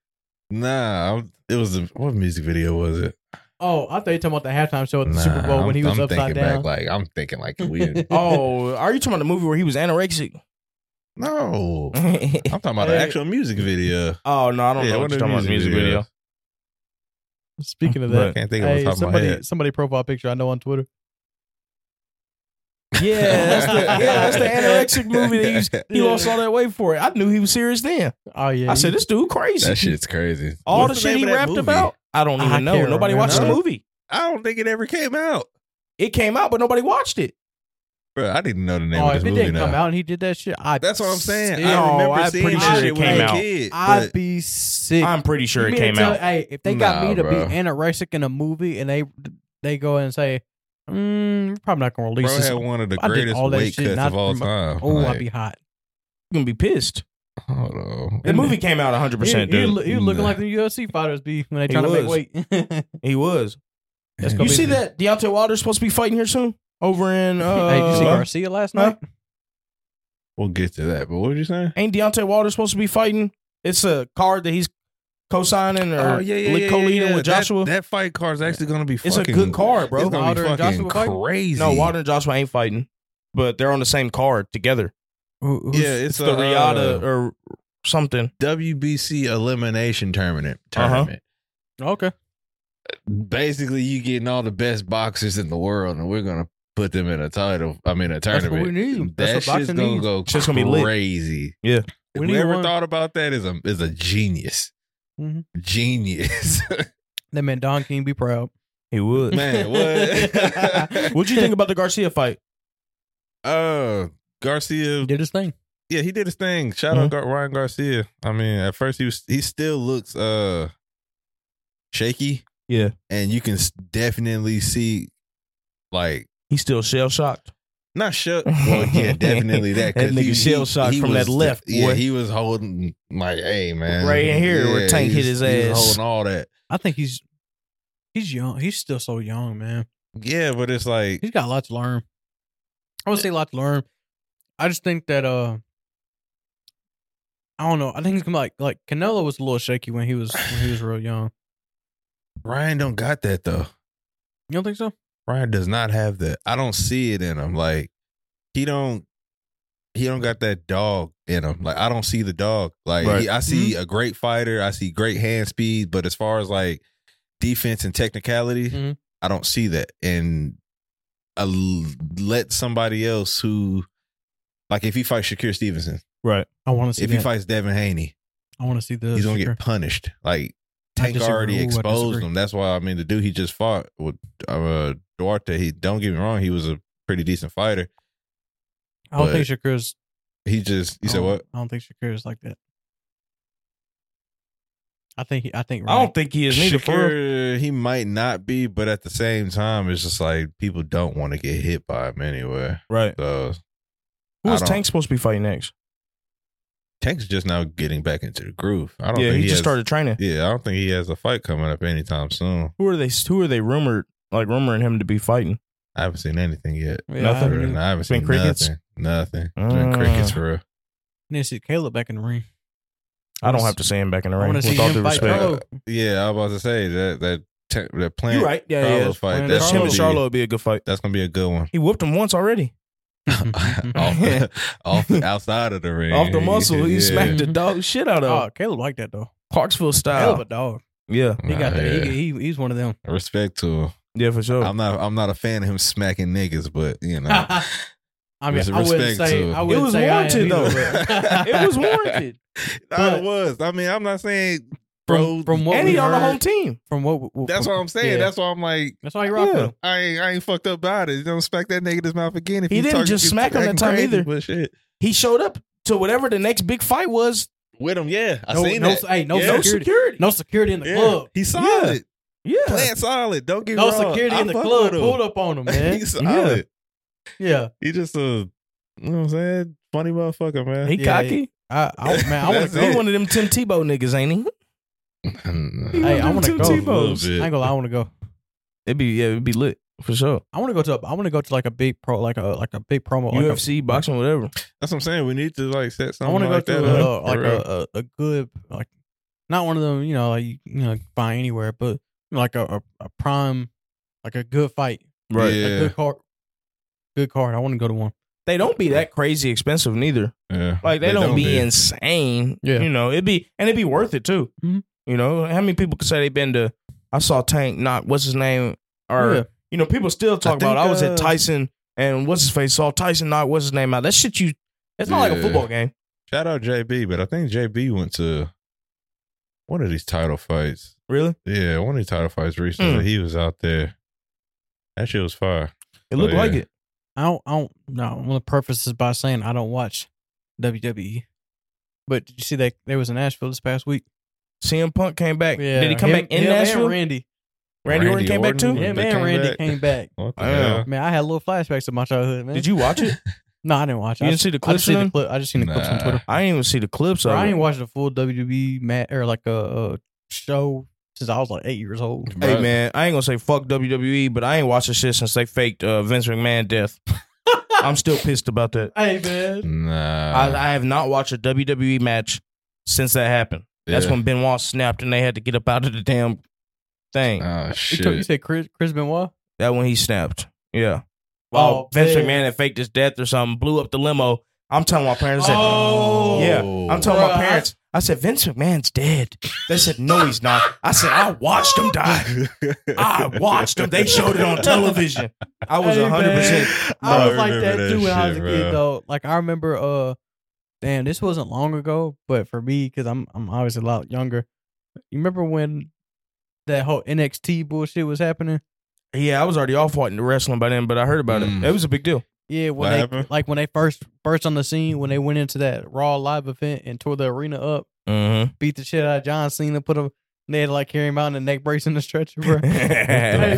Speaker 3: Nah, I'm- it was a, what music video was it?
Speaker 1: Oh, I thought you talking about the halftime show at the
Speaker 3: Nah,
Speaker 1: Super Bowl when he was
Speaker 3: I'm
Speaker 1: upside
Speaker 3: thinking
Speaker 1: down.
Speaker 3: Back, like I'm thinking like we
Speaker 2: Oh, are you talking about the movie where he was anorexic? oh
Speaker 3: no.
Speaker 2: no,
Speaker 3: I'm talking about
Speaker 1: Hey.
Speaker 3: an actual music video.
Speaker 2: I don't know.
Speaker 3: one
Speaker 2: What
Speaker 3: of
Speaker 2: you're
Speaker 3: the
Speaker 2: talking about the music video.
Speaker 3: videos.
Speaker 1: Speaking of
Speaker 3: I
Speaker 1: that,
Speaker 3: can't think of
Speaker 1: hey,
Speaker 3: what's top of my
Speaker 1: somebody,
Speaker 3: head.
Speaker 1: somebody profile picture I know on Twitter.
Speaker 2: Yeah, that's the yeah, that's the anorexic movie that he, was- he
Speaker 1: Yeah.
Speaker 2: lost all that weight for. It. I knew he was serious then.
Speaker 1: Oh yeah,
Speaker 2: I said
Speaker 1: he-
Speaker 2: this dude crazy.
Speaker 3: That shit's crazy.
Speaker 2: all
Speaker 3: What's
Speaker 2: the shit
Speaker 3: name
Speaker 2: he
Speaker 3: of that
Speaker 2: rapped
Speaker 3: movie?
Speaker 2: about. I don't even
Speaker 1: I
Speaker 2: know.
Speaker 1: can't
Speaker 2: Nobody watched the
Speaker 1: remember.
Speaker 2: movie.
Speaker 3: I don't think it ever came out.
Speaker 2: It came out, but nobody watched it.
Speaker 3: Bro, I didn't know the name
Speaker 1: Oh,
Speaker 3: of
Speaker 1: if
Speaker 3: this
Speaker 1: it
Speaker 3: movie
Speaker 1: didn't come
Speaker 3: now.
Speaker 1: out and he did that shit, I
Speaker 3: That's what I'm saying.
Speaker 1: Yeah.
Speaker 3: I remember
Speaker 2: Oh, I'm
Speaker 3: seeing
Speaker 2: pretty
Speaker 3: that
Speaker 1: sure
Speaker 3: shit
Speaker 1: it
Speaker 3: when
Speaker 1: came
Speaker 3: I was
Speaker 2: out.
Speaker 3: a kid.
Speaker 1: I'd
Speaker 3: but-
Speaker 1: be sick.
Speaker 2: I'm pretty
Speaker 1: You
Speaker 2: sure it
Speaker 1: mean to
Speaker 2: came
Speaker 1: tell-
Speaker 2: out.
Speaker 1: Hey, if they got
Speaker 3: Nah,
Speaker 1: me to
Speaker 3: bro.
Speaker 1: be anorexic in a movie and they they go and say, mm, we're probably not gonna release
Speaker 3: Bro
Speaker 1: this.
Speaker 3: had one of the
Speaker 1: I did
Speaker 3: greatest
Speaker 1: all that
Speaker 3: weight
Speaker 1: shit,
Speaker 3: cuts
Speaker 1: not
Speaker 3: of all
Speaker 1: from-
Speaker 3: time.
Speaker 1: Oh, I'd
Speaker 3: Like,
Speaker 1: be hot.
Speaker 2: You're gonna be pissed.
Speaker 3: Hold on.
Speaker 2: The movie came out 100,
Speaker 1: You,
Speaker 2: percent
Speaker 1: you,
Speaker 2: dude.
Speaker 1: look- you looking
Speaker 3: Nah.
Speaker 1: like the UFC fighters be when they
Speaker 2: He
Speaker 1: trying to make
Speaker 2: was.
Speaker 1: weight.
Speaker 2: He was.
Speaker 1: That's
Speaker 2: You
Speaker 1: gonna be-
Speaker 2: see that Deontay Wilder's supposed to be fighting here soon over in. Uh,
Speaker 1: hey, did you see Garcia last
Speaker 2: huh?
Speaker 1: night?
Speaker 3: We'll get to that. But what were you saying?
Speaker 2: ain't Deontay Wilder supposed to be fighting? It's a card that he's co-signing or co-leading with
Speaker 3: That-
Speaker 2: Joshua.
Speaker 3: That, fight card's actually going to be.
Speaker 2: it's a
Speaker 3: fucking,
Speaker 2: good card, bro.
Speaker 3: It's going to
Speaker 1: Wilder
Speaker 3: be
Speaker 1: and
Speaker 3: fucking
Speaker 1: Joshua fighting?
Speaker 3: crazy.
Speaker 2: No, Wilder and Joshua ain't fighting, but they're on the same card together.
Speaker 1: Who- who's-
Speaker 3: Yeah, it's,
Speaker 2: It's the
Speaker 3: a
Speaker 2: Riata
Speaker 3: uh,
Speaker 2: or something.
Speaker 3: WBC elimination tournament.
Speaker 2: Uh-huh.
Speaker 3: Tournament.
Speaker 1: Okay.
Speaker 3: Basically, you getting all the best boxers in the world, and we're going to put them in a title. I mean, a
Speaker 1: what
Speaker 3: tournament.
Speaker 1: we need.
Speaker 3: That
Speaker 1: That's what
Speaker 3: shit's
Speaker 1: boxing
Speaker 3: going to
Speaker 1: needs.
Speaker 3: go
Speaker 2: Shit's gonna be lit.
Speaker 3: crazy.
Speaker 2: Yeah.
Speaker 1: We need
Speaker 3: Whoever
Speaker 1: one-
Speaker 3: thought about that is a is a genius.
Speaker 1: Mhm.
Speaker 3: Genius,
Speaker 1: That man Don King be proud.
Speaker 2: He would.
Speaker 3: man. What?
Speaker 2: What'd you think about the Garcia fight?
Speaker 3: uh, Garcia
Speaker 1: He did his thing.
Speaker 3: yeah, he did his thing. Shout
Speaker 2: Mm-hmm.
Speaker 3: out Gar- Ryan Garcia. I mean, at first he was he still looks uh shaky.
Speaker 2: Yeah.
Speaker 3: and you can s- definitely see like
Speaker 2: He's still shell shocked.
Speaker 3: not shell. Well, yeah, definitely that.
Speaker 2: That
Speaker 3: 'cause
Speaker 2: nigga shell-shocked from
Speaker 3: was-
Speaker 2: that left,
Speaker 3: Yeah,
Speaker 2: boy.
Speaker 3: he was holding like, hey man,
Speaker 2: Right in here where
Speaker 3: Yeah,
Speaker 2: Tank
Speaker 3: he
Speaker 2: hit his
Speaker 3: was- he was
Speaker 2: ass.
Speaker 3: holding all that.
Speaker 1: I think he's he's young. He's still so young, man.
Speaker 3: Yeah, but it's like
Speaker 1: He's got a lot to learn. I would say a lot to learn. I just think that uh I don't know. I think he's gonna like like Canelo was a little shaky when he was when he was real young.
Speaker 3: Ryan don't got that though.
Speaker 1: You don't think so?
Speaker 3: Ryan does not have that. I don't see it in him. Like he don't he don't got that dog in him. Like I don't see the dog. Like
Speaker 6: Right.
Speaker 1: Mm-hmm.
Speaker 3: he, I see a great fighter, I see great hand speed, but as far as like defense and technicality,
Speaker 1: Mhm.
Speaker 3: I don't see that. And I l- let somebody else who, like, if he fights Shakir Stevenson,
Speaker 2: Right.
Speaker 1: I want to see
Speaker 3: if
Speaker 1: that.
Speaker 3: he fights Devin Haney,
Speaker 1: I want to see the.
Speaker 3: he's gonna
Speaker 1: Shakur.
Speaker 3: get punished. Like
Speaker 1: I
Speaker 3: Tank
Speaker 1: disagree. Ooh,
Speaker 3: already
Speaker 1: I
Speaker 3: exposed
Speaker 1: disagree.
Speaker 3: him. That's why I mean the dude he just fought with uh, Duarte. He don't get me wrong, he was a pretty decent fighter.
Speaker 1: I don't
Speaker 3: but-
Speaker 1: think Shakur's.
Speaker 3: He just you
Speaker 1: I
Speaker 3: said
Speaker 2: Oh.
Speaker 1: don't-
Speaker 3: what?
Speaker 1: I don't think Shakur's like that. I think. He, I think.
Speaker 2: I don't think he is neither. for real.
Speaker 3: Shakur, he might not be, but at the same time, it's just like people don't want to get hit by him anyway.
Speaker 2: Right.
Speaker 3: So
Speaker 2: Who
Speaker 3: I
Speaker 2: is
Speaker 3: don't-
Speaker 2: Tank supposed to be fighting next?
Speaker 3: Tank's just now getting back into the groove. I don't
Speaker 2: Yeah,
Speaker 3: think
Speaker 2: he,
Speaker 3: he,
Speaker 2: just
Speaker 3: has-
Speaker 2: started training.
Speaker 3: Yeah, I don't think he has a fight coming up anytime soon.
Speaker 2: Who are they? Who are they rumored? Like rumoring him to be fighting?
Speaker 3: I haven't seen anything yet.
Speaker 1: Yeah,
Speaker 2: Nothing.
Speaker 1: I
Speaker 3: For
Speaker 1: haven't
Speaker 3: real.
Speaker 1: either.
Speaker 3: I haven't
Speaker 2: Been
Speaker 3: seen
Speaker 2: crickets?
Speaker 3: nothing. Nothing. It's been
Speaker 2: Uh.
Speaker 3: crickets for real.
Speaker 1: I need to see Caleb back in the ring.
Speaker 2: I don't have to see him back in the
Speaker 1: I
Speaker 2: ring.
Speaker 1: want to see
Speaker 2: With all due
Speaker 1: him fight.
Speaker 2: respect,
Speaker 1: Charlo.
Speaker 3: Yeah, I was about to say that that te- that plan.
Speaker 2: You're right. Yeah,
Speaker 3: Charlo
Speaker 2: yeah.
Speaker 3: fight.
Speaker 1: Plan
Speaker 3: That's
Speaker 2: him and
Speaker 1: Charlo.
Speaker 2: Charlo
Speaker 3: Charlo.
Speaker 2: would be a good fight.
Speaker 3: That's gonna be a good one.
Speaker 2: He whooped him once already.
Speaker 3: off, the, off the- outside of the ring,
Speaker 2: Off the muscle, he
Speaker 3: Yeah.
Speaker 2: smacked the dog shit out of
Speaker 1: Oh,
Speaker 2: him.
Speaker 1: Caleb like that though.
Speaker 2: Clarksville
Speaker 1: Hell of a
Speaker 2: style.
Speaker 1: dog.
Speaker 2: Yeah,
Speaker 1: He got Oh.
Speaker 3: Nah,
Speaker 1: that.
Speaker 3: yeah.
Speaker 1: He, he he's one of them.
Speaker 3: Respect to him.
Speaker 2: yeah, for sure.
Speaker 3: I'm not. I'm not a fan of him smacking niggas, but you know,
Speaker 1: I mean,
Speaker 3: With
Speaker 1: I wouldn't
Speaker 3: respect
Speaker 1: say
Speaker 3: to-
Speaker 1: I wouldn't
Speaker 2: was
Speaker 1: say
Speaker 2: warranted,
Speaker 1: I am
Speaker 2: though.
Speaker 1: either, but-
Speaker 2: it was warranted,
Speaker 3: Nah, it was. I mean, I'm not saying,
Speaker 1: From,
Speaker 3: bro.
Speaker 1: from what
Speaker 2: and
Speaker 1: we
Speaker 2: he on the
Speaker 1: heard-
Speaker 2: home team.
Speaker 1: From what? what
Speaker 3: that's what I'm saying.
Speaker 1: Yeah.
Speaker 3: That's why I'm like,
Speaker 1: That's why he rocked
Speaker 2: Yeah.
Speaker 1: with him.
Speaker 3: I ain't, I ain't fucked up about it. You don't smack that nigga in his mouth again. If
Speaker 2: He
Speaker 3: you
Speaker 2: didn't
Speaker 3: talk-
Speaker 2: just
Speaker 3: you
Speaker 2: smack him that
Speaker 3: acting
Speaker 2: time
Speaker 3: crazy,
Speaker 2: either.
Speaker 3: But shit,
Speaker 2: He showed up to whatever the next big fight was.
Speaker 3: with him, yeah, I
Speaker 1: no,
Speaker 3: seen
Speaker 1: no,
Speaker 3: that.
Speaker 1: Hey, no
Speaker 3: Yeah.
Speaker 2: No
Speaker 1: security.
Speaker 2: security.
Speaker 1: No security in the
Speaker 3: Yeah.
Speaker 1: club.
Speaker 3: He's solid.
Speaker 2: Yeah,
Speaker 3: Playing solid. Don't get me
Speaker 1: No
Speaker 3: wrong.
Speaker 1: security
Speaker 3: I
Speaker 1: in the
Speaker 3: fuck
Speaker 1: club.
Speaker 3: with him.
Speaker 1: Pulled up on him, man.
Speaker 3: He's solid.
Speaker 1: yeah.
Speaker 3: He just a, you know what I'm saying? Funny motherfucker, man.
Speaker 2: he
Speaker 1: Yeah,
Speaker 2: cocky.
Speaker 1: I, I man, I want
Speaker 3: That's
Speaker 1: to
Speaker 2: He
Speaker 1: go.
Speaker 3: it.
Speaker 2: one of them Tim Tebow niggas, ain't he?
Speaker 1: Hey, I want to
Speaker 2: Tim
Speaker 1: go.
Speaker 2: Tebow.
Speaker 1: I ain't gonna. lie, I want to go.
Speaker 2: It'd be yeah, it'd be lit for sure.
Speaker 1: I want to go to. A, I want to go to like a big pro, like a like a big promo. Like a,
Speaker 2: UFC, boxing, whatever.
Speaker 3: That's what I'm saying. We need to like set
Speaker 1: I
Speaker 3: something.
Speaker 1: want to
Speaker 3: like
Speaker 1: go
Speaker 3: that
Speaker 1: to a,
Speaker 2: uh,
Speaker 3: up, for
Speaker 1: like
Speaker 3: real.
Speaker 1: a, a, a good like, not one of them. You know, like, you you know, buy anywhere, but like a, a, a prime, like a good fight,
Speaker 2: Right. uh,
Speaker 1: a
Speaker 3: Yeah.
Speaker 1: good card, good card. I want to go to one.
Speaker 2: They don't be that crazy expensive neither.
Speaker 3: Yeah.
Speaker 2: Like they, don't, be,
Speaker 3: in.
Speaker 2: insane.
Speaker 1: Yeah.
Speaker 2: You know, it'd be and it'd be worth it too.
Speaker 1: Mhm.
Speaker 2: You know, how many people could say they've been to I saw Tank not what's his name or
Speaker 1: Yeah.
Speaker 2: you know, people still talk
Speaker 3: I
Speaker 2: about
Speaker 3: think,
Speaker 2: I was
Speaker 3: uh,
Speaker 2: at Tyson and what's his face saw Tyson knock what's his name out. That shit you it's not like a
Speaker 3: Yeah.
Speaker 2: football game.
Speaker 3: Shout out JB, but I think JB went to one of these title fights.
Speaker 2: Really?
Speaker 3: Yeah, one of these title fights recently.
Speaker 2: Mm.
Speaker 3: He was out there. That shit was fire.
Speaker 2: It
Speaker 3: Oh,
Speaker 2: looked like
Speaker 3: yeah.
Speaker 2: it.
Speaker 1: I don't. I don't. No, I'm gonna preface this by saying I don't watch WWE. But did you see that there was in Nashville this past week?
Speaker 2: CM Punk came back. Did he come
Speaker 1: him-
Speaker 2: back in
Speaker 1: him and
Speaker 2: Nashville? Randy,
Speaker 1: Randy.
Speaker 2: Orton came back too?
Speaker 3: Orton?
Speaker 1: Yeah,
Speaker 3: They
Speaker 1: man,
Speaker 3: came
Speaker 1: Randy
Speaker 3: back.
Speaker 1: came back.
Speaker 3: What the
Speaker 2: Damn.
Speaker 3: hell?
Speaker 1: Man, I had little flashbacks of my childhood, man.
Speaker 2: Did you watch it?
Speaker 1: No, I didn't watch. it.
Speaker 2: You
Speaker 1: I
Speaker 2: didn't
Speaker 1: just-
Speaker 2: see the
Speaker 1: I just
Speaker 2: clips
Speaker 1: seen
Speaker 2: of
Speaker 1: the
Speaker 2: them?
Speaker 1: clip. I just seen the clips on
Speaker 3: Nah.
Speaker 1: Twitter.
Speaker 2: I didn't even see the clips
Speaker 1: Bro,
Speaker 2: of
Speaker 1: I
Speaker 2: it.
Speaker 1: didn't watch the full WWE mat or like a, uh show since I was like eight years old.
Speaker 2: Hey man, I ain't gonna say fuck WWE, but I ain't watching shit since they faked uh, Vince McMahon death. I'm still pissed about that.
Speaker 1: Hey man,
Speaker 3: Nah.
Speaker 2: I, I have not watched a WWE match since that happened. That's
Speaker 3: Yeah.
Speaker 2: when Benoit snapped and they had to get up out of the damn thing.
Speaker 3: Oh,
Speaker 1: you, took, you
Speaker 3: shit.
Speaker 1: said Chris Chris Benoit?
Speaker 2: that when he snapped. Yeah. Well, Vince
Speaker 1: Oh, man.
Speaker 2: McMahon had faked his death or something, blew up the limo. I'm telling my parents that.
Speaker 1: Oh.
Speaker 2: yeah. I'm telling
Speaker 1: Bruh,
Speaker 2: my
Speaker 1: I-
Speaker 2: parents. I said Vince McMahon's dead. They said no, he's not. I said I watched him die. I watched them. They showed it on television. I was
Speaker 1: Hey, man.
Speaker 2: hundred percent.
Speaker 1: I was
Speaker 3: Bro,
Speaker 1: like
Speaker 3: remember
Speaker 1: that too when I was a
Speaker 3: shit,
Speaker 1: kid
Speaker 3: bro.
Speaker 1: though. Like I remember uh damn, this wasn't long ago, but for me, because I'm I'm obviously a lot younger. You remember when that whole NXT bullshit was happening?
Speaker 2: Yeah, I was already off watching the wrestling by then, but I heard about
Speaker 3: Mm.
Speaker 2: it. It was a big deal.
Speaker 1: Yeah,
Speaker 3: What
Speaker 1: when they
Speaker 3: happened?
Speaker 1: like when they first first on the scene, when they went into that raw live event and tore the arena up,
Speaker 2: Mm-hmm.
Speaker 1: beat the shit out of John Cena, put him and they had to like carry him out in a neck brace in the stretcher, bro.
Speaker 2: yeah,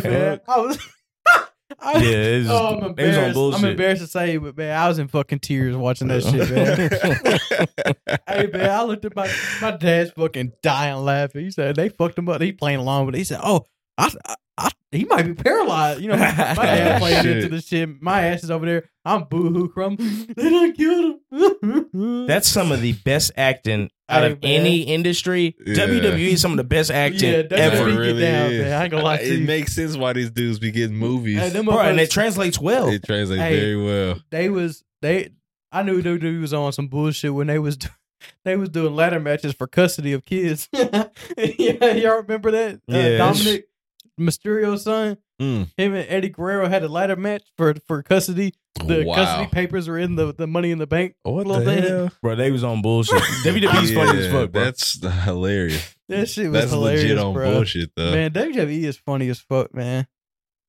Speaker 1: hey man. I was I,
Speaker 2: it was,
Speaker 1: Oh, I'm
Speaker 2: it was on
Speaker 1: embarrassed.
Speaker 2: bullshit.
Speaker 1: I'm embarrassed to say, but man, I was in fucking tears watching that shit, man. hey man, I looked at my my dad's fucking dying laughing. He said they fucked him up. He playing along with it. He said, "Oh, I, I, I he might be paralyzed." You know, my dad playing
Speaker 3: Shit.
Speaker 1: into the shit. My ass is over there. I'm boo hoo crumb. They done killed him.
Speaker 2: That's some of the best acting out
Speaker 1: Hey,
Speaker 2: of
Speaker 1: man.
Speaker 2: any industry.
Speaker 3: Yeah.
Speaker 2: WWE is some of the best acting
Speaker 1: Yeah, E WWE
Speaker 2: ever.
Speaker 1: It really down, man. I ain't gonna lie to
Speaker 3: It
Speaker 1: you.
Speaker 3: makes sense why these dudes be getting movies.
Speaker 1: Hey, them
Speaker 2: Bro, and
Speaker 1: motherfuckers-
Speaker 2: it translates well.
Speaker 3: it translates
Speaker 1: Hey.
Speaker 3: very well.
Speaker 1: they was they I knew WWE was on some bullshit when they was do- they was doing ladder matches for custody of kids. yeah, y'all remember that? Uh,
Speaker 2: Yes.
Speaker 1: Dominic Mysterio's son,
Speaker 3: Mm.
Speaker 1: him and Eddie Guerrero had a ladder match for for custody. The
Speaker 3: wow.
Speaker 1: custody papers were in the the Money in the Bank.
Speaker 3: what
Speaker 1: little
Speaker 3: the
Speaker 1: thing.
Speaker 3: hell?
Speaker 2: bro. They was on bullshit. WWE's funny as
Speaker 3: Yeah,
Speaker 2: fuck, bro.
Speaker 3: That's hilarious.
Speaker 1: That shit was
Speaker 3: That's
Speaker 1: hilarious,
Speaker 3: legit on
Speaker 1: bro.
Speaker 3: bullshit though.
Speaker 1: Man, WWE is funny as fuck, man.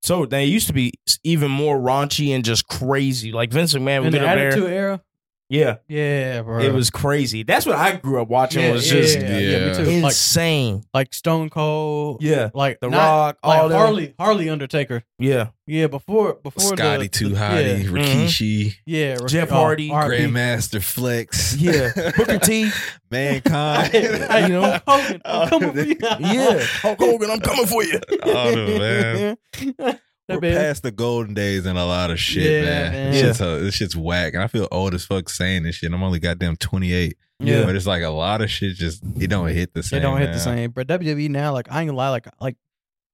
Speaker 2: So they used to be even more raunchy and just crazy. Like Vince McMahon
Speaker 1: In
Speaker 2: would
Speaker 1: the
Speaker 2: get up
Speaker 1: Attitude
Speaker 2: there.
Speaker 1: Era,
Speaker 2: Yeah,
Speaker 1: yeah, bro.
Speaker 2: it was crazy. That's what I grew up watching.
Speaker 1: yeah,
Speaker 2: was
Speaker 1: yeah,
Speaker 2: just
Speaker 1: yeah, yeah, me
Speaker 3: yeah.
Speaker 1: too. Like
Speaker 2: insane.
Speaker 1: like Stone Cold,
Speaker 2: yeah,
Speaker 1: like
Speaker 2: The
Speaker 1: not-
Speaker 2: Rock,
Speaker 1: like
Speaker 2: all that.
Speaker 1: Harley, Harley Undertaker.
Speaker 2: Yeah,
Speaker 1: Yeah, before before
Speaker 3: Scotty
Speaker 1: the,
Speaker 3: Too
Speaker 1: the-
Speaker 3: Hotty,
Speaker 1: yeah, Mm-hmm.
Speaker 3: Rikishi,
Speaker 1: yeah, Ra-
Speaker 2: Jeff
Speaker 1: oh,
Speaker 2: Hardy,
Speaker 1: R.I.P.
Speaker 3: Grandmaster Flex,
Speaker 2: yeah. Booker T.
Speaker 3: Mankind. Uh,
Speaker 1: Hey,
Speaker 2: You know?
Speaker 1: Hulk Hogan, I'm coming for you.
Speaker 2: Yeah, Hulk Hogan, I'm coming for you.
Speaker 3: Oh man.
Speaker 1: That
Speaker 3: We're
Speaker 1: man.
Speaker 3: past the golden days and a lot of shit,
Speaker 1: Yeah,
Speaker 3: man.
Speaker 1: man.
Speaker 3: This, shit's, uh, this shit's whack. And I feel old as fuck saying this shit. I'm only goddamn 28.
Speaker 2: Yeah.
Speaker 3: But it's like a lot of shit just, it don't hit the
Speaker 1: They
Speaker 3: same.
Speaker 1: don't hit the
Speaker 3: now.
Speaker 1: same. But WWE now, like I ain't gonna lie, like like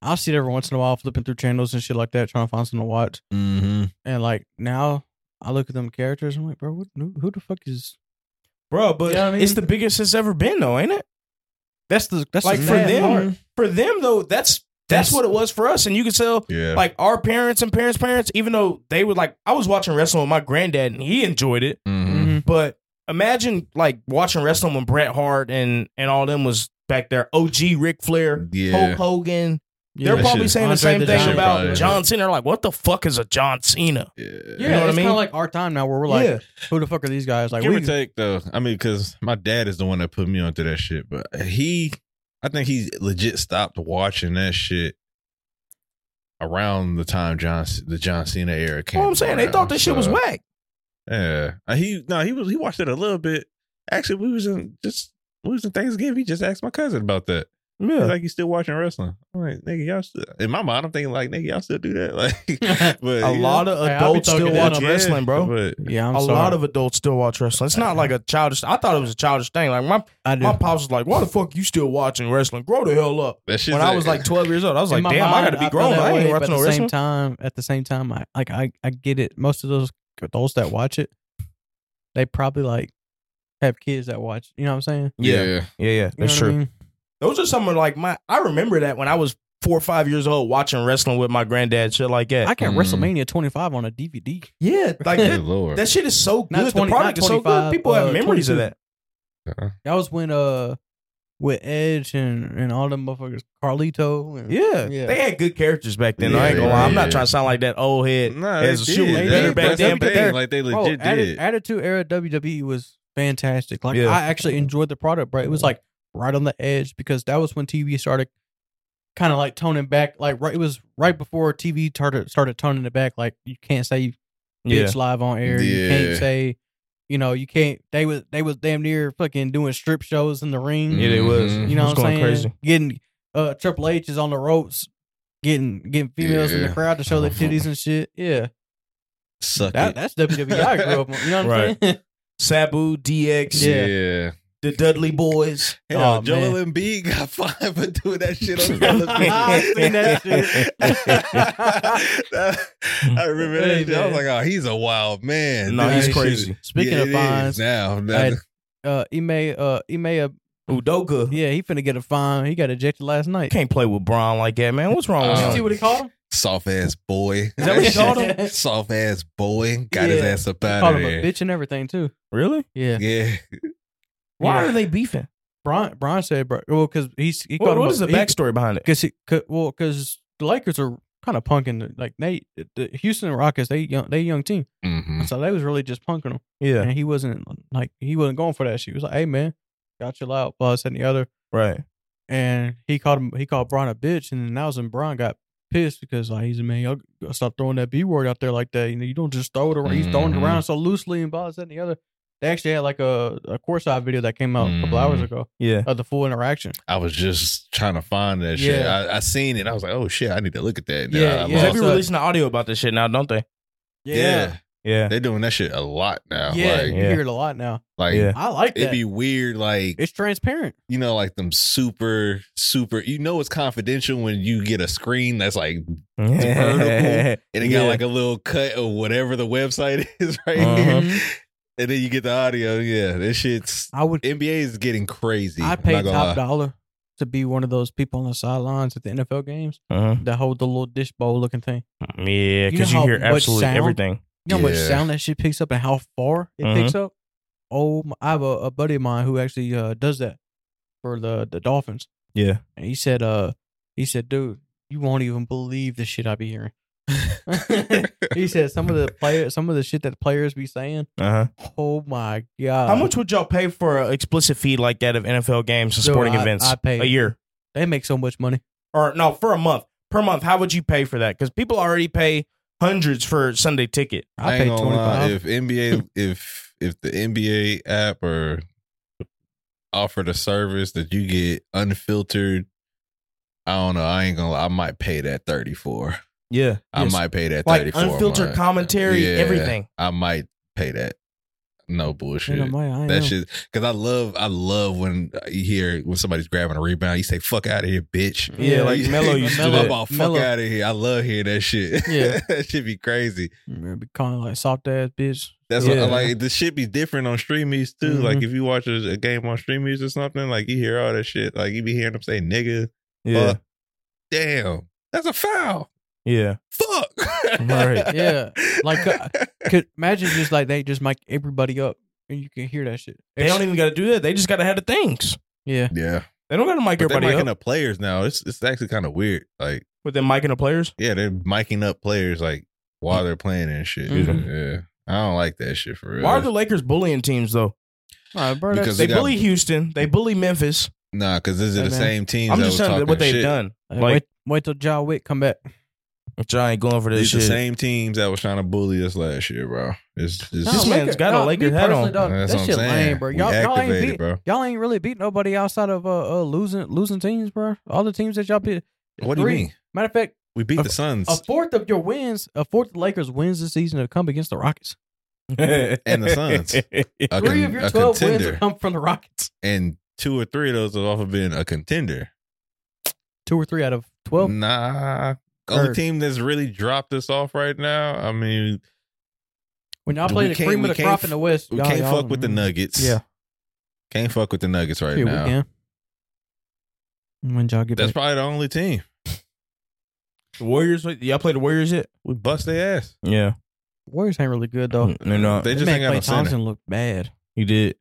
Speaker 1: I'll see it every once in a while flipping through channels and shit like that, trying to find something to watch.
Speaker 3: Mhm.
Speaker 1: And like now I look at them characters, I'm like, bro, what, who, who the fuck is
Speaker 2: bro. But
Speaker 1: You know what I mean?
Speaker 2: it's the biggest it's ever been, though, ain't it?
Speaker 1: that's the that's
Speaker 2: Like for them, for them though, that's that's
Speaker 1: That's-
Speaker 2: what it was for us. And you can tell
Speaker 3: Yeah.
Speaker 2: like our parents and parents' parents, even though they would like, I was watching wrestling with my granddad and he enjoyed it.
Speaker 1: Mm-hmm.
Speaker 3: Mhm.
Speaker 1: Mm.
Speaker 2: But imagine like watching wrestling when Bret Hart and and all them was back there. OG Ric Flair,
Speaker 3: Yeah.
Speaker 2: Hulk Hogan.
Speaker 1: Yeah.
Speaker 2: They're probably
Speaker 3: shit-
Speaker 2: saying the
Speaker 1: Andre
Speaker 2: same
Speaker 1: the
Speaker 2: thing
Speaker 1: Giant.
Speaker 2: about
Speaker 3: Probably.
Speaker 2: John Cena. They're Like, what the fuck is a John Cena?
Speaker 3: Yeah.
Speaker 1: yeah,
Speaker 2: know what I
Speaker 1: it's
Speaker 2: mean?
Speaker 1: kind of like our time now where we're like, who the fuck are these guys? Like,
Speaker 3: Give
Speaker 1: we,
Speaker 3: or take, though. I mean, because my dad is the one that put me onto that shit, but he, I think he legit stopped watching that shit around the time John the John Cena era
Speaker 2: You
Speaker 3: came.
Speaker 2: know what I'm saying? They
Speaker 3: around,
Speaker 2: thought this shit was
Speaker 3: so-
Speaker 2: whack.
Speaker 3: Yeah, Uh, he no, he was he watched it a little bit. Actually, we was in just we was in Thanksgiving. He just asked my cousin about that. He's
Speaker 2: Yeah.
Speaker 3: like, you still watching wrestling? I'm like, nigga, y'all still in my mind. I'm thinking like, nigga, y'all still do that? Like, but
Speaker 2: A
Speaker 3: you
Speaker 2: lot
Speaker 3: know,
Speaker 2: of
Speaker 1: Hey, I be
Speaker 2: adults
Speaker 1: talking
Speaker 2: still
Speaker 1: that
Speaker 2: watch
Speaker 1: shit.
Speaker 3: yeah,
Speaker 2: wrestling, bro.
Speaker 3: But
Speaker 1: yeah, I'm
Speaker 2: a
Speaker 1: sorry.
Speaker 2: lot of adults still watch wrestling. It's not like a childish. I thought it was a childish thing. Like my
Speaker 1: I do.
Speaker 2: my pops was like, "Why the fuck you still watching wrestling? Grow the hell up."
Speaker 3: that shit's
Speaker 2: When I was like 12 years old, I was like,
Speaker 1: In my
Speaker 2: "Damn,
Speaker 1: mind,
Speaker 2: I got to be
Speaker 1: feel
Speaker 2: grown.
Speaker 1: that
Speaker 2: I ain't
Speaker 1: way, but
Speaker 2: watching no
Speaker 1: at the same
Speaker 2: wrestling."
Speaker 1: time, at the same time, I like I I get it. Most of those adults that watch it, they probably like have kids that watch. You know what I'm saying?
Speaker 2: Yeah, yeah,
Speaker 3: yeah,
Speaker 2: yeah.
Speaker 1: You know what I mean?
Speaker 2: Those are some of like my. I remember that when I was four or five years old, watching wrestling with my granddad, shit like that.
Speaker 1: I got
Speaker 3: Mhm.
Speaker 1: WrestleMania 25 on a DVD.
Speaker 2: yeah, like
Speaker 3: Good
Speaker 2: that,
Speaker 3: lord.
Speaker 2: that shit is so good.
Speaker 1: Not 20
Speaker 2: the
Speaker 1: not
Speaker 2: product is so good.
Speaker 1: 25,
Speaker 2: People
Speaker 1: uh,
Speaker 2: have memories of
Speaker 1: 22.
Speaker 2: that.
Speaker 3: Uh-uh.
Speaker 1: That was when uh with Edge and and all them motherfuckers, Carlito. And,
Speaker 2: Yeah,
Speaker 1: Yeah.
Speaker 2: they had good characters back then. I ain't
Speaker 3: Yeah,
Speaker 2: gonna lie. I'm not
Speaker 3: yeah.
Speaker 2: trying to sound like that old head.
Speaker 3: Nah,
Speaker 2: as a
Speaker 3: they
Speaker 2: shoe was
Speaker 3: did.
Speaker 1: better
Speaker 3: That-
Speaker 1: back
Speaker 3: that's
Speaker 1: then,
Speaker 3: the
Speaker 1: but
Speaker 3: thing.
Speaker 1: they're-
Speaker 3: like they
Speaker 1: Bro,
Speaker 3: legit
Speaker 1: Atti-
Speaker 3: did.
Speaker 1: Attitude Era WWE was fantastic. Like
Speaker 2: Yeah.
Speaker 1: I actually enjoyed the product, bro. It was like right on the edge because that was when TV started kind of like toning back. Like right, it was right before TV started started toning it back. Like you can't say
Speaker 2: Yeah,
Speaker 1: bitch live on air. You
Speaker 3: Yeah.
Speaker 1: can't say you know you can't. They was they was damn near fucking doing strip shows in the ring.
Speaker 3: Yeah,
Speaker 2: it was.
Speaker 3: Mhm.
Speaker 1: You know
Speaker 2: It was
Speaker 1: what I'm
Speaker 2: going
Speaker 1: saying?
Speaker 2: crazy.
Speaker 1: Getting uh Triple H is on the ropes, getting getting females in the
Speaker 3: Yeah.
Speaker 1: crowd to show their titties and shit. Yeah.
Speaker 3: Suck
Speaker 1: That,
Speaker 3: it.
Speaker 1: that's WWE I grew up on. You know what I'm
Speaker 2: Right.
Speaker 1: saying?
Speaker 2: Sabu, DX,
Speaker 1: Yeah.
Speaker 3: yeah.
Speaker 2: the Dudley Boys. Oh,
Speaker 3: Hell,
Speaker 1: Aw,
Speaker 3: Joel Embiid got fined for doing that shit on
Speaker 1: I seen that
Speaker 3: television. I remember
Speaker 1: Hey,
Speaker 3: that shit. I was
Speaker 1: man.
Speaker 3: like, oh, he's a wild man.
Speaker 2: No,
Speaker 3: dude.
Speaker 2: he's
Speaker 3: That shit is-
Speaker 2: crazy.
Speaker 1: Speaking
Speaker 3: Yeah,
Speaker 1: of
Speaker 3: it is
Speaker 1: fines,
Speaker 3: now, now-
Speaker 1: I- uh Ime uh Ime uh,
Speaker 2: Udoka.
Speaker 1: yeah, he finna get a fine. He got ejected last night.
Speaker 2: Can't play with Braun like that, man. What's wrong with
Speaker 3: Uh,
Speaker 1: you
Speaker 2: him?
Speaker 1: see what he called him?
Speaker 3: soft ass boy.
Speaker 2: that what you called
Speaker 1: him?
Speaker 3: Soft ass boy got his
Speaker 1: Yeah.
Speaker 3: ass up
Speaker 1: He
Speaker 3: out
Speaker 1: called
Speaker 3: of
Speaker 1: him a
Speaker 3: there.
Speaker 1: bitch and everything too.
Speaker 2: Really?
Speaker 1: Yeah.
Speaker 3: Yeah,
Speaker 2: Why
Speaker 1: Yeah.
Speaker 2: are they beefing?
Speaker 1: Brian Brian said bro well cause he's he
Speaker 2: What,
Speaker 1: called
Speaker 2: what
Speaker 1: him
Speaker 2: is the
Speaker 1: a, he-
Speaker 2: backstory behind it?
Speaker 1: Cause he, cause, well, cause the Lakers are kind of punking the- like they the Houston Rockets. They young, they young team,
Speaker 3: Mhm.
Speaker 1: so they was really just punking them.
Speaker 2: Yeah,
Speaker 1: And he wasn't like he wasn't going for that. She was like, "Hey man, got you loud, plus and the other."
Speaker 2: right.
Speaker 1: And he called him. He called Bron a bitch, and then that was when Bron got pissed because like he's a man. Y'all gotta stop throwing that b word out there like that. You know, you don't just throw it around. He's throwing it
Speaker 3: Mhm.
Speaker 1: around so loosely and blah, that, and the other. They actually had like a a courtside video that came out a couple
Speaker 3: Mhm.
Speaker 1: hours ago
Speaker 2: Yeah.
Speaker 1: of the full interaction.
Speaker 3: I was just trying to find that shit.
Speaker 1: Yeah.
Speaker 3: I, I seen it. I was like, oh shit, I need to look at that. And
Speaker 1: Yeah,
Speaker 3: I, I
Speaker 1: yeah.
Speaker 2: They
Speaker 3: lost
Speaker 2: be
Speaker 1: so-
Speaker 3: it.
Speaker 2: releasing the audio about this shit now, don't they?
Speaker 3: yeah,
Speaker 2: Yeah.
Speaker 3: they're doing that shit a lot now.
Speaker 1: yeah,
Speaker 3: like,
Speaker 1: you hear it a lot now.
Speaker 3: like
Speaker 2: Yeah.
Speaker 1: I like that.
Speaker 3: it'd be weird. Like
Speaker 1: it's transparent.
Speaker 3: you know, like them super, super. You know, it's confidential when you get a screen that's like, and vertical. it got
Speaker 2: Yeah.
Speaker 3: like a little cut of whatever the website is right
Speaker 2: Uh-huh.
Speaker 3: here. and then you get the audio. Yeah, this shit's
Speaker 1: I would.
Speaker 3: NBA is getting crazy.
Speaker 1: I
Speaker 3: I'm
Speaker 1: pay
Speaker 3: not
Speaker 1: top
Speaker 3: gonna lie.
Speaker 1: dollar to be one of those people on the sidelines at the NFL games
Speaker 2: Uh-huh.
Speaker 1: that hold the little dish bowl looking thing.
Speaker 2: Yeah,
Speaker 1: You
Speaker 2: because
Speaker 1: know
Speaker 2: you,
Speaker 1: how
Speaker 2: hear
Speaker 1: much
Speaker 2: absolutely
Speaker 1: sound?
Speaker 2: everything.
Speaker 1: You know how much
Speaker 3: Yeah.
Speaker 1: sound that shit picks up and how far it
Speaker 2: Mm-hmm.
Speaker 1: picks up. Oh, my, I have a, a buddy of mine who actually uh, does that for the the Dolphins,
Speaker 2: Yeah.
Speaker 1: and he said, "Uh, he said, dude, you won't even believe the shit I be hearing." he said some of the player, some of the shit that the players be saying.
Speaker 2: Uh huh.
Speaker 1: Oh my god!
Speaker 2: How much would y'all pay for an explicit fee like that of NFL games and
Speaker 1: Dude,
Speaker 2: sporting
Speaker 1: I-
Speaker 2: events
Speaker 1: I paid-
Speaker 2: a year?
Speaker 1: They make so much money.
Speaker 2: Or no, for a month. Per month, how would you pay for that? Because people already pay hundreds for Sunday ticket.
Speaker 1: I,
Speaker 3: ain't
Speaker 1: paid
Speaker 3: gonna
Speaker 1: twenty
Speaker 3: lie.
Speaker 1: five.
Speaker 3: If NBA, if if the NBA app or offered a service that you get unfiltered, I don't know. I ain't gonna. lie. I might pay that thirty four.
Speaker 2: Yeah.
Speaker 3: I might pay that
Speaker 2: Like
Speaker 3: thirty four.
Speaker 2: unfiltered commentary, everything.
Speaker 3: I might pay that. No bullshit. That
Speaker 1: That
Speaker 3: shit, because I love, I love when you hear when somebody's grabbing a rebound, you say "fuck out of here, bitch."
Speaker 2: Yeah,
Speaker 1: Yeah,
Speaker 2: like
Speaker 1: you-
Speaker 2: Melo used to do
Speaker 1: Melo-
Speaker 3: I'm
Speaker 2: that.
Speaker 3: about fuck
Speaker 1: Melo-
Speaker 3: out of here. I love hearing that shit.
Speaker 1: Yeah.
Speaker 3: that should be crazy.
Speaker 1: be calling like soft ass bitch.
Speaker 3: That's what I
Speaker 2: Yeah.
Speaker 3: like. The shit be different on streamies too.
Speaker 1: Mhm.
Speaker 3: Like if you watch a, a game on streamies or something, like you hear all that shit. Like you be hearing them say "nigga,"
Speaker 2: Yeah.
Speaker 3: fuck, damn, that's a foul.
Speaker 2: Yeah.
Speaker 3: Fuck.
Speaker 2: Right.
Speaker 1: Yeah, like, uh, Could imagine just like they just mic everybody up and you can hear that shit.
Speaker 2: They don't even got to do that. They just got to have the things.
Speaker 1: Yeah,
Speaker 3: yeah.
Speaker 2: They don't got to mic
Speaker 3: But they're
Speaker 2: everybody up.
Speaker 3: miking up. players now. It's it's actually kind of weird. Like.
Speaker 2: With them micing the players.
Speaker 3: Yeah, they're miking up players like while they're playing and shit.
Speaker 1: Mhm.
Speaker 3: Yeah. I don't like that shit for real.
Speaker 2: Why are the Lakers bullying teams though?
Speaker 1: All right, bro.
Speaker 3: Because
Speaker 1: Because
Speaker 2: They
Speaker 3: They got-
Speaker 2: bully Houston. They bully Memphis.
Speaker 3: nah, because these are
Speaker 1: Hey,
Speaker 3: the
Speaker 1: man.
Speaker 3: same teams.
Speaker 2: I'm
Speaker 3: that
Speaker 2: just
Speaker 3: was
Speaker 2: telling you
Speaker 3: talking
Speaker 2: what they've
Speaker 3: shit.
Speaker 2: done.
Speaker 1: wait,
Speaker 2: like-
Speaker 1: wait till John Wick come back.
Speaker 2: Which I ain't going for this
Speaker 3: These the
Speaker 2: shit.
Speaker 3: same teams that was trying to bully us last year, bro. It's, it's
Speaker 2: No, This
Speaker 3: just,
Speaker 2: man's got a Laker
Speaker 1: me
Speaker 2: hat
Speaker 1: personally,
Speaker 2: on.
Speaker 1: dog,
Speaker 3: that's
Speaker 1: that
Speaker 3: what I'm
Speaker 1: shit
Speaker 3: saying.
Speaker 1: lame, bro.
Speaker 3: We
Speaker 1: Y'all, y'all ain't
Speaker 3: activated,
Speaker 1: beat,
Speaker 3: bro.
Speaker 1: y'all ain't really beat nobody outside of uh, uh losing losing teams, bro. All the teams that y'all beat.
Speaker 3: What do you
Speaker 1: three-
Speaker 3: mean?
Speaker 1: Matter of fact,
Speaker 3: We beat
Speaker 1: A-
Speaker 3: the Suns
Speaker 1: a fourth of your wins, a fourth of Lakers wins this season have come against the Rockets.
Speaker 2: and
Speaker 3: the Suns. a
Speaker 1: Three
Speaker 3: con-
Speaker 1: of your
Speaker 3: a
Speaker 1: twelve wins
Speaker 3: contender,
Speaker 1: have come from the Rockets.
Speaker 3: and two or three of those have off of being a contender.
Speaker 1: Two or three out of twelve.
Speaker 3: nah, only
Speaker 1: Or-
Speaker 3: team that's really dropped us off right now. I mean,
Speaker 1: When y'all
Speaker 3: We
Speaker 1: played the
Speaker 3: can't-
Speaker 1: cream
Speaker 3: we
Speaker 1: of the
Speaker 3: can't
Speaker 1: crop
Speaker 3: f-
Speaker 1: in the West,
Speaker 3: we
Speaker 1: y'all-
Speaker 3: can't
Speaker 1: y'all-
Speaker 3: fuck with the
Speaker 1: mm.
Speaker 3: Nuggets.
Speaker 1: Yeah.
Speaker 3: can't fuck with the Nuggets right
Speaker 1: Shit, we
Speaker 3: now.
Speaker 1: can. When y'all get
Speaker 3: That's
Speaker 1: back,
Speaker 3: probably the only team
Speaker 2: The Warriors. wait, Y'all play the Warriors yet?
Speaker 3: we bust their ass.
Speaker 2: Yeah.
Speaker 1: Warriors ain't really good though.
Speaker 2: Mm, No, no.
Speaker 3: Mm-hmm. They
Speaker 1: That
Speaker 3: just
Speaker 1: man
Speaker 3: ain't got
Speaker 1: Klay
Speaker 3: no center.
Speaker 1: Thompson looked bad.
Speaker 2: You did.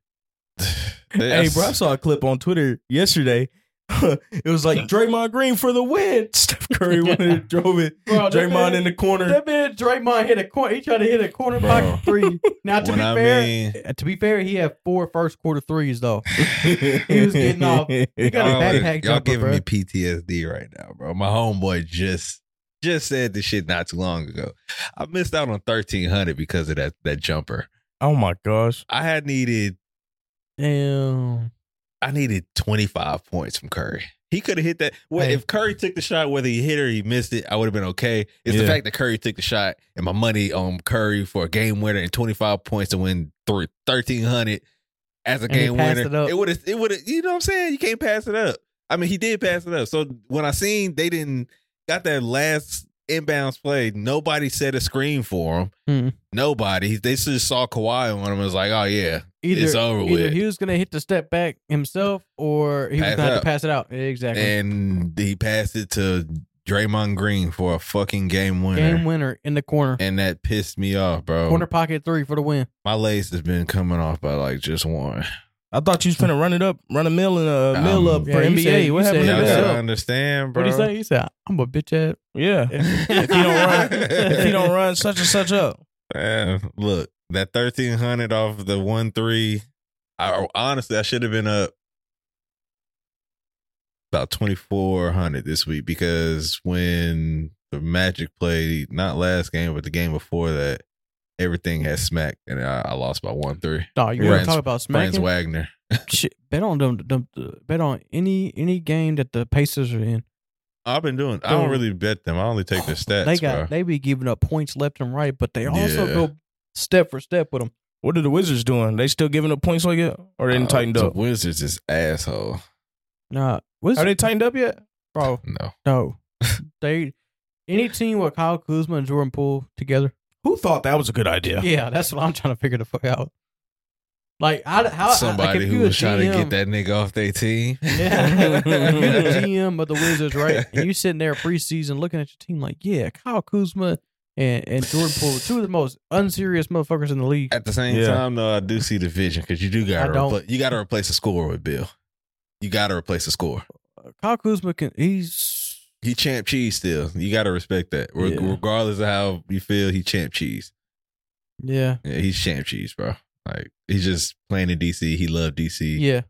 Speaker 2: Hey, bro, I saw a clip on Twitter yesterday. it was like Draymond Green for the win. Steph Curry went and drove it.
Speaker 1: Bro, that
Speaker 2: Draymond
Speaker 1: man-
Speaker 2: in the corner.
Speaker 1: That man Draymond hit a corner. He tried to hit a corner
Speaker 3: Bro.
Speaker 1: pocket three. Now to
Speaker 3: When
Speaker 1: be
Speaker 3: I
Speaker 1: fair, uh,
Speaker 3: mean-
Speaker 1: to be fair, he had four first quarter threes though.
Speaker 2: he
Speaker 1: was getting off. He
Speaker 2: Oh,
Speaker 1: got a
Speaker 3: y'all,
Speaker 1: backpack
Speaker 3: y'all
Speaker 1: jumper,
Speaker 3: giving
Speaker 1: bro.
Speaker 3: me PTSD right now, bro. My homeboy just just said this shit not too long ago. I missed out on thirteen hundred because of that that jumper.
Speaker 2: Oh my gosh.
Speaker 3: I had needed
Speaker 1: Damn.
Speaker 3: I needed twenty five points from Curry. He could have hit that. Well,
Speaker 1: Hey.
Speaker 3: if Curry took the shot, whether he hit or he missed it, I would have been okay. It's the
Speaker 2: Yeah.
Speaker 3: fact that Curry took the shot and my money on Curry for a game winner and twenty five points to win three thirteen hundred as a
Speaker 1: And he
Speaker 3: game
Speaker 1: passed
Speaker 3: winner.
Speaker 1: it up.
Speaker 3: It would have. It would have. You know what I'm saying? You can't pass it up. I mean, he did pass it up. So when I seen they didn't got that last inbounds play, nobody set a screen for him.
Speaker 1: Hmm.
Speaker 3: Nobody. They just saw Kawhi on him. and was like, oh yeah,
Speaker 1: Either
Speaker 3: it's over
Speaker 1: either
Speaker 3: with.
Speaker 1: he was gonna hit the step back himself, or he was
Speaker 3: Pass
Speaker 1: gonna have
Speaker 3: up.
Speaker 1: to pass it out. Exactly.
Speaker 3: and he passed it to Draymond Green for a fucking game winner.
Speaker 1: Game winner in the corner.
Speaker 3: and that pissed me off, bro.
Speaker 1: Corner pocket three for the win.
Speaker 3: My lace has been coming off by like just one.
Speaker 2: I thought you was finna run it up, run a mill and a mill
Speaker 3: Um,
Speaker 2: up
Speaker 1: Yeah,
Speaker 2: for
Speaker 1: you
Speaker 2: NBA.
Speaker 1: said- you
Speaker 2: what
Speaker 1: said
Speaker 2: happened
Speaker 1: Yeah,
Speaker 3: Y'all
Speaker 2: to
Speaker 1: that's
Speaker 3: gotta
Speaker 2: that?
Speaker 1: up.
Speaker 3: understand, bro.
Speaker 1: What he say? He said, "I'm a bitch ass."
Speaker 2: Yeah. if you don't run, if you don't run such and such up.
Speaker 3: Man, look, that thirteen hundred off the one three. I honestly, I should have been up about twenty four hundred this week because when the Magic played, not last game, but the game before that, everything had smacked, and I, I lost by one three.
Speaker 1: No, you
Speaker 3: Yeah.
Speaker 1: want to
Speaker 3: Franz-
Speaker 1: talk about
Speaker 3: Franz
Speaker 1: smacking?
Speaker 3: Wagner.
Speaker 1: Shit, bet on them, them. Bet on any any game that the Pacers are in.
Speaker 3: I've been doing. I don't
Speaker 1: Dude.
Speaker 3: really bet them. I only take their stats.
Speaker 1: they got
Speaker 3: bro.
Speaker 1: they be giving up points left and right, but they also
Speaker 3: Yeah.
Speaker 1: go step for step with them.
Speaker 2: What are the Wizards doing? They still giving up points like it? Or they didn't
Speaker 3: Uh,
Speaker 2: tightened
Speaker 3: the
Speaker 2: up?
Speaker 3: Wizards is asshole.
Speaker 1: Nah, what's
Speaker 2: Are they tightened up yet?
Speaker 1: bro?
Speaker 3: No,
Speaker 1: No, they any team with Kyle Kuzma and Jordan Poole together.
Speaker 2: Who thought that was a good idea?
Speaker 1: Yeah, that's what I'm trying to figure the fuck out. Like how how
Speaker 3: Somebody
Speaker 1: like, if
Speaker 3: who
Speaker 1: you a
Speaker 3: was trying to
Speaker 1: GM
Speaker 3: get that nigga off their team.
Speaker 1: Yeah. You're the GM of the Wizards, right? And you sitting there preseason looking at your team like, yeah, Kyle Kuzma and, and Jordan Poole, two of the most unserious motherfuckers in the league.
Speaker 3: At the same
Speaker 2: Yeah.
Speaker 3: time, though, I do see the vision because you do got
Speaker 1: I
Speaker 3: to
Speaker 1: don't.
Speaker 3: repl- you got to replace a score with Bill. You got to replace a score.
Speaker 1: Uh, Kyle Kuzma can he's
Speaker 3: He champ cheese still. You got to respect that, Re-
Speaker 1: Yeah.
Speaker 3: regardless of how you feel. He champ cheese.
Speaker 1: yeah.
Speaker 3: Yeah, he's champ cheese, bro. Like he's just playing in DC. He loved DC.
Speaker 1: Yeah.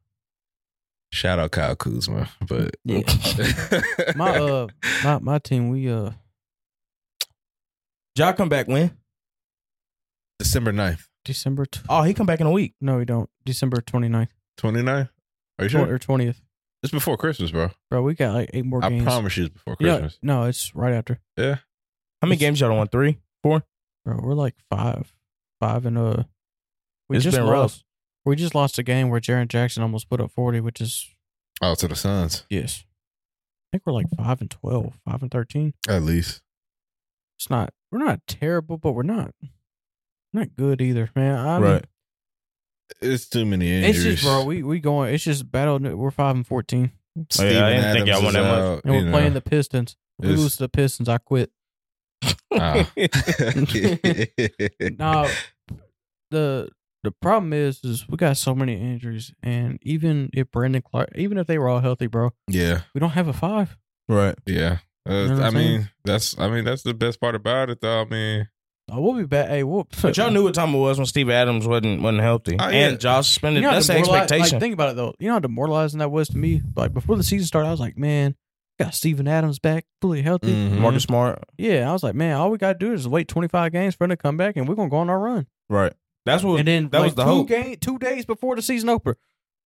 Speaker 3: Shout out Kyle Kuzma, but
Speaker 1: Yeah. My uh my, my team, we uh
Speaker 2: Y'all come back when?
Speaker 3: December 9th,
Speaker 1: December t-
Speaker 2: Oh, he come back in a week.
Speaker 1: no we don't. December 29th
Speaker 3: 29th. Are you
Speaker 1: tw-
Speaker 3: sure?
Speaker 1: or twentieth.
Speaker 3: It's before Christmas, bro.
Speaker 1: Bro, we got like eight more
Speaker 3: I
Speaker 1: games.
Speaker 3: promise you, it's before
Speaker 1: You know-
Speaker 3: Christmas.
Speaker 1: no, it's right after.
Speaker 2: How many games y'all done won? Three, four.
Speaker 1: Bro, we're like five. Five and uh we
Speaker 2: It's
Speaker 1: just
Speaker 2: been rough.
Speaker 1: lost. We just lost a game where Jaron Jackson almost put up forty, which is
Speaker 3: Oh, to the Suns,
Speaker 1: Yes. I think we're like five and 12, 5 and 13.
Speaker 3: at least.
Speaker 1: It's not, we're not terrible, but we're not, not good either, man. I mean,
Speaker 2: Right.
Speaker 3: It's too many injuries.
Speaker 1: It's just, bro, we, we going, it's just battle. We're 5 and 14.
Speaker 2: Oh, yeah, I didn't think y'all won that much.
Speaker 1: And we're playing the Pistons. If we
Speaker 3: It's-
Speaker 1: lose to the Pistons, I quit.
Speaker 3: uh, the.
Speaker 1: Now, the, the problem is, is we got so many injuries. And even if Brandon Clark, even if they were all healthy, bro,
Speaker 3: Ah. Yeah,
Speaker 1: we don't have a five.
Speaker 2: Right.
Speaker 3: yeah. Uh,
Speaker 1: know what
Speaker 3: I
Speaker 1: I'm saying?
Speaker 3: mean, that's I mean that's the best part about it, though. I mean,
Speaker 1: Oh, we'll be back. Hey, we'll,
Speaker 2: But y'all knew what time it was when Steve Adams wasn't wasn't healthy,
Speaker 3: Oh, yeah.
Speaker 2: and Josh
Speaker 1: You
Speaker 2: suspended.
Speaker 1: know how
Speaker 2: That's the
Speaker 1: demorali-
Speaker 2: expectation.
Speaker 1: Like, think about it though. You know how demoralizing that was to me. Like before the season started, I was like, man, we got Steven Adams back, fully healthy.
Speaker 3: Mhm.
Speaker 2: Marcus Smart.
Speaker 1: Yeah, I was like, man, all we gotta do is wait 25 games for him to come back, and we're gonna go on our run.
Speaker 2: Right. That's what.
Speaker 1: and then
Speaker 2: that
Speaker 1: like,
Speaker 2: was the
Speaker 1: two
Speaker 2: hope.
Speaker 1: game, two days before the season opener,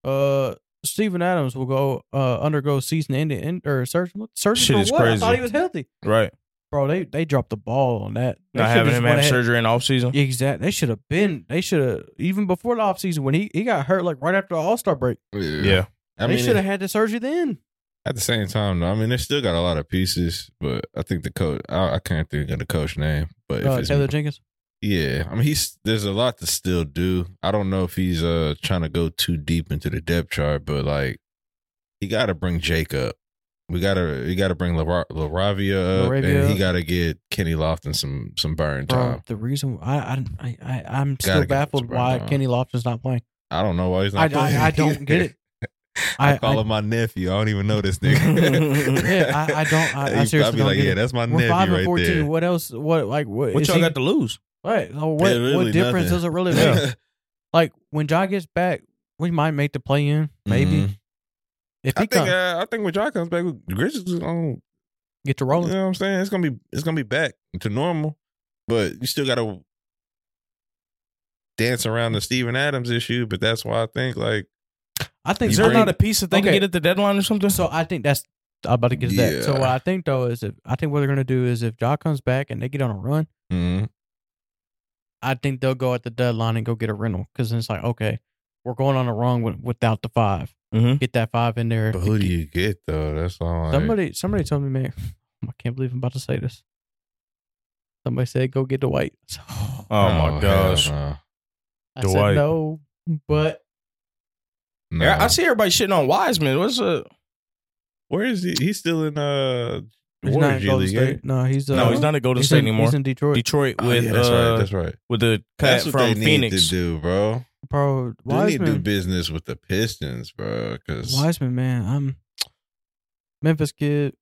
Speaker 1: uh, Steven Adams will go uh undergo season ending in, or surgery. Surgery
Speaker 2: Shit
Speaker 1: for
Speaker 2: is
Speaker 1: what? I
Speaker 2: crazy.
Speaker 1: thought he was healthy,
Speaker 2: right.
Speaker 1: bro. They they dropped the ball on that. They
Speaker 2: Not
Speaker 1: should've
Speaker 2: having
Speaker 1: just
Speaker 2: him
Speaker 1: went
Speaker 2: have
Speaker 1: ahead-
Speaker 2: surgery in off season.
Speaker 1: Exactly. They should have been. They should have even before the offseason when he he got hurt like right after the All Star break.
Speaker 2: Yeah.
Speaker 3: I
Speaker 1: they
Speaker 3: mean,
Speaker 1: should have had the surgery then.
Speaker 3: at the same time, though, I mean, they still got a lot of pieces, but I think the coach. I, I can't think of the coach name, but if
Speaker 1: Uh,
Speaker 3: it's
Speaker 1: Taylor Jenkins.
Speaker 3: Yeah, I mean he's there's a lot to still do. I don't know if he's uh trying to go too deep into the depth chart, but like he got to bring Jake up. We gotta we gotta bring Lara- Laravia up,
Speaker 1: Laravia
Speaker 3: and he
Speaker 1: up.
Speaker 3: gotta get Kenny Lofton some some burn
Speaker 1: Bro,
Speaker 3: time.
Speaker 1: the reason I I I- I I'm
Speaker 3: Gotta
Speaker 1: still
Speaker 3: get
Speaker 1: baffled
Speaker 3: Brandon
Speaker 1: why
Speaker 3: Ingram.
Speaker 1: Kenny Lofton's not playing.
Speaker 3: I don't know why he's
Speaker 1: I,
Speaker 3: not. playing.
Speaker 1: I, I don't get it.
Speaker 3: I,
Speaker 1: I,
Speaker 3: call
Speaker 1: I-
Speaker 3: him my nephew. I don't even know this nigga.
Speaker 1: Yeah, I- I don't- I- I
Speaker 3: I'd
Speaker 1: seriously
Speaker 3: be
Speaker 1: don't
Speaker 3: like,
Speaker 1: get
Speaker 3: yeah,
Speaker 1: it.
Speaker 3: that's my
Speaker 1: we're five and
Speaker 3: nephew right
Speaker 1: fourteen.
Speaker 3: there.
Speaker 1: What else? What like what?
Speaker 2: What
Speaker 1: is
Speaker 2: y'all
Speaker 1: he-
Speaker 2: got to lose?
Speaker 1: right, so what
Speaker 3: Yeah, really
Speaker 1: what difference
Speaker 3: nothing.
Speaker 1: does it really
Speaker 3: Yeah.
Speaker 1: make? Like when John gets back, we might make the play in. Maybe
Speaker 3: Mhm.
Speaker 1: if
Speaker 3: I
Speaker 1: he
Speaker 3: think
Speaker 1: come,
Speaker 3: uh, I think when John comes back, Grizzlies is on
Speaker 1: get to
Speaker 3: You
Speaker 1: rolling.
Speaker 3: know what I'm saying? It's gonna be it's gonna be back to normal, but you still gotta dance around the Steven Adams issue. But that's why I think like
Speaker 1: I think
Speaker 2: Is
Speaker 3: You
Speaker 2: there
Speaker 3: bring-
Speaker 2: not a piece that they can
Speaker 1: Okay.
Speaker 2: get at the deadline or something?
Speaker 1: So I think that's I'm about to get to that. So
Speaker 3: Yeah.
Speaker 1: what I think though is if I think what they're gonna do is if John comes back and they get on a run,
Speaker 3: Mm-hmm.
Speaker 1: I think they'll go at the deadline and go get a rental because it's like okay, we're going on a run with, without the five.
Speaker 3: Mm-hmm.
Speaker 2: Mhm.
Speaker 1: Get that five in there.
Speaker 3: but who do you get though? That's all. like-
Speaker 1: Somebody, somebody told me, man, I can't believe I'm about to say this. Somebody said, go get Dwight. So,
Speaker 2: oh my
Speaker 3: hell
Speaker 2: gosh.
Speaker 3: no.
Speaker 1: I
Speaker 2: Dwight.
Speaker 1: said no, but
Speaker 3: No.
Speaker 2: Yeah, I see everybody shitting on Wiseman. What's uh, a
Speaker 3: Where is he? He's still in uh
Speaker 1: he's not
Speaker 3: Warriors
Speaker 1: in
Speaker 3: G
Speaker 1: Golden
Speaker 3: League.
Speaker 1: State.
Speaker 3: ain't he?
Speaker 1: No, he's uh,
Speaker 2: no? He's not at Golden
Speaker 1: he's
Speaker 2: State
Speaker 1: in,
Speaker 2: anymore.
Speaker 1: He's in Detroit,
Speaker 2: Detroit
Speaker 3: Oh,
Speaker 2: with
Speaker 3: yeah, that's
Speaker 2: uh,
Speaker 3: right. That's right.
Speaker 2: with the cut
Speaker 3: That's what
Speaker 2: from
Speaker 3: they need
Speaker 2: Phoenix.
Speaker 3: to do, bro.
Speaker 1: bro.
Speaker 3: They need to do
Speaker 1: Wiseman,
Speaker 3: business with the Pistons, bro. Because
Speaker 1: Wiseman, man, I'm Memphis kid.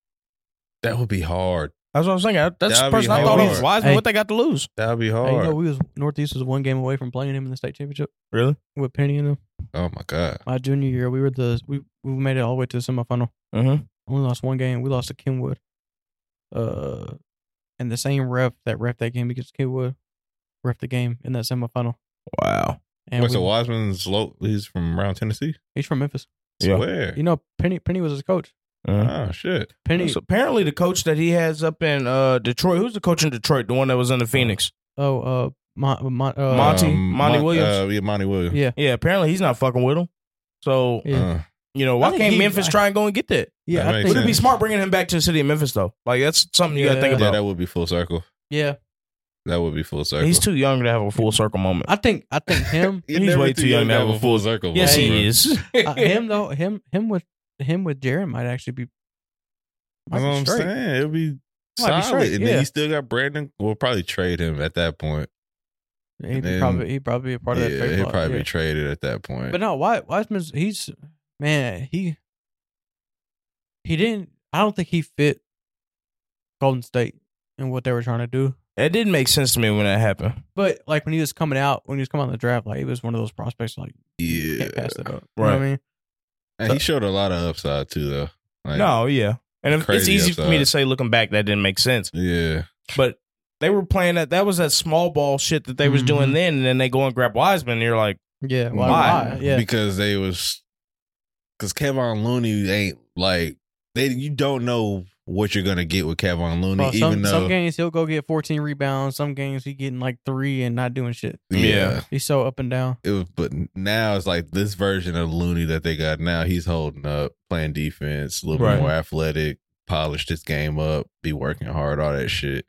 Speaker 3: that would be hard.
Speaker 2: That's what I was thinking. That's the
Speaker 3: That'd be
Speaker 2: person I thought
Speaker 1: hard.
Speaker 2: was Wiseman.
Speaker 1: Hey.
Speaker 2: What they got to lose?
Speaker 3: That would be
Speaker 1: Hey, you know,
Speaker 3: hard.
Speaker 1: we was Northeast was one game away from playing him in the state championship
Speaker 2: Really?
Speaker 1: with Penny and them.
Speaker 3: Oh my god.
Speaker 1: My junior year, we were the we we made it all the way to the semifinal.
Speaker 2: Mm-hmm.
Speaker 1: Only lost one game. We lost to Kenwood. Uh, and the same ref that ref that game against Kenwood, ref the game in that semifinal.
Speaker 2: Wow.
Speaker 1: And
Speaker 3: Wait,
Speaker 1: we-
Speaker 3: so Wiseman's low. He's from around Tennessee.
Speaker 1: he's from Memphis.
Speaker 2: Yeah.
Speaker 3: Where?
Speaker 1: You know, Penny Penny was his coach.
Speaker 2: Uh-huh.
Speaker 3: Oh shit!
Speaker 1: Penny,
Speaker 2: So apparently, the coach that he has up in uh, Detroit, who's the coach in Detroit? The one that was in the Phoenix.
Speaker 1: oh, uh, Mon, Mon, uh,
Speaker 2: Monty? Monty Williams?
Speaker 3: Uh, yeah, Monty Williams.
Speaker 1: yeah,
Speaker 2: Yeah, apparently he's not fucking with him. So
Speaker 1: yeah,
Speaker 3: Uh,
Speaker 2: you know
Speaker 1: I
Speaker 2: why
Speaker 1: think
Speaker 2: can't
Speaker 1: he-
Speaker 2: Memphis try and go and get that?
Speaker 1: yeah.
Speaker 3: that
Speaker 1: I
Speaker 3: makes
Speaker 1: think
Speaker 2: Would it be
Speaker 3: sense.
Speaker 2: smart bringing him back to the city of Memphis though? Like that's something you got to think
Speaker 1: Yeah.
Speaker 2: about.
Speaker 3: yeah, that would be full circle.
Speaker 1: yeah.
Speaker 3: That would be full circle.
Speaker 2: He's too young to have a full circle moment.
Speaker 1: I think I think him
Speaker 3: You're
Speaker 2: he's
Speaker 3: never
Speaker 2: way too young to have a
Speaker 3: full circle.
Speaker 2: yes,
Speaker 3: moment,
Speaker 2: he
Speaker 3: bro.
Speaker 2: is.
Speaker 1: uh, him though him him with him with Jared might actually be. might
Speaker 3: That's
Speaker 1: be
Speaker 3: what I'm
Speaker 1: straight.
Speaker 3: saying. It'll be
Speaker 1: Might be
Speaker 3: solid.
Speaker 1: straight,
Speaker 3: and then
Speaker 1: yeah.
Speaker 3: you still got Brandon. We'll probably trade him at that point.
Speaker 1: He'd be
Speaker 3: then-
Speaker 1: probably he'd probably be a part
Speaker 3: yeah,
Speaker 1: of that. trade
Speaker 3: he'll
Speaker 1: block,
Speaker 3: probably
Speaker 1: yeah.
Speaker 3: be traded at that point.
Speaker 1: But no, Wy- Wiseman's he's man, he he didn't I don't think he fit Golden State and what they were trying to do.
Speaker 2: That didn't make sense to me when that happened.
Speaker 1: But like when he was coming out, when he was coming out in the draft, like he was one of those prospects like you
Speaker 3: yeah,
Speaker 1: can't pass that up. You know what I mean?
Speaker 3: and he showed a lot of upside too, though. Like,
Speaker 2: no, yeah. And if, it's
Speaker 3: Crazy
Speaker 2: easy for me
Speaker 3: upside.
Speaker 2: to say looking back that didn't make sense.
Speaker 3: yeah,
Speaker 2: But they were playing that that was that small ball shit that they was
Speaker 1: Mhm.
Speaker 2: doing then and then they go and grab Wiseman and you're like,
Speaker 1: Yeah, why,
Speaker 2: Why?
Speaker 1: why? Yeah.
Speaker 3: because they was because Kevin Looney ain't like they. You don't know what you're gonna get with Kevin Looney,
Speaker 1: Well,
Speaker 3: even
Speaker 1: some,
Speaker 3: though
Speaker 1: some games he'll go get 14 rebounds. Some games he getting like three and not doing shit.
Speaker 3: yeah,
Speaker 1: He's so up and down.
Speaker 3: it was, but now it's like this version of Looney that they got now. He's holding up, playing defense, a little
Speaker 2: Right.
Speaker 3: bit more athletic, polish this game up, be working hard, all that shit.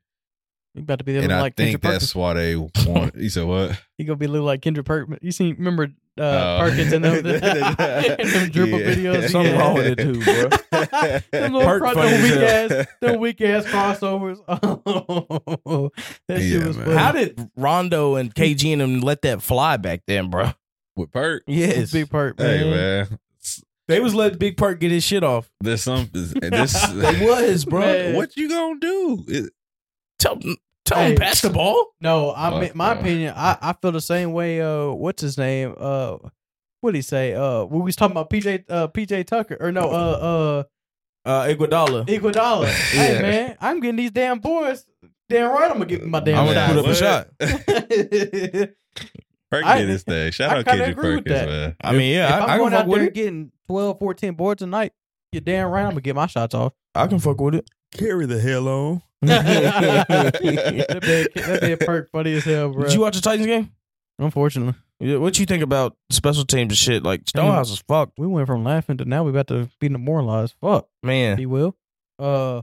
Speaker 1: He about to be
Speaker 3: and
Speaker 1: living
Speaker 3: I
Speaker 1: like Kendrick
Speaker 3: think
Speaker 1: Perkins.
Speaker 3: that's why they want. you said what?
Speaker 1: He gonna be living like Kendrick Perkins. You seen remember uh,
Speaker 3: Oh.
Speaker 1: Perkins and them, in them dribble
Speaker 3: Yeah.
Speaker 1: videos?
Speaker 2: Something
Speaker 1: Yeah.
Speaker 2: wrong with it too, bro.
Speaker 1: Them little
Speaker 2: Perk
Speaker 1: cro-
Speaker 2: funny
Speaker 1: them
Speaker 2: as
Speaker 1: weak
Speaker 2: hell.
Speaker 1: ass, them weak ass crossovers. Oh, that shit
Speaker 3: Yeah,
Speaker 1: was
Speaker 3: man.
Speaker 1: funny.
Speaker 2: How did Rondo and KG and them let that fly back then, bro?
Speaker 3: With Perk,
Speaker 2: Yes.
Speaker 1: Big part, man.
Speaker 3: hey man,
Speaker 2: They was letting Big Perk get his shit off.
Speaker 3: there's some. This
Speaker 2: They was, bro.
Speaker 1: Man.
Speaker 3: what you gonna do? It-
Speaker 2: Tell, tell
Speaker 1: Hey.
Speaker 2: him pass the ball.
Speaker 1: No, I
Speaker 3: Fuck,
Speaker 1: mean, my
Speaker 3: bro.
Speaker 1: opinion. I, I feel the same way. Uh, what's his name? Uh, what did he say? Uh, we was talking about PJ uh PJ Tucker or no uh uh
Speaker 2: Uh, Iguodala.
Speaker 1: Iguodala. Hey
Speaker 3: Yeah.
Speaker 1: man, I'm getting these damn boys. Damn right, I'm gonna get my damn
Speaker 2: I'm gonna
Speaker 1: shot.
Speaker 2: put up a
Speaker 3: What?
Speaker 2: shot.
Speaker 3: Perk
Speaker 1: I-
Speaker 3: did his thing. Shout
Speaker 1: I
Speaker 3: out
Speaker 1: kinda
Speaker 3: Kendrick
Speaker 1: agree with
Speaker 3: Perkins,
Speaker 1: that.
Speaker 3: man.
Speaker 2: I mean, yeah,
Speaker 1: if
Speaker 2: I, I
Speaker 1: I'm
Speaker 2: can
Speaker 1: going
Speaker 2: fuck
Speaker 1: out
Speaker 2: with
Speaker 1: there
Speaker 2: it.
Speaker 1: getting 12, 14 boards a night, you're damn right I'm gonna get my shots off.
Speaker 2: I can fuck with it.
Speaker 3: Carry the hell on.
Speaker 1: that big that big perk funny as hell, bro.
Speaker 2: Did you watch the Titans game?
Speaker 1: Unfortunately,
Speaker 2: Yeah, what you think about special teams and shit?
Speaker 1: Mm.
Speaker 2: Like Stonehouse is fucked,
Speaker 1: we went from laughing to now we about to be demoralized. Fuck,
Speaker 2: man.
Speaker 1: he will. Uh,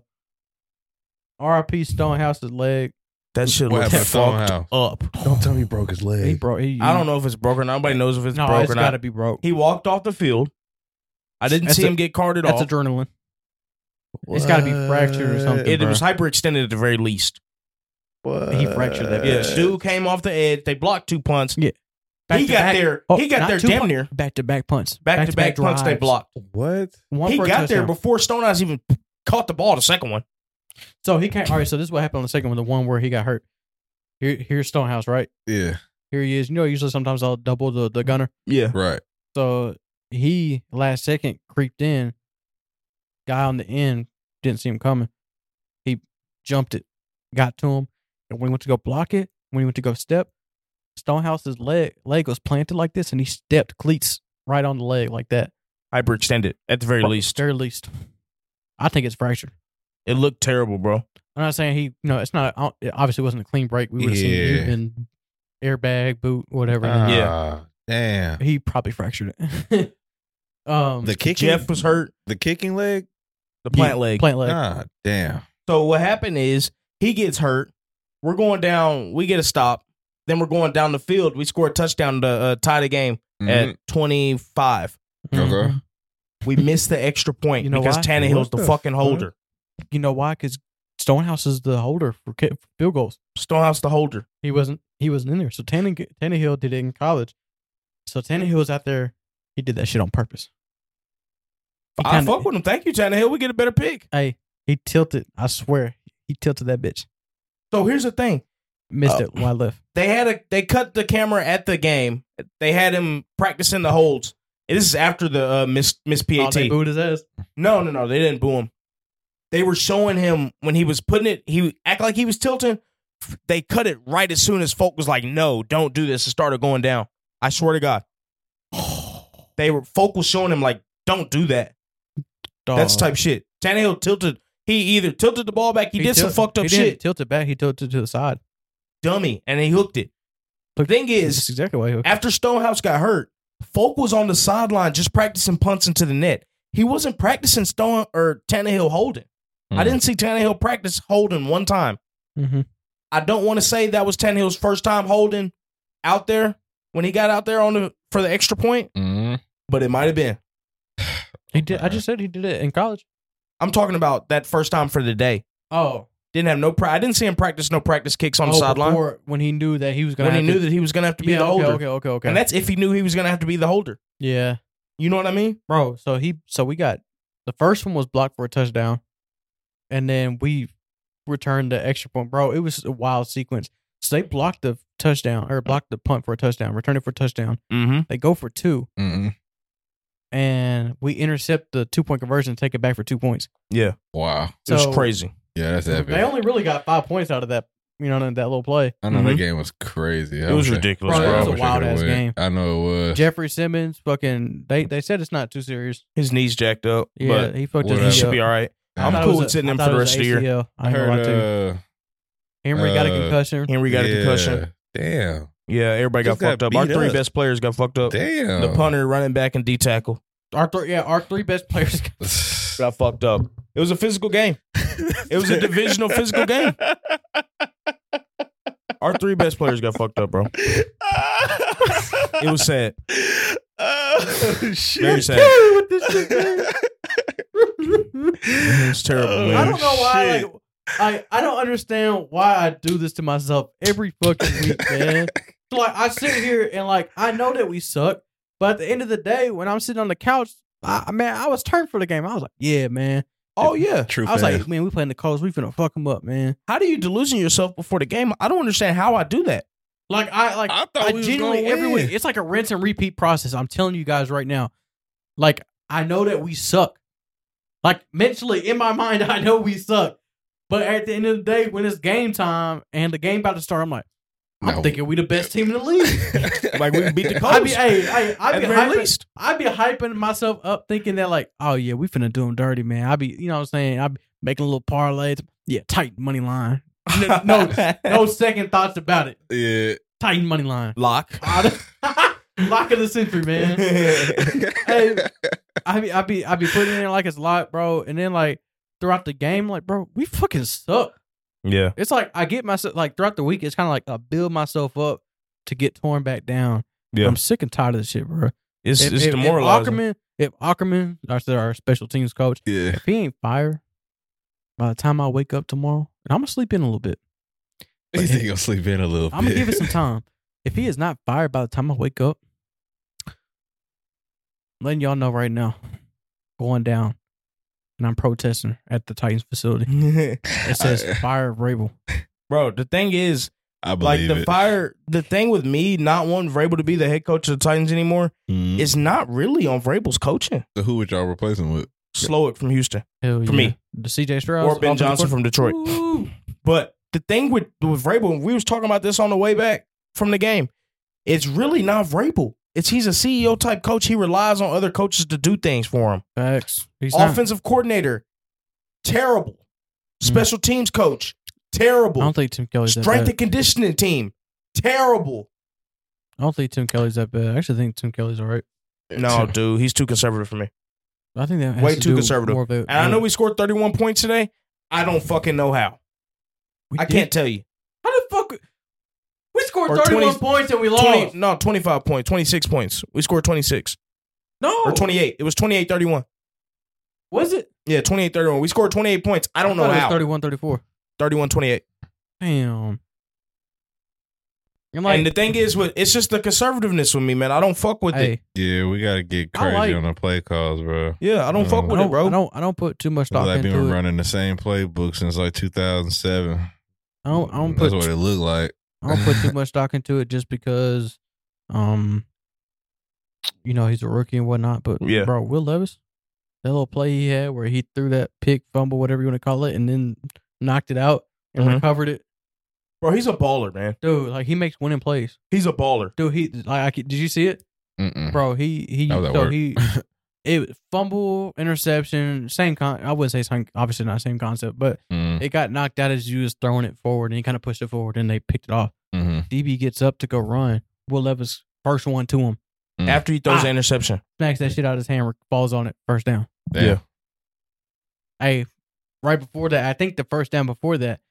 Speaker 1: R.I.P. Stonehouse's leg.
Speaker 2: That shit
Speaker 3: What
Speaker 2: was
Speaker 3: happened
Speaker 2: fucked
Speaker 3: to Stonehouse?
Speaker 2: up.
Speaker 3: Don't tell me he broke his leg.
Speaker 1: He broke. He,
Speaker 2: I don't know if it's broken. Nobody knows if it's
Speaker 1: No,
Speaker 2: broken.
Speaker 1: it's got to be broke.
Speaker 2: He walked off the field. I didn't
Speaker 1: That's
Speaker 2: see
Speaker 1: a-
Speaker 2: him get carted
Speaker 1: That's
Speaker 2: off.
Speaker 1: adrenaline. It's got to be fractured or something.
Speaker 2: it,
Speaker 1: bro.
Speaker 2: was hyperextended at the very least.
Speaker 1: He fractured that
Speaker 2: Yeah,
Speaker 1: bitch.
Speaker 2: dude came off the edge. They blocked two punts.
Speaker 1: Yeah. Back
Speaker 2: he
Speaker 1: to
Speaker 2: got
Speaker 1: back-
Speaker 2: there.
Speaker 1: Oh,
Speaker 2: he got
Speaker 1: not
Speaker 2: there
Speaker 1: two
Speaker 2: damn
Speaker 1: pun-
Speaker 2: near
Speaker 1: back to back punts.
Speaker 2: back to back punts. They
Speaker 1: drives.
Speaker 2: blocked.
Speaker 3: What?
Speaker 1: One
Speaker 2: He
Speaker 1: for a
Speaker 2: got there
Speaker 1: touchdown.
Speaker 2: before Stonehouse even caught the ball. The second one.
Speaker 1: So he can't. All right. So this is what happened on the second one, the one where he got hurt. Here, here's Stonehouse, right?
Speaker 3: Yeah.
Speaker 1: Here he is. You know, usually sometimes I'll double the, the gunner.
Speaker 2: Yeah,
Speaker 3: Right.
Speaker 1: So he last second creeped in. Guy on the end didn't see him coming. He jumped it, got to him, and when he went to go block it, when he went to go step, Stonehouse's leg leg was planted like this, and he stepped cleats right on the leg like that.
Speaker 2: hyperextended at the very least.
Speaker 1: Or at least, I think it's fractured.
Speaker 2: It looked terrible, bro.
Speaker 1: I'm not saying he. No, it's not. I don't- It obviously wasn't a clean break. We would have seen
Speaker 3: Yeah.
Speaker 1: you in airbag, boot, whatever.
Speaker 3: Ah, Damn.
Speaker 1: He probably fractured it. um,
Speaker 3: The kicking.
Speaker 2: Jeff was hurt.
Speaker 3: The kicking leg.
Speaker 2: The
Speaker 1: yeah,
Speaker 2: plant leg.
Speaker 1: Plant leg.
Speaker 3: Ah, damn.
Speaker 2: So what happened is he gets hurt. We're going down. We get a stop. Then we're going down the field. We score a touchdown to uh, tie the game
Speaker 3: Mhm.
Speaker 2: at 25.
Speaker 1: Uh-huh.
Speaker 3: Okay.
Speaker 2: We miss the extra point
Speaker 1: You know
Speaker 2: because
Speaker 1: why?
Speaker 2: Tannehill's
Speaker 3: What
Speaker 2: the,
Speaker 3: the
Speaker 2: fucking
Speaker 3: fuck?
Speaker 2: holder.
Speaker 1: You know why? Because Stonehouse is the holder for ki- for field goals.
Speaker 2: Stonehouse the holder.
Speaker 1: He wasn't. He wasn't in there. So Tannehill, Tannehill did it in college. So Tannehill was out there. He did that shit on purpose. He
Speaker 2: I
Speaker 1: kinda-
Speaker 2: fuck with him. Thank you, Tannehill. We get a better pick.
Speaker 1: Hey, he tilted. I swear, he tilted that bitch.
Speaker 2: So here's the thing.
Speaker 1: Missed
Speaker 2: Oh.
Speaker 1: it. Wide left.
Speaker 2: They had a they cut the camera at the game. They had him practicing the holds. And this is after the uh, miss miss PAT.
Speaker 1: Oh, they booed his ass.
Speaker 2: No, no, no. They didn't boo him. They were showing him when he was putting it, he act like he was tilting. They cut it right as soon as folk was like, no, don't do this. It started going down. I swear to God. They were folk was showing him like, don't do that. That's
Speaker 1: Dog.
Speaker 2: the type shit. Tannehill tilted. He either tilted the ball back, he, did some
Speaker 1: tilt-
Speaker 2: fucked up
Speaker 1: he
Speaker 2: shit,
Speaker 1: didn't tilt it back. He tilted to the side.
Speaker 2: dummy, and he hooked it. The thing
Speaker 1: That's
Speaker 2: is,
Speaker 1: exactly why he
Speaker 2: after Stonehouse got hurt, Folk was on the sideline just practicing punts into the net. He wasn't practicing Stone or Tannehill holding. I
Speaker 3: Mm.
Speaker 1: Hmm.
Speaker 2: didn't see Tannehill practice holding one time.
Speaker 1: Mhm.
Speaker 2: I don't want to say that was Tannehill's first time holding out there when he got out there on the for the extra point,
Speaker 3: Mhm.
Speaker 2: but it might have been.
Speaker 1: He did. I just said he did it in college.
Speaker 2: I'm talking about that first time for the day.
Speaker 1: Oh,
Speaker 2: Didn't have no. Pra- I didn't see him practice no practice kicks on the sideline
Speaker 1: when he knew that he was gonna.
Speaker 2: when
Speaker 1: have
Speaker 2: he knew
Speaker 1: to-
Speaker 2: that he was gonna have to be
Speaker 1: yeah,
Speaker 2: the
Speaker 1: okay,
Speaker 2: holder,
Speaker 1: Okay, okay, okay.
Speaker 2: and that's if he knew he was gonna have to be the holder.
Speaker 1: yeah,
Speaker 2: You know what I mean?
Speaker 1: bro. So he. So we got the first one was blocked for a touchdown, and then we returned the extra point, bro. It was a wild sequence. So they blocked the touchdown or blocked the punt for a touchdown, returned it for a touchdown.
Speaker 2: Mm-hmm.
Speaker 1: They go for two,
Speaker 3: Mhm.
Speaker 1: and we intercept the two point conversion, take it back for two points.
Speaker 3: Wow.
Speaker 2: It was
Speaker 1: So-
Speaker 2: crazy.
Speaker 3: Yeah, that's epic.
Speaker 1: They only really got five points out of that, you know, that little play.
Speaker 3: I know that
Speaker 2: Mhm.
Speaker 3: game was crazy. I
Speaker 2: It was
Speaker 3: wish I-
Speaker 2: ridiculous,
Speaker 3: I
Speaker 2: bro.
Speaker 1: It was a
Speaker 3: wish I could've
Speaker 1: wild-ass
Speaker 3: went.
Speaker 1: game.
Speaker 3: I know it was.
Speaker 1: Jeffrey Simmons, fucking, they they said it's not too serious.
Speaker 2: His knees jacked up,
Speaker 1: Yeah, he fucked his
Speaker 3: whatever.
Speaker 2: but he
Speaker 1: knee
Speaker 2: should
Speaker 1: up.
Speaker 2: be all right.
Speaker 3: I
Speaker 2: I'm
Speaker 1: I
Speaker 3: thought it
Speaker 2: cool
Speaker 1: was a-
Speaker 2: with sitting
Speaker 1: I
Speaker 2: him
Speaker 1: thought
Speaker 2: for the
Speaker 1: it
Speaker 2: rest
Speaker 1: was
Speaker 2: of the year.
Speaker 1: ACL.
Speaker 3: I
Speaker 1: I heard
Speaker 3: heard.
Speaker 1: uh,
Speaker 3: Uh,
Speaker 1: Henry got a
Speaker 3: uh,
Speaker 1: concussion.
Speaker 2: Henry got
Speaker 3: yeah.
Speaker 2: a concussion.
Speaker 3: Damn.
Speaker 2: Yeah, everybody got
Speaker 3: Just got
Speaker 2: fucked up. Our
Speaker 3: beat
Speaker 2: three
Speaker 3: up.
Speaker 2: best players got fucked up.
Speaker 3: Damn.
Speaker 2: The punter, running back, and D tackle
Speaker 1: Our three, yeah, our three best players.
Speaker 2: got fucked up. It was a physical game. It was a divisional physical game. Our three best players got fucked up, bro. It was sad.
Speaker 3: oh, shit.
Speaker 2: Very sad.
Speaker 1: I
Speaker 2: It was terrible,
Speaker 3: Oh,
Speaker 2: man.
Speaker 1: don't know why.
Speaker 3: Shit.
Speaker 1: Like, I I don't understand why I do this to myself every fucking week, man. like I sit here and like I know that we suck, but at the end of the day, when I'm sitting on the couch, I man, I was turned for the game. I was like, yeah, man.
Speaker 2: Oh yeah.
Speaker 3: True.
Speaker 1: I was
Speaker 3: fan.
Speaker 1: like, man, we playing the Colts. We finna fuck them up, man.
Speaker 2: How do you delusion yourself before the game? I don't understand how I do that.
Speaker 1: Like I like
Speaker 3: I thought
Speaker 1: I
Speaker 3: we was
Speaker 1: genuinely
Speaker 3: gonna
Speaker 1: every
Speaker 3: win.
Speaker 1: week. It's like a rinse and repeat process. I'm telling you guys right now. Like I know that we suck. Like mentally in my mind, I know we suck. But at the end of the day, when it's game time and the game about to start, I'm like, I'm
Speaker 3: No.
Speaker 1: thinking we the best team in the league.
Speaker 2: Like we beat the Colts.
Speaker 1: I be, hey, hey, I
Speaker 2: At
Speaker 1: be
Speaker 2: the very
Speaker 1: hyping,
Speaker 2: least.
Speaker 1: I be hyping myself up, thinking that like, oh yeah, we finna do them dirty, man. I be, you know, what I'm saying, I be making a little parlays. Yeah, Titan money line. No, no, no second thoughts about it.
Speaker 3: yeah.
Speaker 1: Titan money line.
Speaker 2: Lock.
Speaker 1: Lock of the century, man. Hey, I be I be I be putting in like it's a lot, bro. And then like throughout the game, like bro, we fucking suck.
Speaker 2: yeah.
Speaker 1: It's like I get myself like throughout the week, it's kind of like I build myself up to get torn back down.
Speaker 2: Yeah.
Speaker 1: I'm sick and tired of this shit, bro.
Speaker 2: It's,
Speaker 1: If,
Speaker 2: it's
Speaker 1: if, if
Speaker 2: demoralizing.
Speaker 1: Ackerman, if Ackerman, our, our special teams coach,
Speaker 3: yeah.
Speaker 1: if he ain't fired by the time I wake up tomorrow, and I'm gonna sleep in a little bit.
Speaker 3: You think I'll sleep in a little
Speaker 1: I'm gonna
Speaker 3: bit.
Speaker 1: give it some time. If he is not fired by the time I wake up, letting y'all know right now, going down, and I'm protesting at the Titans facility. It says
Speaker 3: I,
Speaker 1: fire Rabel.
Speaker 2: Bro, the thing is,
Speaker 3: I
Speaker 2: like
Speaker 3: believe
Speaker 2: the
Speaker 3: it.
Speaker 2: fire the thing with me not wanting Vrabel to be the head coach of the Titans anymore
Speaker 3: Mhm.
Speaker 2: is not really on Vrabel's coaching.
Speaker 3: So who would y'all replace him with?
Speaker 2: Slowick from Houston
Speaker 1: Hell yeah.
Speaker 2: For me.
Speaker 1: the CJ Stroud
Speaker 2: or Ben Johnson from Detroit.
Speaker 1: Ooh.
Speaker 2: But the thing with with Vrabel, and we was talking about this on the way back from the game. It's really not Vrabel. It's he's a CEO type coach. He relies on other coaches to do things for him.
Speaker 1: Facts. He's not,
Speaker 2: Offensive coordinator, terrible.
Speaker 3: Mm-hmm.
Speaker 2: Special teams coach,
Speaker 1: I
Speaker 2: terrible.
Speaker 1: don't think Tim Kelly's Oh, that
Speaker 2: Strength
Speaker 1: bad.
Speaker 2: and conditioning team, terrible.
Speaker 1: I don't think Tim Kelly's that bad. I actually think Tim Kelly's all right.
Speaker 2: No, dude, he's too conservative for me.
Speaker 1: I think that has
Speaker 2: Way
Speaker 1: to
Speaker 2: too
Speaker 1: do
Speaker 2: conservative.
Speaker 1: more of a-
Speaker 2: And I know we scored 31 points today. I don't fucking know how.
Speaker 1: We
Speaker 2: I
Speaker 1: did-
Speaker 2: can't tell you.
Speaker 1: How the fuck? We scored
Speaker 2: Or
Speaker 1: 31
Speaker 2: 20
Speaker 1: points and we lost.
Speaker 2: 20, no, 25 points, 26 points. We scored 26
Speaker 1: no,
Speaker 2: or 28. It was 28 31.
Speaker 1: was it?
Speaker 2: Yeah, 28 31. We scored 28 points. I don't
Speaker 1: I
Speaker 2: know
Speaker 1: thought it was
Speaker 2: how.
Speaker 1: 31 34.
Speaker 2: 31 28.
Speaker 1: Damn. I'm like,
Speaker 2: and the thing is, with it's just the conservativeness with me, man. I don't fuck with it.
Speaker 1: hey,
Speaker 3: Yeah, we gotta get
Speaker 1: I
Speaker 3: crazy
Speaker 1: like-
Speaker 3: on the play calls, bro.
Speaker 2: Yeah, I don't fuck
Speaker 1: I
Speaker 3: Mm.
Speaker 2: with it,
Speaker 1: don't, I
Speaker 2: bro.
Speaker 1: don't, I don't put too much stock
Speaker 3: Like
Speaker 1: into
Speaker 3: been
Speaker 1: it.
Speaker 3: running the same playbook since like 2007.
Speaker 1: I don't, I don't
Speaker 3: That's
Speaker 1: put,
Speaker 3: what it looked like.
Speaker 1: I don't put too much stock into it just because, um, you know he's a rookie and whatnot. But
Speaker 2: Yeah.
Speaker 1: bro, Will Levis, that little play he had where he threw that pick, fumble, whatever you want to call it, and then knocked it out and
Speaker 3: Mm-hmm.
Speaker 2: Mhm.
Speaker 1: recovered it.
Speaker 2: Bro, he's a baller, man.
Speaker 1: Dude, like he makes winning plays.
Speaker 2: He's a baller.
Speaker 1: Dude, he like I, could- did you see it?
Speaker 3: Mm-mm.
Speaker 1: bro. He he.
Speaker 3: That was at
Speaker 1: so
Speaker 3: work.
Speaker 1: he it was fumble interception. Same con. I wouldn't say same. Obviously not same concept, but
Speaker 3: Mm,
Speaker 1: it got knocked out as you was throwing it forward, and he kind of pushed it forward, and they picked it off.
Speaker 3: mhm,
Speaker 1: DB gets up to go run. Will Levis first one to him,
Speaker 3: Mm.
Speaker 2: After he throws
Speaker 1: Ah.
Speaker 2: the interception,
Speaker 1: smacks that shit out of his hand, falls on it, first down.
Speaker 3: damn.
Speaker 1: Hey, right before that, I think the first down before that,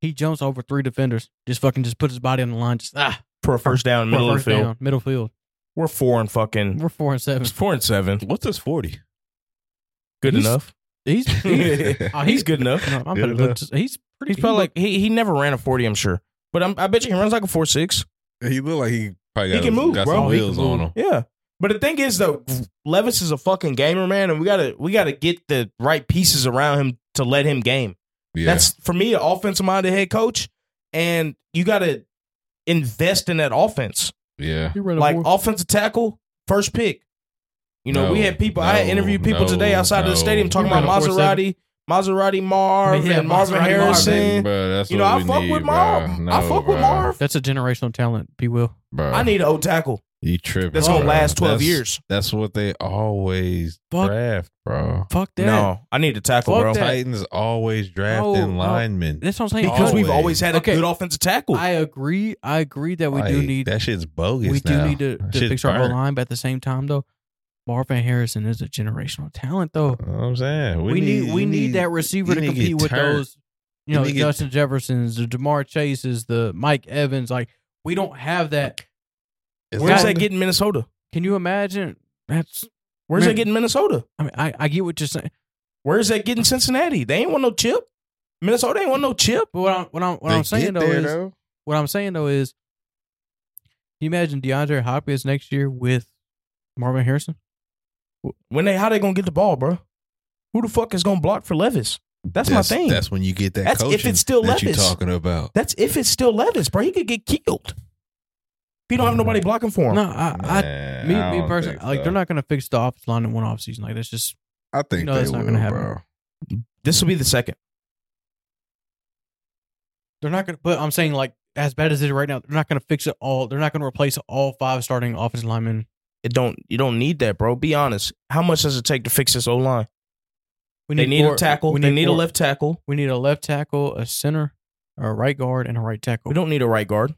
Speaker 1: He jumps over three defenders. Just fucking just put his body on the line. Just ah,
Speaker 2: for a first down in
Speaker 1: for a
Speaker 2: middle of
Speaker 1: first
Speaker 2: the field. Mm.
Speaker 1: down, middle field.
Speaker 2: We're four and fucking
Speaker 1: We're four and seven.
Speaker 2: it's four and seven.
Speaker 3: What's this forty?
Speaker 2: Good
Speaker 1: He's-
Speaker 2: enough.
Speaker 1: He's uh,
Speaker 2: Oh, he's good enough.
Speaker 1: No, I'm
Speaker 3: Good
Speaker 1: gonna look.
Speaker 3: enough.
Speaker 1: Just, he's pretty.
Speaker 2: He's probably
Speaker 1: he look-
Speaker 2: like he, he never ran a forty, I'm sure. But I'm, I bet you he runs like a four six.
Speaker 3: He look like he probably
Speaker 2: He
Speaker 3: got,
Speaker 2: can move,
Speaker 3: got
Speaker 2: bro. Oh,
Speaker 3: some
Speaker 2: He
Speaker 3: wheels
Speaker 1: can
Speaker 3: on
Speaker 1: move.
Speaker 3: him.
Speaker 2: Yeah. But the thing is though, Levis is a fucking gamer, man, and we gotta we gotta get the right pieces around him to let him game.
Speaker 3: Yeah.
Speaker 2: That's for me, an offensive minded head coach, and you gotta invest in that offense.
Speaker 3: yeah.
Speaker 1: he ran a
Speaker 2: like
Speaker 1: four-
Speaker 2: offensive tackle, first pick. You know,
Speaker 3: No,
Speaker 2: we had people. I had
Speaker 3: no,
Speaker 2: interviewed people
Speaker 3: no,
Speaker 2: today outside of the
Speaker 3: no.
Speaker 2: stadium talking
Speaker 1: You
Speaker 2: about
Speaker 1: ran a
Speaker 2: Maserati, Maserati Marv,
Speaker 1: Yeah,
Speaker 2: and Marvin
Speaker 1: Maserati
Speaker 2: Harrison.
Speaker 3: Bro, that's
Speaker 2: You know,
Speaker 3: what
Speaker 2: I
Speaker 3: we
Speaker 2: fuck
Speaker 3: need,
Speaker 2: with Marv.
Speaker 3: bruh.
Speaker 2: I
Speaker 3: No,
Speaker 2: fuck with
Speaker 3: bruh.
Speaker 2: Marv.
Speaker 1: that's a generational talent. P. Will
Speaker 3: Bruh.
Speaker 2: I need an O tackle.
Speaker 3: You tripping?
Speaker 2: That's gonna
Speaker 3: bruh.
Speaker 2: last 12
Speaker 3: That's-
Speaker 2: years.
Speaker 3: That's what they always
Speaker 1: Fuck.
Speaker 3: draft, bro.
Speaker 1: fuck that.
Speaker 2: No, I need a tackle,
Speaker 1: Fuck
Speaker 2: bro.
Speaker 1: that.
Speaker 3: Titans always
Speaker 1: No,
Speaker 3: drafting
Speaker 1: no.
Speaker 3: linemen.
Speaker 1: That's what I'm saying.
Speaker 2: Because
Speaker 1: Always.
Speaker 2: we've always had a
Speaker 1: Okay.
Speaker 2: good offensive tackle.
Speaker 1: I agree. I agree that we do
Speaker 3: Like,
Speaker 1: need
Speaker 3: that shit's bogus.
Speaker 1: we do
Speaker 3: now.
Speaker 1: need to,
Speaker 3: That
Speaker 1: to
Speaker 3: shit's
Speaker 1: fix our O
Speaker 3: burnt.
Speaker 1: line, but at the same time though, Marvin Harrison is a generational talent though.
Speaker 3: You know what I'm saying
Speaker 1: We, need, we
Speaker 3: you
Speaker 1: need, that receiver
Speaker 3: you
Speaker 1: to
Speaker 3: need to
Speaker 1: compete
Speaker 3: get
Speaker 1: with
Speaker 3: turned.
Speaker 1: those, you
Speaker 3: You
Speaker 1: know,
Speaker 3: need to get-
Speaker 1: Justin Jeffersons, the Jamar Chases, the Mike Evans. Like we don't have that.
Speaker 3: It's
Speaker 2: Where's
Speaker 3: not-
Speaker 2: that getting Minnesota?
Speaker 1: Can you imagine? That's
Speaker 2: Where's
Speaker 1: Man.
Speaker 2: that getting Minnesota?
Speaker 1: I mean I, I get what you're saying,
Speaker 2: Where's that getting Cincinnati? They ain't want no chip. Minnesota ain't want no chip.
Speaker 1: but what I'm what I'm what
Speaker 3: they
Speaker 1: I'm saying
Speaker 3: get
Speaker 1: though
Speaker 3: there,
Speaker 1: is what I'm saying though is, can you imagine DeAndre Hopkins next year with Marvin Harrison?
Speaker 2: When they how they gonna get the ball, bro? Who the fuck is gonna block for Levis? That's, my thing. That's,
Speaker 3: That's when you get that
Speaker 2: That's if
Speaker 3: coaching
Speaker 2: it's still
Speaker 3: that you
Speaker 2: Levis.
Speaker 3: talking about.
Speaker 2: if it's still Levis, bro. He could get killed. If he don't have nobody blocking for him.
Speaker 1: No, I, I
Speaker 3: Man,
Speaker 1: me,
Speaker 3: I
Speaker 1: me
Speaker 3: don't
Speaker 1: personally,
Speaker 3: think
Speaker 1: like
Speaker 3: so.
Speaker 1: they're not gonna fix the offensive line in one offseason. Like that's just
Speaker 3: I think
Speaker 1: No,
Speaker 3: they
Speaker 1: that's not
Speaker 3: will,
Speaker 1: gonna happen.
Speaker 3: bro.
Speaker 2: This will be the second.
Speaker 1: they're not gonna. But I'm saying like as bad as it is right now, they're not gonna fix it all. They're not gonna replace all five starting offensive linemen.
Speaker 2: It don't you don't need that, bro. Be honest. How much does it take to fix this O line?
Speaker 1: We
Speaker 2: They need
Speaker 1: four-
Speaker 2: a tackle.
Speaker 1: We
Speaker 2: They need a
Speaker 1: four-
Speaker 2: left tackle.
Speaker 1: We need a left tackle, a center, a right guard, and a right tackle.
Speaker 2: We don't need a right guard.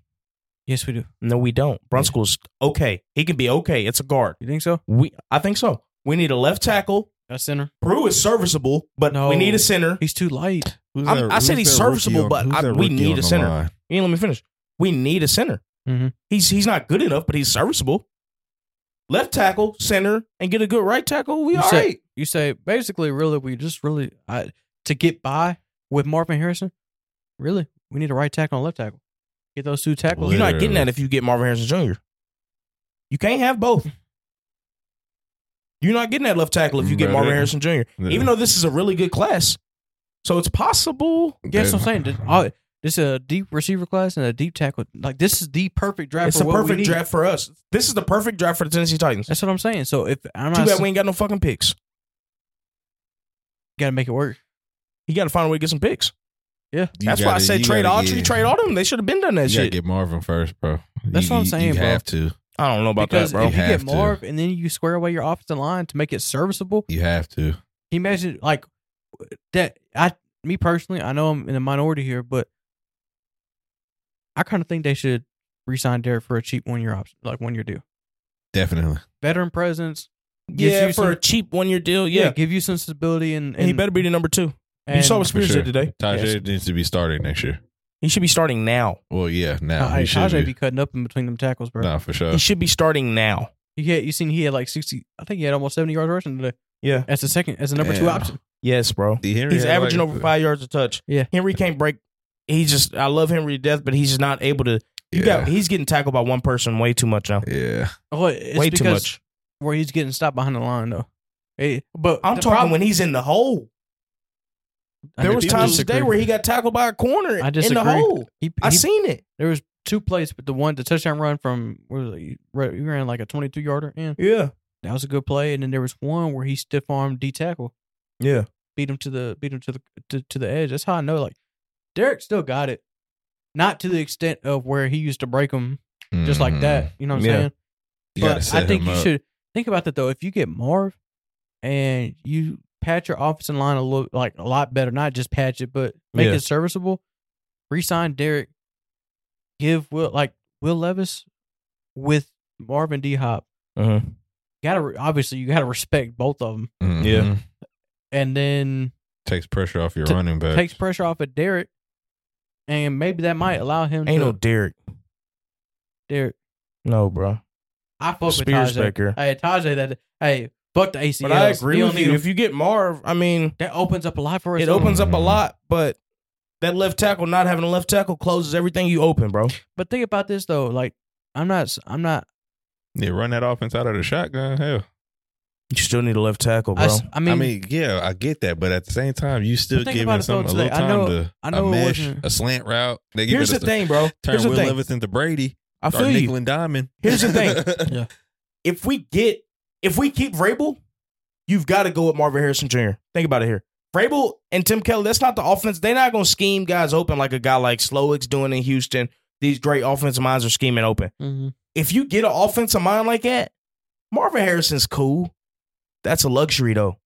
Speaker 1: yes, we do.
Speaker 2: No, we don't. Brunskill's okay. He can be okay. It's a guard.
Speaker 1: You think so?
Speaker 2: We I think so. We need a left tackle.
Speaker 1: A center.
Speaker 2: Brew is serviceable, but
Speaker 1: No.
Speaker 2: we need a center.
Speaker 1: He's too light.
Speaker 3: Who's
Speaker 2: I'm- I said
Speaker 3: who's
Speaker 2: he's
Speaker 3: that rookie
Speaker 2: serviceable,
Speaker 3: on-
Speaker 2: but
Speaker 3: who's
Speaker 2: I-
Speaker 3: that
Speaker 2: we
Speaker 3: rookie
Speaker 2: need
Speaker 3: on
Speaker 2: a
Speaker 3: the
Speaker 2: center.
Speaker 3: line?
Speaker 2: You ain't let me finish. We need a center.
Speaker 1: Mhm.
Speaker 2: He's he's not good enough, but he's serviceable. Left tackle, center, and get a good right tackle. We
Speaker 1: You
Speaker 2: all
Speaker 1: said-
Speaker 2: right.
Speaker 1: You say basically, really, we just really I, to get by with Marvin Harrison. Really, we need a right tackle and a left tackle. Get those two tackles.
Speaker 2: You're not getting
Speaker 3: Literally.
Speaker 2: that if you get Marvin Harrison Jr. You can't have both. You're not getting that left tackle if you get
Speaker 3: Better.
Speaker 2: Marvin Harrison Jr. Even though this is a really good class, so it's possible.
Speaker 1: Yeah, that's what
Speaker 3: They-
Speaker 1: I'm saying. This, all, this is a deep receiver class and a deep tackle. Like this is the perfect draft.
Speaker 2: It's
Speaker 1: for
Speaker 2: the
Speaker 1: what we
Speaker 2: perfect
Speaker 1: need.
Speaker 2: draft for us. This is the perfect draft for the Tennessee Titans.
Speaker 1: That's what I'm saying. So if I'm
Speaker 2: Too
Speaker 1: not,
Speaker 2: bad
Speaker 1: saying-
Speaker 2: we
Speaker 1: you
Speaker 2: ain't got no fucking picks.
Speaker 1: gotta make it work.
Speaker 2: You got to find a way to get some picks.
Speaker 3: You
Speaker 2: That's why I
Speaker 3: gotta-
Speaker 2: said
Speaker 3: you
Speaker 2: trade
Speaker 3: gotta
Speaker 2: Autry,
Speaker 3: get-
Speaker 2: trade all them. They should have been done that
Speaker 3: You gotta
Speaker 2: shit.
Speaker 3: get Marvin first, bro.
Speaker 1: That's
Speaker 3: You-
Speaker 1: what I'm
Speaker 3: you-
Speaker 1: saying,
Speaker 3: You
Speaker 1: bro.
Speaker 3: have to.
Speaker 2: I don't know about
Speaker 1: because
Speaker 2: that, bro.
Speaker 1: if you
Speaker 3: You have
Speaker 1: get
Speaker 3: to.
Speaker 1: Marv and then you square away your offensive line to make it serviceable,
Speaker 3: You have to.
Speaker 1: he imagine like that. I, me personally, I know I'm in the minority here, but I kind of think they should resign Derek for a cheap one year option, like one year deal.
Speaker 3: Definitely.
Speaker 1: Veteran presence, gives
Speaker 2: yeah,
Speaker 1: you
Speaker 2: for
Speaker 1: some-
Speaker 2: a cheap one year deal. Yeah,
Speaker 1: give you some stability and, and
Speaker 2: he better be the number two. you
Speaker 1: and-
Speaker 2: saw what Spears
Speaker 3: sure.
Speaker 2: did today.
Speaker 3: Tajay
Speaker 2: Yes.
Speaker 3: needs to be starting next year.
Speaker 2: He should be starting now.
Speaker 3: Well, yeah, now
Speaker 1: Nah,
Speaker 3: he should
Speaker 1: Tajay
Speaker 3: be.
Speaker 1: be cutting up in between them tackles, bro.
Speaker 3: Nah, for sure.
Speaker 2: He should be starting now.
Speaker 1: He had, you seen he had like sixty. I think he had almost seventy yards rushing today.
Speaker 2: Yeah.
Speaker 1: As the second, as the number two
Speaker 3: Damn.
Speaker 1: option.
Speaker 2: Yes, bro.
Speaker 3: D. Henry
Speaker 2: He's
Speaker 3: had,
Speaker 2: averaging
Speaker 3: like, uh,
Speaker 2: over five yards a touch.
Speaker 1: Yeah.
Speaker 2: Henry can't break. He just I love Henry to death, but he's just not able to. You
Speaker 3: Yeah.
Speaker 2: got he's getting tackled by one person way too much now.
Speaker 3: Yeah.
Speaker 1: Oh, it's
Speaker 2: way too
Speaker 1: because
Speaker 2: much.
Speaker 1: Where he's getting stopped behind the line though. Hey, but
Speaker 2: I'm
Speaker 1: the
Speaker 2: talking
Speaker 1: problem-
Speaker 2: when he's in the hole.
Speaker 1: I
Speaker 2: There was
Speaker 1: people
Speaker 2: times
Speaker 1: disagree.
Speaker 2: today where he got tackled by a corner
Speaker 1: I
Speaker 2: in
Speaker 1: disagree.
Speaker 2: the hole.
Speaker 1: He,
Speaker 2: I
Speaker 1: he-
Speaker 2: seen it.
Speaker 1: there was two plays, but the one the touchdown run from what was it? He ran- he ran like a twenty two yarder in.
Speaker 2: Yeah,
Speaker 1: That was a good play, and then there was one where he stiff armed D tackle,
Speaker 2: yeah.
Speaker 1: beat him to the beat him to the to, to the edge. That's how I know like Derek still got it, not to the extent of where he used to break him just like that. You know what I'm
Speaker 2: Yeah.
Speaker 1: saying?
Speaker 3: Mm-hmm. You gotta
Speaker 1: But
Speaker 3: set
Speaker 1: I think
Speaker 3: him
Speaker 1: you
Speaker 3: up.
Speaker 1: should think about that though. If you get Marv and you patch your offensive line a little like a lot better, not just patch it, but make
Speaker 2: Yeah.
Speaker 1: it serviceable. Resign Derek. Give Will like Will Levis with Marvin D Hop.
Speaker 2: Uh-huh.
Speaker 3: Mm-hmm.
Speaker 1: Gotta re- obviously you gotta respect both of them,
Speaker 3: Mhm.
Speaker 2: Yeah.
Speaker 1: and then
Speaker 3: Takes pressure off your
Speaker 1: Ta-
Speaker 3: running back.
Speaker 1: takes pressure off of Derek, and maybe that might allow him
Speaker 2: Ain't
Speaker 1: to.
Speaker 2: no Derek.
Speaker 1: Derek,
Speaker 2: No, bro.
Speaker 1: I fuck with
Speaker 2: Spears
Speaker 1: Tajay.
Speaker 2: Baker.
Speaker 1: Hey, Tajay, that hey, fuck the ACL.
Speaker 2: But I agree with you.
Speaker 1: Need
Speaker 2: If
Speaker 1: him.
Speaker 2: you get Marv, I mean,
Speaker 1: that opens up a lot for us.
Speaker 2: it opens up a
Speaker 3: Mhm.
Speaker 2: lot, but that left tackle not having a left tackle closes everything you open, bro.
Speaker 1: But think about this though. Like, I'm not. I'm not.
Speaker 3: Yeah, run that offense out of the shotgun. Hell,
Speaker 2: You still need a left tackle,
Speaker 1: I,
Speaker 2: Oh, bro.
Speaker 1: s- I mean,
Speaker 3: I mean, yeah, I get that, but at the same time, you still
Speaker 1: But think
Speaker 3: giving
Speaker 1: about it,
Speaker 3: some
Speaker 1: though,
Speaker 3: a
Speaker 1: today.
Speaker 3: little
Speaker 1: I
Speaker 3: time
Speaker 1: know-
Speaker 3: to
Speaker 1: I know
Speaker 3: a
Speaker 1: it
Speaker 3: mesh,
Speaker 1: wasn't-
Speaker 3: a slant route. They give
Speaker 2: Here's
Speaker 3: it
Speaker 2: the
Speaker 3: a,
Speaker 2: thing, bro.
Speaker 3: Turn
Speaker 2: Here's the
Speaker 3: Will
Speaker 2: thing.
Speaker 3: Levis into Brady.
Speaker 2: I
Speaker 3: Or
Speaker 2: feel
Speaker 3: nickel
Speaker 2: you.
Speaker 3: and diamond.
Speaker 2: Here's the thing.
Speaker 1: Yeah.
Speaker 2: If we get, if we keep Vrabel, you've got to go with Marvin Harrison Jr. Think about it here. Vrabel and Tim Kelly, that's not the offense. They're not going to scheme guys open like a guy like Slowick's doing in Houston. These great offensive minds are scheming open.
Speaker 3: Mm-hmm.
Speaker 1: mhm.
Speaker 2: if you get an offensive mind like that, Marvin Harrison's cool. That's a luxury though.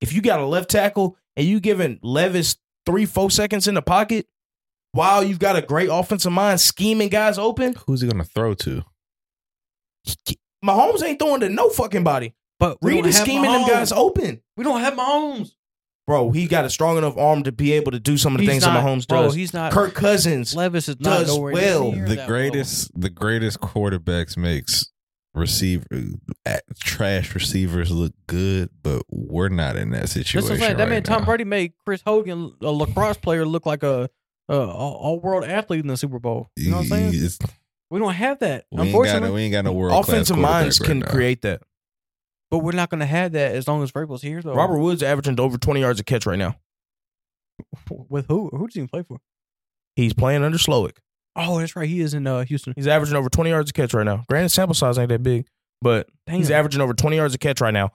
Speaker 2: If you got a left tackle and you giving Levis three, four seconds in the pocket, while you've got a great offensive mind scheming guys open,
Speaker 3: Who's he gonna throw to?
Speaker 2: Mahomes ain't throwing to no fucking body.
Speaker 1: but we
Speaker 2: Reed
Speaker 1: don't
Speaker 2: is
Speaker 1: have
Speaker 2: scheming them
Speaker 1: Mahomes.
Speaker 2: guys open.
Speaker 1: We don't have Mahomes.
Speaker 2: Bro, he got a strong enough arm to be able to do some of the
Speaker 1: He's
Speaker 2: things
Speaker 1: not,
Speaker 2: that Mahomes
Speaker 1: bro,
Speaker 2: does.
Speaker 1: He's not.
Speaker 2: Kirk Cousins.
Speaker 1: Levis is not
Speaker 2: does
Speaker 1: nowhere
Speaker 2: well.
Speaker 1: near
Speaker 3: the
Speaker 1: that
Speaker 3: greatest the greatest quarterbacks makes receiver at, trash receivers look good, but we're not in that
Speaker 1: level.
Speaker 3: situation.
Speaker 1: That's what I'm saying. That
Speaker 3: right
Speaker 1: man Tom
Speaker 3: now.
Speaker 1: Brady made Chris Hogan, a lacrosse player, look like a, a all world athlete in the Super Bowl. You know what I'm saying?
Speaker 3: He- it's-
Speaker 1: We don't have that,
Speaker 3: we ain't got
Speaker 1: unfortunately.
Speaker 3: no, we ain't got no world
Speaker 2: Offensive minds can create that.
Speaker 1: but we're not going to have that as long as Vrabel's here, though.
Speaker 2: Robert Woods averaging over 20 yards a catch right now.
Speaker 1: with who? Who does he even play for?
Speaker 2: He's playing under Slowick.
Speaker 1: Oh, that's right. He is in uh, Houston.
Speaker 2: He's averaging over 20 yards a catch right now. Granted, sample size ain't that big, but
Speaker 1: Damn.
Speaker 2: he's averaging over 20 yards a catch right now.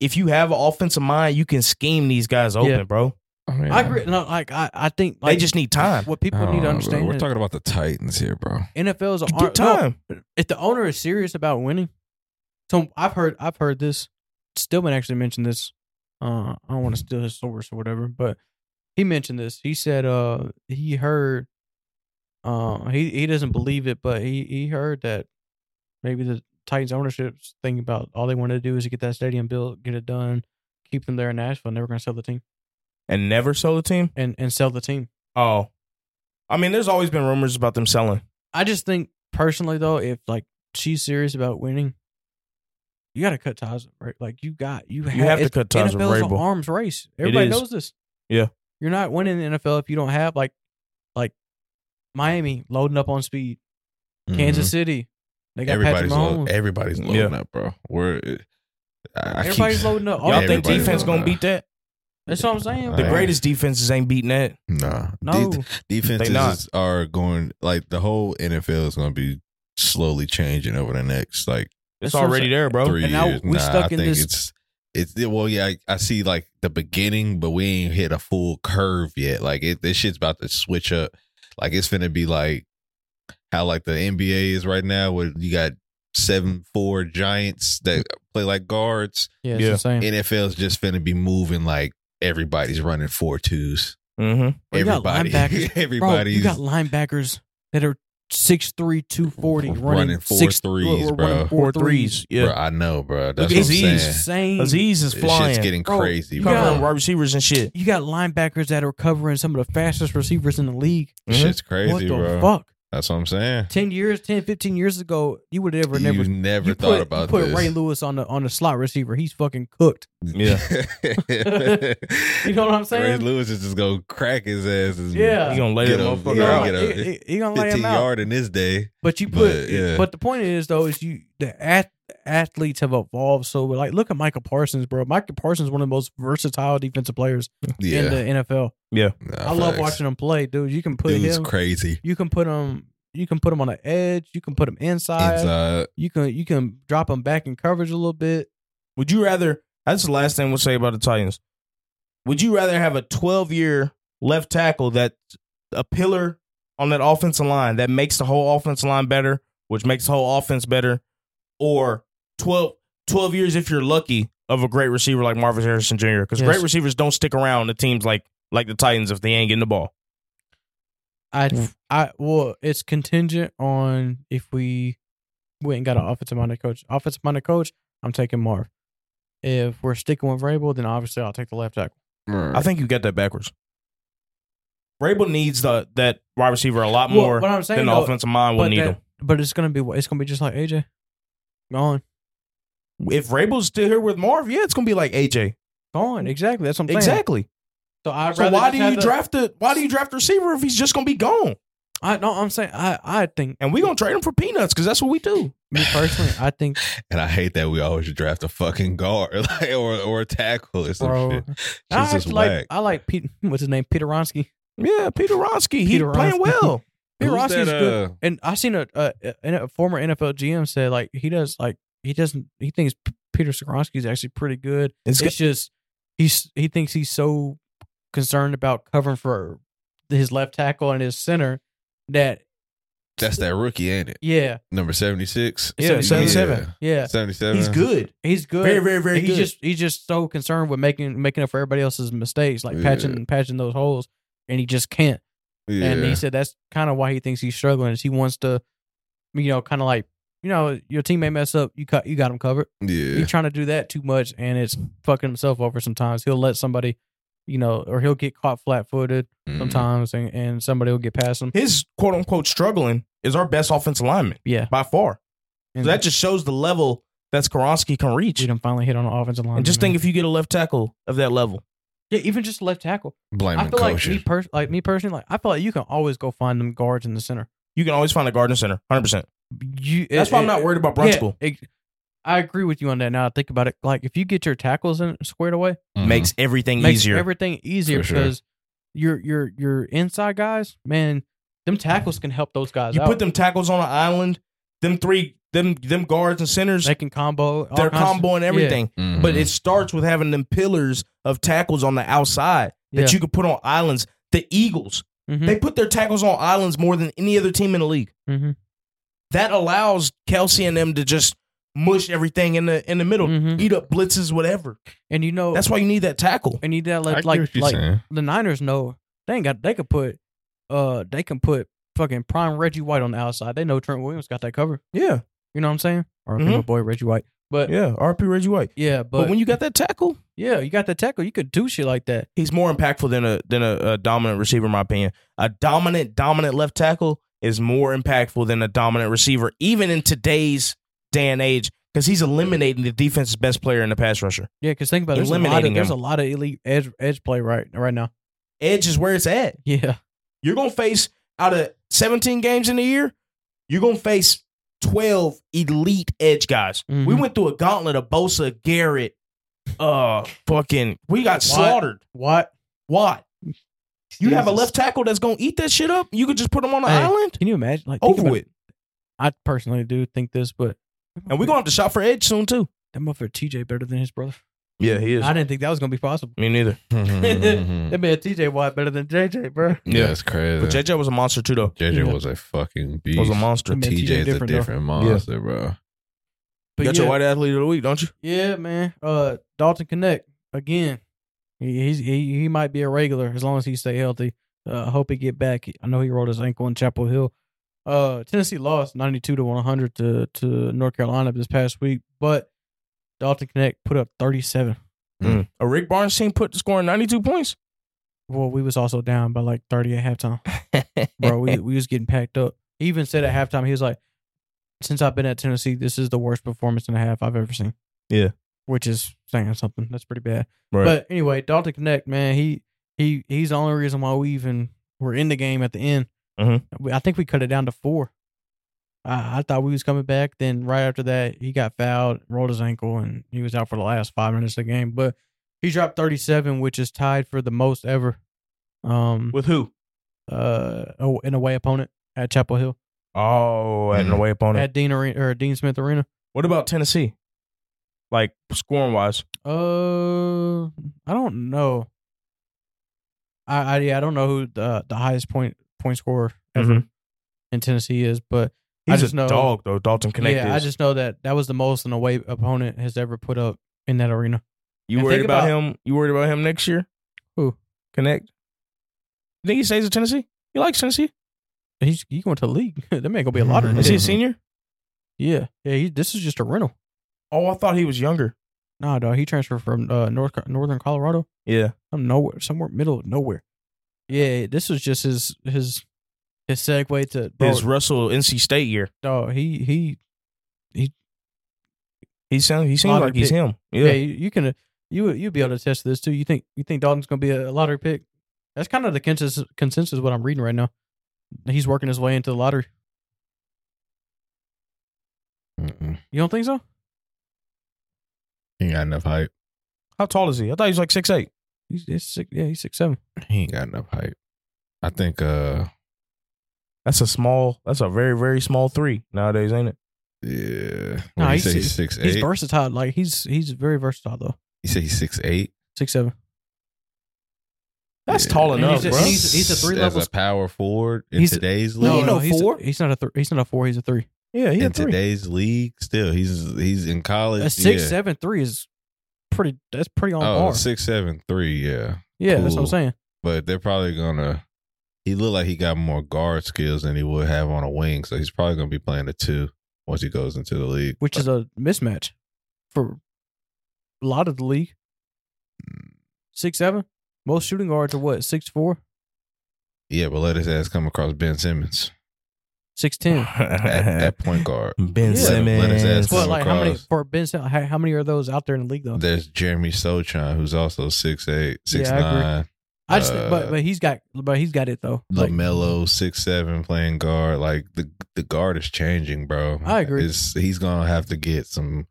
Speaker 2: If you have an offensive mind, you can scheme these guys open,
Speaker 1: Yeah.
Speaker 2: bro.
Speaker 1: I agree. No, like I, I think
Speaker 2: They
Speaker 1: like
Speaker 2: just need time.
Speaker 1: What people need to understand
Speaker 3: Oh, We're
Speaker 1: is
Speaker 3: talking about the Titans here, bro.
Speaker 1: NFL is a
Speaker 2: Give time.
Speaker 1: if the owner is serious about winning, so I've heard I've heard this. Stillman actually mentioned this. Uh, I don't want to steal his source or whatever, but he mentioned this. He said uh he heard uh he, he doesn't believe it, but he, he heard that maybe the Titans ownership's thinking about all they want to do is to get that stadium built, get it done, keep them there in Nashville, and they were gonna sell the team
Speaker 2: And never sell the team?
Speaker 1: and, and sell the team.
Speaker 2: Oh. I mean, there's always been rumors about them selling.
Speaker 1: I just think personally though, if like she's serious about winning, you got to cut ties, with Vrabel. Like you got you,
Speaker 2: have to
Speaker 1: it's-
Speaker 2: cut ties with
Speaker 1: NFL's an
Speaker 2: Vrabel.
Speaker 1: arms race. Everybody
Speaker 2: is.
Speaker 1: knows this.
Speaker 2: Yeah.
Speaker 1: you're not winning the NFL if you don't have like like Miami loading up on speed,
Speaker 2: Mm-hmm.
Speaker 1: Kansas City. They
Speaker 3: Mhm.
Speaker 1: got
Speaker 3: Mm-hmm.
Speaker 1: Patrick
Speaker 3: Everybody's lo-
Speaker 1: Mahomes.
Speaker 3: everybody's loading up, bro. We're I, I keep-
Speaker 1: Everybody's loading up.
Speaker 2: Y'all
Speaker 1: All
Speaker 2: think
Speaker 3: Everybody
Speaker 2: defense
Speaker 3: will,
Speaker 2: going
Speaker 3: uh,
Speaker 2: to beat that?
Speaker 1: That's what I'm saying.
Speaker 2: The
Speaker 3: Right.
Speaker 2: greatest defenses ain't beating that.
Speaker 3: Nah,
Speaker 1: No,
Speaker 3: De- defenses
Speaker 2: They not.
Speaker 3: is- are going like the whole NFL is going to be slowly changing over the next like
Speaker 2: It's
Speaker 1: That's what I'm
Speaker 2: already
Speaker 1: saying.
Speaker 2: there, bro.
Speaker 3: three
Speaker 1: Oh, And now
Speaker 3: years.
Speaker 1: we
Speaker 3: Nah,
Speaker 1: stuck in
Speaker 3: I think
Speaker 1: this-
Speaker 3: It's it's yeah, well, yeah. I, I see like the beginning, but we ain't hit a full curve yet. Like it, this shit's about to switch up. Like it's gonna be like how like the NBA is right now, where you got seven four giants that play like guards.
Speaker 1: yeah, it's
Speaker 2: Yeah.
Speaker 1: the same.
Speaker 3: NFL's just finna be moving like everybody's running four twos.
Speaker 2: Mm-hmm.
Speaker 1: Well, you got
Speaker 3: Everybody,
Speaker 1: linebackers. Bro, you
Speaker 3: everybody's
Speaker 1: got linebackers that are 6'3", 240, running,
Speaker 3: Running four
Speaker 1: six,
Speaker 3: threes,
Speaker 1: or running
Speaker 3: bro.
Speaker 2: Four threes. Yeah.
Speaker 3: Bro, I know, bro. That's
Speaker 2: at
Speaker 3: what I'm
Speaker 2: these.
Speaker 3: saying.
Speaker 1: Insane.
Speaker 2: Aziz is
Speaker 3: This
Speaker 2: flying.
Speaker 3: shit's getting
Speaker 1: Bro,
Speaker 3: crazy,
Speaker 1: you
Speaker 3: bro.
Speaker 1: got-
Speaker 2: covering Oh, wide receivers and shit.
Speaker 1: You got linebackers that are covering some of the fastest receivers in the league.
Speaker 3: This
Speaker 2: Mhm.
Speaker 3: shit's crazy,
Speaker 1: Mm-hmm. what the
Speaker 3: bro.
Speaker 1: fuck?
Speaker 3: That's what I'm saying.
Speaker 1: 10 years, 10, 15 years ago, you would ever never
Speaker 3: you never
Speaker 1: you
Speaker 3: thought
Speaker 1: put,
Speaker 3: about
Speaker 1: you put
Speaker 3: this.
Speaker 1: Ray Lewis on the on the slot receiver. He's fucking cooked.
Speaker 3: yeah.
Speaker 1: You know what I'm
Speaker 3: Ray
Speaker 1: saying?
Speaker 3: Lewis is just gonna crack his ass. And
Speaker 1: Yeah.
Speaker 2: He gonna lay
Speaker 3: Get
Speaker 2: that
Speaker 3: him.
Speaker 2: motherfucker
Speaker 3: Yeah,
Speaker 2: out.
Speaker 3: get a
Speaker 1: he, he- he gonna lay
Speaker 3: 15
Speaker 1: him out.
Speaker 3: yard in this day.
Speaker 1: But you put
Speaker 3: But, yeah.
Speaker 1: but the point is though, is you the ath- athletes have evolved so like look at Michael Parsons, bro. Michael Parsons is one of the most versatile defensive players
Speaker 3: Yeah,
Speaker 1: in the NFL.
Speaker 3: Nah,
Speaker 1: I love
Speaker 3: facts.
Speaker 1: watching him play, dude. You can put
Speaker 3: Dude's
Speaker 1: him
Speaker 3: crazy
Speaker 1: you can put him you can put him on the edge, you can put him inside.
Speaker 3: inside.
Speaker 1: You can you can drop him back in coverage a little bit.
Speaker 2: Would you rather? That's the last thing we'll say about the Titans. Would you rather have a 12 year left tackle that a pillar on that offensive line that makes the whole offensive line better, which makes the whole offense better, or 12, 12 years if you're lucky of a great receiver like Marvin Harrison Jr. Because
Speaker 1: Yes.
Speaker 2: great receivers don't stick around the teams like like the Titans if they ain't getting the ball. Mm.
Speaker 1: I I well, it's contingent on if we went and got an offensive minded coach. Offensive minded coach, I'm taking Marv. If we're sticking with Vrabel, then obviously I'll take the left tackle.
Speaker 2: I think you got that backwards. Rabel needs the that wide receiver a lot
Speaker 1: Well,
Speaker 2: more
Speaker 1: what I'm saying,
Speaker 2: than the
Speaker 1: though,
Speaker 2: offensive mind will
Speaker 1: but,
Speaker 2: need
Speaker 1: that-
Speaker 2: him.
Speaker 1: but it's gonna be it's gonna be just like AJ. Gone,
Speaker 2: If Rabel's still here with Marv, yeah, it's gonna be like AJ.
Speaker 1: gone. Exactly. That's what I'm saying.
Speaker 2: Exactly.
Speaker 1: So, I'd
Speaker 2: So
Speaker 1: rather
Speaker 2: why
Speaker 1: just
Speaker 2: do
Speaker 1: have
Speaker 2: you
Speaker 1: the-
Speaker 2: draft the why do you draft a receiver if he's just gonna be gone?
Speaker 1: I no, I'm saying I I think
Speaker 2: And we gonna trade him for peanuts because that's what we do.
Speaker 1: me personally. I think
Speaker 3: And I hate that we always draft a fucking guard like, or or a tackle or some
Speaker 1: Bro.
Speaker 3: shit. It's
Speaker 1: I
Speaker 3: just
Speaker 1: actually like
Speaker 3: whack.
Speaker 1: I like Pete. What's his name? Peter Ronsky.
Speaker 2: Yeah, Peter Ronsky, he's
Speaker 1: Peter
Speaker 2: playing
Speaker 1: Wronski.
Speaker 2: well.
Speaker 1: Peter
Speaker 3: Who's
Speaker 1: Ronsky's
Speaker 3: that,
Speaker 1: good.
Speaker 3: uh,
Speaker 1: And I seen a, a, a, a former NFL GM say like he does like he doesn't he thinks P- Peter Skoronsky's actually pretty good.
Speaker 2: It's
Speaker 1: It's, just he's he thinks he's so concerned about covering for his left tackle and his center that
Speaker 3: That's that rookie, ain't it?
Speaker 1: yeah
Speaker 3: Number seventy six.
Speaker 2: Yeah,
Speaker 1: seventy-
Speaker 2: 77.
Speaker 1: yeah
Speaker 3: Seventy seven.
Speaker 2: he's good.
Speaker 1: he's good.
Speaker 2: Very, very, very
Speaker 1: he's
Speaker 2: good.
Speaker 1: just he's just so concerned with making making up for everybody else's mistakes, like
Speaker 3: Yeah.
Speaker 1: patching patching those holes, and he just can't.
Speaker 3: Yeah.
Speaker 1: And he said that's kind of why he thinks he's struggling. Is he wants to, you know, kind of like you know your teammate mess up, you cut, you got him covered.
Speaker 3: yeah.
Speaker 1: He's trying to do that too much, and it's fucking himself over sometimes. He'll let somebody, you know, or he'll get caught flat footed
Speaker 2: Mm-hmm.
Speaker 3: Mhm.
Speaker 1: sometimes, and, and somebody will get past him.
Speaker 2: His quote unquote struggling is our best offensive lineman
Speaker 1: Yeah,
Speaker 2: by far.
Speaker 1: and
Speaker 2: So that just shows the level that Skoronsky can reach.
Speaker 1: we done finally hit on the offensive line.
Speaker 2: And just
Speaker 1: man.
Speaker 2: think if you get a left tackle of that level.
Speaker 1: yeah, even just left tackle. I
Speaker 3: Blaming
Speaker 1: feel like
Speaker 3: coaches.
Speaker 1: me, pers- like me personally, like I feel like you can always go find them guards in the center.
Speaker 2: You can always find a garden center, hundred percent.
Speaker 1: You,
Speaker 2: That's
Speaker 1: it-
Speaker 2: why I'm
Speaker 1: it-
Speaker 2: not worried about
Speaker 1: yeah,
Speaker 2: Brunskill.
Speaker 1: it- I agree with you on that. Now I think about it, like if you get your tackles in, squared away,
Speaker 3: Mhm.
Speaker 2: Makes everything
Speaker 1: Mm-hmm. makes
Speaker 2: easier.
Speaker 1: everything easier
Speaker 3: For sure.
Speaker 1: because your your your inside guys, man, them tackles can help those guys.
Speaker 2: Mm. you
Speaker 1: out.
Speaker 2: put them tackles on an island, them three them them guards and centers,
Speaker 1: they can combo. all
Speaker 2: they're
Speaker 1: kinds of- Mm-hmm.
Speaker 2: comboing everything.
Speaker 3: Mhm.
Speaker 2: But it starts with having them pillars of tackles on the outside that
Speaker 1: Yeah.
Speaker 2: you can put on islands. The Eagles,
Speaker 1: Yeah. Mhm.
Speaker 2: they put their tackles on islands more than any other team in the league.
Speaker 1: Mhm.
Speaker 2: That allows Kelsey and them to just mush everything in the in the middle,
Speaker 1: Mhm.
Speaker 2: eat up blitzes, whatever.
Speaker 1: And you know
Speaker 2: Oh. That's why you need that tackle.
Speaker 1: and you that
Speaker 3: I
Speaker 1: like
Speaker 3: get
Speaker 1: like,
Speaker 3: what you're
Speaker 1: like
Speaker 3: saying.
Speaker 1: the Niners know they ain't got they could put uh they can put fucking prime Reggie White on the outside. They know Trent Williams got that cover.
Speaker 2: Yeah,
Speaker 1: You know what I'm saying? Or
Speaker 2: Mhm.
Speaker 1: my boy Reggie White. But yeah,
Speaker 2: yeah. RP Reggie White. But,
Speaker 1: but,
Speaker 2: when you got that tackle,
Speaker 1: yeah, you got the tackle, you could do shit like that.
Speaker 2: he's more impactful than a than a, a dominant receiver, in my opinion. A dominant, dominant left tackle is more impactful than a dominant receiver, even in today's day and age, because he's eliminating the defense's best player in the pass rusher.
Speaker 1: Yeah, because think about it, there's a lot
Speaker 2: Eliminating
Speaker 1: of, there's a
Speaker 2: him.
Speaker 1: lot of elite edge edge play right right now.
Speaker 2: Edge is where it's at.
Speaker 1: Yeah.
Speaker 2: You're gonna face out of 17 games in the year, you're gonna face 12 elite edge guys.
Speaker 1: Mhm.
Speaker 2: We went through a gauntlet of Bosa, Garrett, uh, fucking. We got slaughtered.
Speaker 1: What?
Speaker 2: Why? You have a
Speaker 1: Jesus.
Speaker 2: left tackle that's gonna eat that shit up. You could just put him on an
Speaker 1: Hey,
Speaker 2: island.
Speaker 1: Can you imagine? Like think
Speaker 2: Over
Speaker 1: about
Speaker 2: with.
Speaker 1: I personally do think this, but
Speaker 2: And we're gonna have to shop for Edge soon too.
Speaker 1: that motherfucker TJ better than his brother.
Speaker 2: Yeah, he
Speaker 1: I didn't think that was gonna be possible.
Speaker 2: Me neither.
Speaker 3: Mhm.
Speaker 1: That man TJ Watt better than JJ, bro.
Speaker 3: yeah, it's crazy.
Speaker 2: But JJ was a monster too though.
Speaker 3: JJ
Speaker 1: Yeah.
Speaker 3: was a fucking beast.
Speaker 2: Was a monster.
Speaker 1: Man,
Speaker 3: TJ's
Speaker 1: TJ
Speaker 3: a
Speaker 1: different,
Speaker 3: different,
Speaker 1: though.
Speaker 3: monster, bro.
Speaker 1: But
Speaker 2: You got
Speaker 1: yeah,
Speaker 2: your white athlete of the week, don't you?
Speaker 1: yeah, man. Uh, Dalton Connect again. He, he's he, he might be a regular as long as he stay healthy. Uh, I hope he get back. I know he rolled his ankle in Chapel Hill. Uh, Tennessee lost ninety two to one hundred to to North Carolina this past week, but Dalton Connect put up thirty seven.
Speaker 3: Mm.
Speaker 2: A Rick Barnes team put scoring ninety two points.
Speaker 1: Well, we was also down by like thirty at halftime. bro. We we was getting packed up. He even said at halftime, he was like, "Since I've been at Tennessee, this is the worst performance and a half I've ever seen."
Speaker 2: Yeah.
Speaker 1: which is saying something. That's pretty bad.
Speaker 2: Right.
Speaker 1: But anyway, Dalton Connect, man, he he he's the only reason why we even were in the game at the end.
Speaker 2: Mhm.
Speaker 1: We- I think we cut it down to four. I, I thought we was coming back. Then right after that, he got fouled, rolled his ankle, and he was out for the last five minutes of the game. But he dropped thirty seven, which is tied for the most ever. Um,
Speaker 2: With who?
Speaker 1: uh, oh, an away opponent at Chapel Hill
Speaker 2: Oh, at an
Speaker 3: Mhm.
Speaker 2: away opponent.
Speaker 1: at Dean Arena, or Dean Smith Arena.
Speaker 2: what about Tennessee? Like scoring wise,
Speaker 1: Uh, I don't know. I I, yeah, I don't know who the the highest point point scorer ever
Speaker 2: Mm-hmm.
Speaker 1: in Tennessee is, but I
Speaker 2: he's
Speaker 1: just
Speaker 2: a
Speaker 1: know-
Speaker 2: dog though. Dalton Connect
Speaker 1: yeah, I
Speaker 2: is.
Speaker 1: just know that that was the most an away opponent has ever put up in that arena.
Speaker 2: you
Speaker 1: and
Speaker 2: worried
Speaker 1: think
Speaker 2: about,
Speaker 1: about-
Speaker 2: him? You worried about him next year?
Speaker 1: Who?
Speaker 2: Connect? You think he stays at Tennessee? He likes Tennessee.
Speaker 1: He's he going to the league. that man gonna be a lottery.
Speaker 2: Is he a
Speaker 1: pick.
Speaker 3: Mhm.
Speaker 2: senior?
Speaker 1: yeah, yeah. He, this is just a rental.
Speaker 2: Oh, I thought he was younger.
Speaker 1: Nah, dog. He transferred from uh, North Northern Colorado.
Speaker 2: Yeah.
Speaker 1: From nowhere, somewhere middle of nowhere. Yeah, this was just his his his segue to bro,
Speaker 2: His Russell NC State year.
Speaker 1: dog. He he
Speaker 2: He sounds he seems
Speaker 1: Lottery
Speaker 2: like he's
Speaker 1: pick.
Speaker 2: him.
Speaker 1: yeah.
Speaker 2: Yeah.
Speaker 1: you, you can you you'll be able to attest to this too. You think you think Dalton's gonna be a lottery pick? That's kind of the consensus consensus what I'm reading right now. He's working his way into the lottery.
Speaker 3: Mm-mm.
Speaker 1: You don't think so?
Speaker 3: He ain't got enough hype.
Speaker 2: How tall is he? I thought he was like six eight.
Speaker 1: He's, he's six, yeah, he's six seven.
Speaker 3: He ain't got enough hype. I think uh
Speaker 2: That's a small that's a very, very small three nowadays, ain't it?
Speaker 3: yeah.
Speaker 1: No,
Speaker 3: What'd he
Speaker 1: he's-
Speaker 3: say he's six
Speaker 1: He's
Speaker 3: eight.
Speaker 1: versatile. Like he's he's very versatile though.
Speaker 3: He said he's six eight.
Speaker 1: Six seven.
Speaker 2: That's
Speaker 3: Yeah.
Speaker 2: tall
Speaker 1: And
Speaker 2: enough,
Speaker 1: he's a-
Speaker 2: bro.
Speaker 1: and he's- he's a three
Speaker 3: As
Speaker 1: level-
Speaker 3: a power forward in
Speaker 1: He's-
Speaker 3: today's
Speaker 2: No,
Speaker 3: league.
Speaker 2: no,
Speaker 1: he's
Speaker 2: four?
Speaker 1: A, he's not a three. He's not a four. He's a three.
Speaker 2: yeah, he a
Speaker 3: in
Speaker 2: three.
Speaker 3: today's league, still he's he's in college.
Speaker 1: A six
Speaker 3: yeah.
Speaker 1: seven three is pretty. That's pretty on
Speaker 3: Oh,
Speaker 1: par.
Speaker 3: six seven three. Yeah,
Speaker 1: yeah, that's what I'm
Speaker 3: cool.
Speaker 1: saying.
Speaker 3: but they're probably gonna. He looked like he got more guard skills than he would have on a wing, so he's probably gonna be playing the two once he goes into the league.
Speaker 1: Which is a mismatch for a lot of the league.
Speaker 3: Mm.
Speaker 1: Six seven. Most shooting guards are what six four,
Speaker 3: yeah, but let his ass come across Ben Simmons
Speaker 1: six ten.
Speaker 3: at, at point guard.
Speaker 2: ben
Speaker 1: Yeah.
Speaker 3: Let him- let his ass
Speaker 2: Simmons.
Speaker 3: Come
Speaker 1: But like how many
Speaker 3: across.
Speaker 1: for Ben? Simmons, How how many are those out there in the league though?
Speaker 3: There's Jeremy Sochan, who's also six eight, six
Speaker 1: Yeah, I agree.
Speaker 3: nine.
Speaker 1: I just
Speaker 3: uh,
Speaker 1: but but he's got but he's got it though. Like,
Speaker 3: Lamelo six seven playing guard. Like the the guard is changing, bro.
Speaker 1: I agree.
Speaker 3: It's, he's gonna have to get some.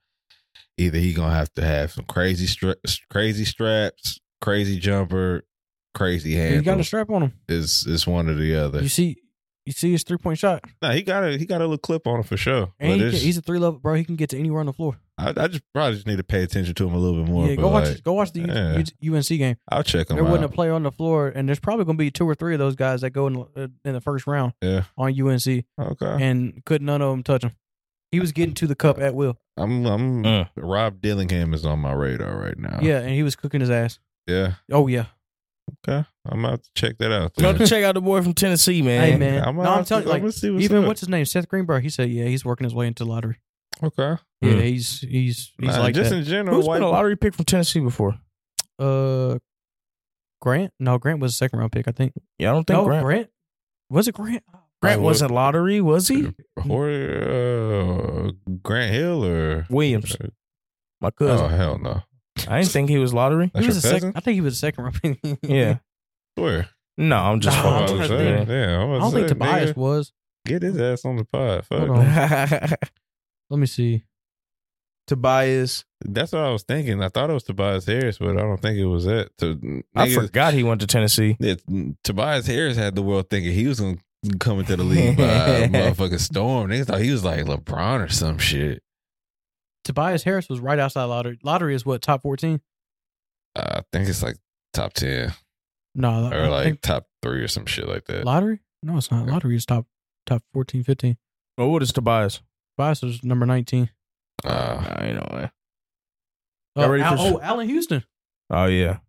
Speaker 3: Either he's gonna have to have some crazy stra- crazy straps, crazy jumper, crazy
Speaker 1: he's
Speaker 3: handles.
Speaker 1: got a strap on him.
Speaker 3: It's it's one or the other.
Speaker 1: You see, you see his three point shot,
Speaker 3: nah, he got a he got a little clip on him for sure.
Speaker 1: and
Speaker 3: But
Speaker 1: he can,
Speaker 3: it's-
Speaker 1: he's a three level bro. He can get to anywhere on the floor.
Speaker 3: I, I just probably just need to pay attention to him a little bit more.
Speaker 1: yeah,
Speaker 3: but
Speaker 1: go watch
Speaker 3: like,
Speaker 1: go watch the U-
Speaker 3: yeah.
Speaker 1: U- UNC game.
Speaker 3: I'll check him
Speaker 1: There wasn't a
Speaker 3: out.
Speaker 1: player on the floor, and there's probably going to be two or three of those guys that go in uh, in the first round
Speaker 3: yeah.
Speaker 1: on UNC,
Speaker 3: Okay.
Speaker 1: and could none of them touch him. He was getting to the cup at will.
Speaker 3: I'm I'm
Speaker 2: Mm.
Speaker 3: Rob Dillingham is on my radar right now.
Speaker 1: Yeah, and he was cooking his ass.
Speaker 3: Yeah.
Speaker 1: Oh yeah.
Speaker 3: Okay. I'm about to check that out.
Speaker 2: Go
Speaker 3: then.
Speaker 2: check out the boy from Tennessee, man.
Speaker 1: Hey man,
Speaker 3: I'm,
Speaker 1: no,
Speaker 3: I'm,
Speaker 1: I'm telling you, like
Speaker 3: gonna see what's
Speaker 1: even
Speaker 3: up.
Speaker 1: what's his name, Seth Greenberg. He said, yeah, he's working his way into the lottery.
Speaker 3: okay.
Speaker 1: Yeah,
Speaker 2: Hmm.
Speaker 1: he's he's he's
Speaker 3: Nah,
Speaker 1: like
Speaker 3: just
Speaker 1: that.
Speaker 3: in general,
Speaker 2: Who's
Speaker 3: white
Speaker 2: been a lottery pick from Tennessee before?
Speaker 1: uh, Grant? No, Grant was a second round pick, I think.
Speaker 2: Yeah, I don't think
Speaker 1: no, Grant.
Speaker 2: Grant.
Speaker 1: was it Grant?
Speaker 2: Grant
Speaker 3: Oh,
Speaker 2: wasn't lottery, was he?
Speaker 3: or uh, Grant Hill or
Speaker 2: Williams, my
Speaker 3: Oh
Speaker 2: cousin.
Speaker 3: hell no!
Speaker 2: I didn't think he was lottery.
Speaker 3: That's
Speaker 1: he was
Speaker 3: your
Speaker 1: a
Speaker 3: cousin?
Speaker 1: second. I think he was a second round pick.
Speaker 2: Yeah.
Speaker 3: Swear.
Speaker 2: No, I'm just
Speaker 1: Nah,
Speaker 3: Oh,
Speaker 1: I'm
Speaker 3: I
Speaker 1: trying
Speaker 3: was
Speaker 1: to
Speaker 3: saying,
Speaker 2: fucking.
Speaker 3: yeah, I,
Speaker 1: I
Speaker 3: was
Speaker 1: don't think
Speaker 3: saying,
Speaker 1: Tobias
Speaker 3: nigga,
Speaker 1: was.
Speaker 3: Get his ass on the pod. Fuck.
Speaker 1: Hold on. Let me see.
Speaker 2: Tobias.
Speaker 3: That's what I was thinking. I thought it was Tobias Harris, but I don't think it was that. To, niggas,
Speaker 2: I forgot he went to Tennessee.
Speaker 3: it- Tobias Harris had the world thinking he was gonna come into the league by a motherfucking storm. Niggas thought he was like LeBron or some shit.
Speaker 1: Tobias Harris was right outside lottery. Lottery is what top fourteen?
Speaker 3: Uh, I think it's like top ten
Speaker 1: No, Uh, I
Speaker 3: or like
Speaker 1: think
Speaker 3: top three or some shit like that.
Speaker 1: lottery. No, it's not. Lottery is top top 14, 15.
Speaker 2: Oh, what is Tobias?
Speaker 1: Tobias was number nineteen.
Speaker 3: Uh,
Speaker 2: I ain't know. man.
Speaker 1: Uh,
Speaker 2: Y'all ready
Speaker 1: Al-
Speaker 2: for-
Speaker 1: oh, Allen Houston.
Speaker 2: Oh yeah.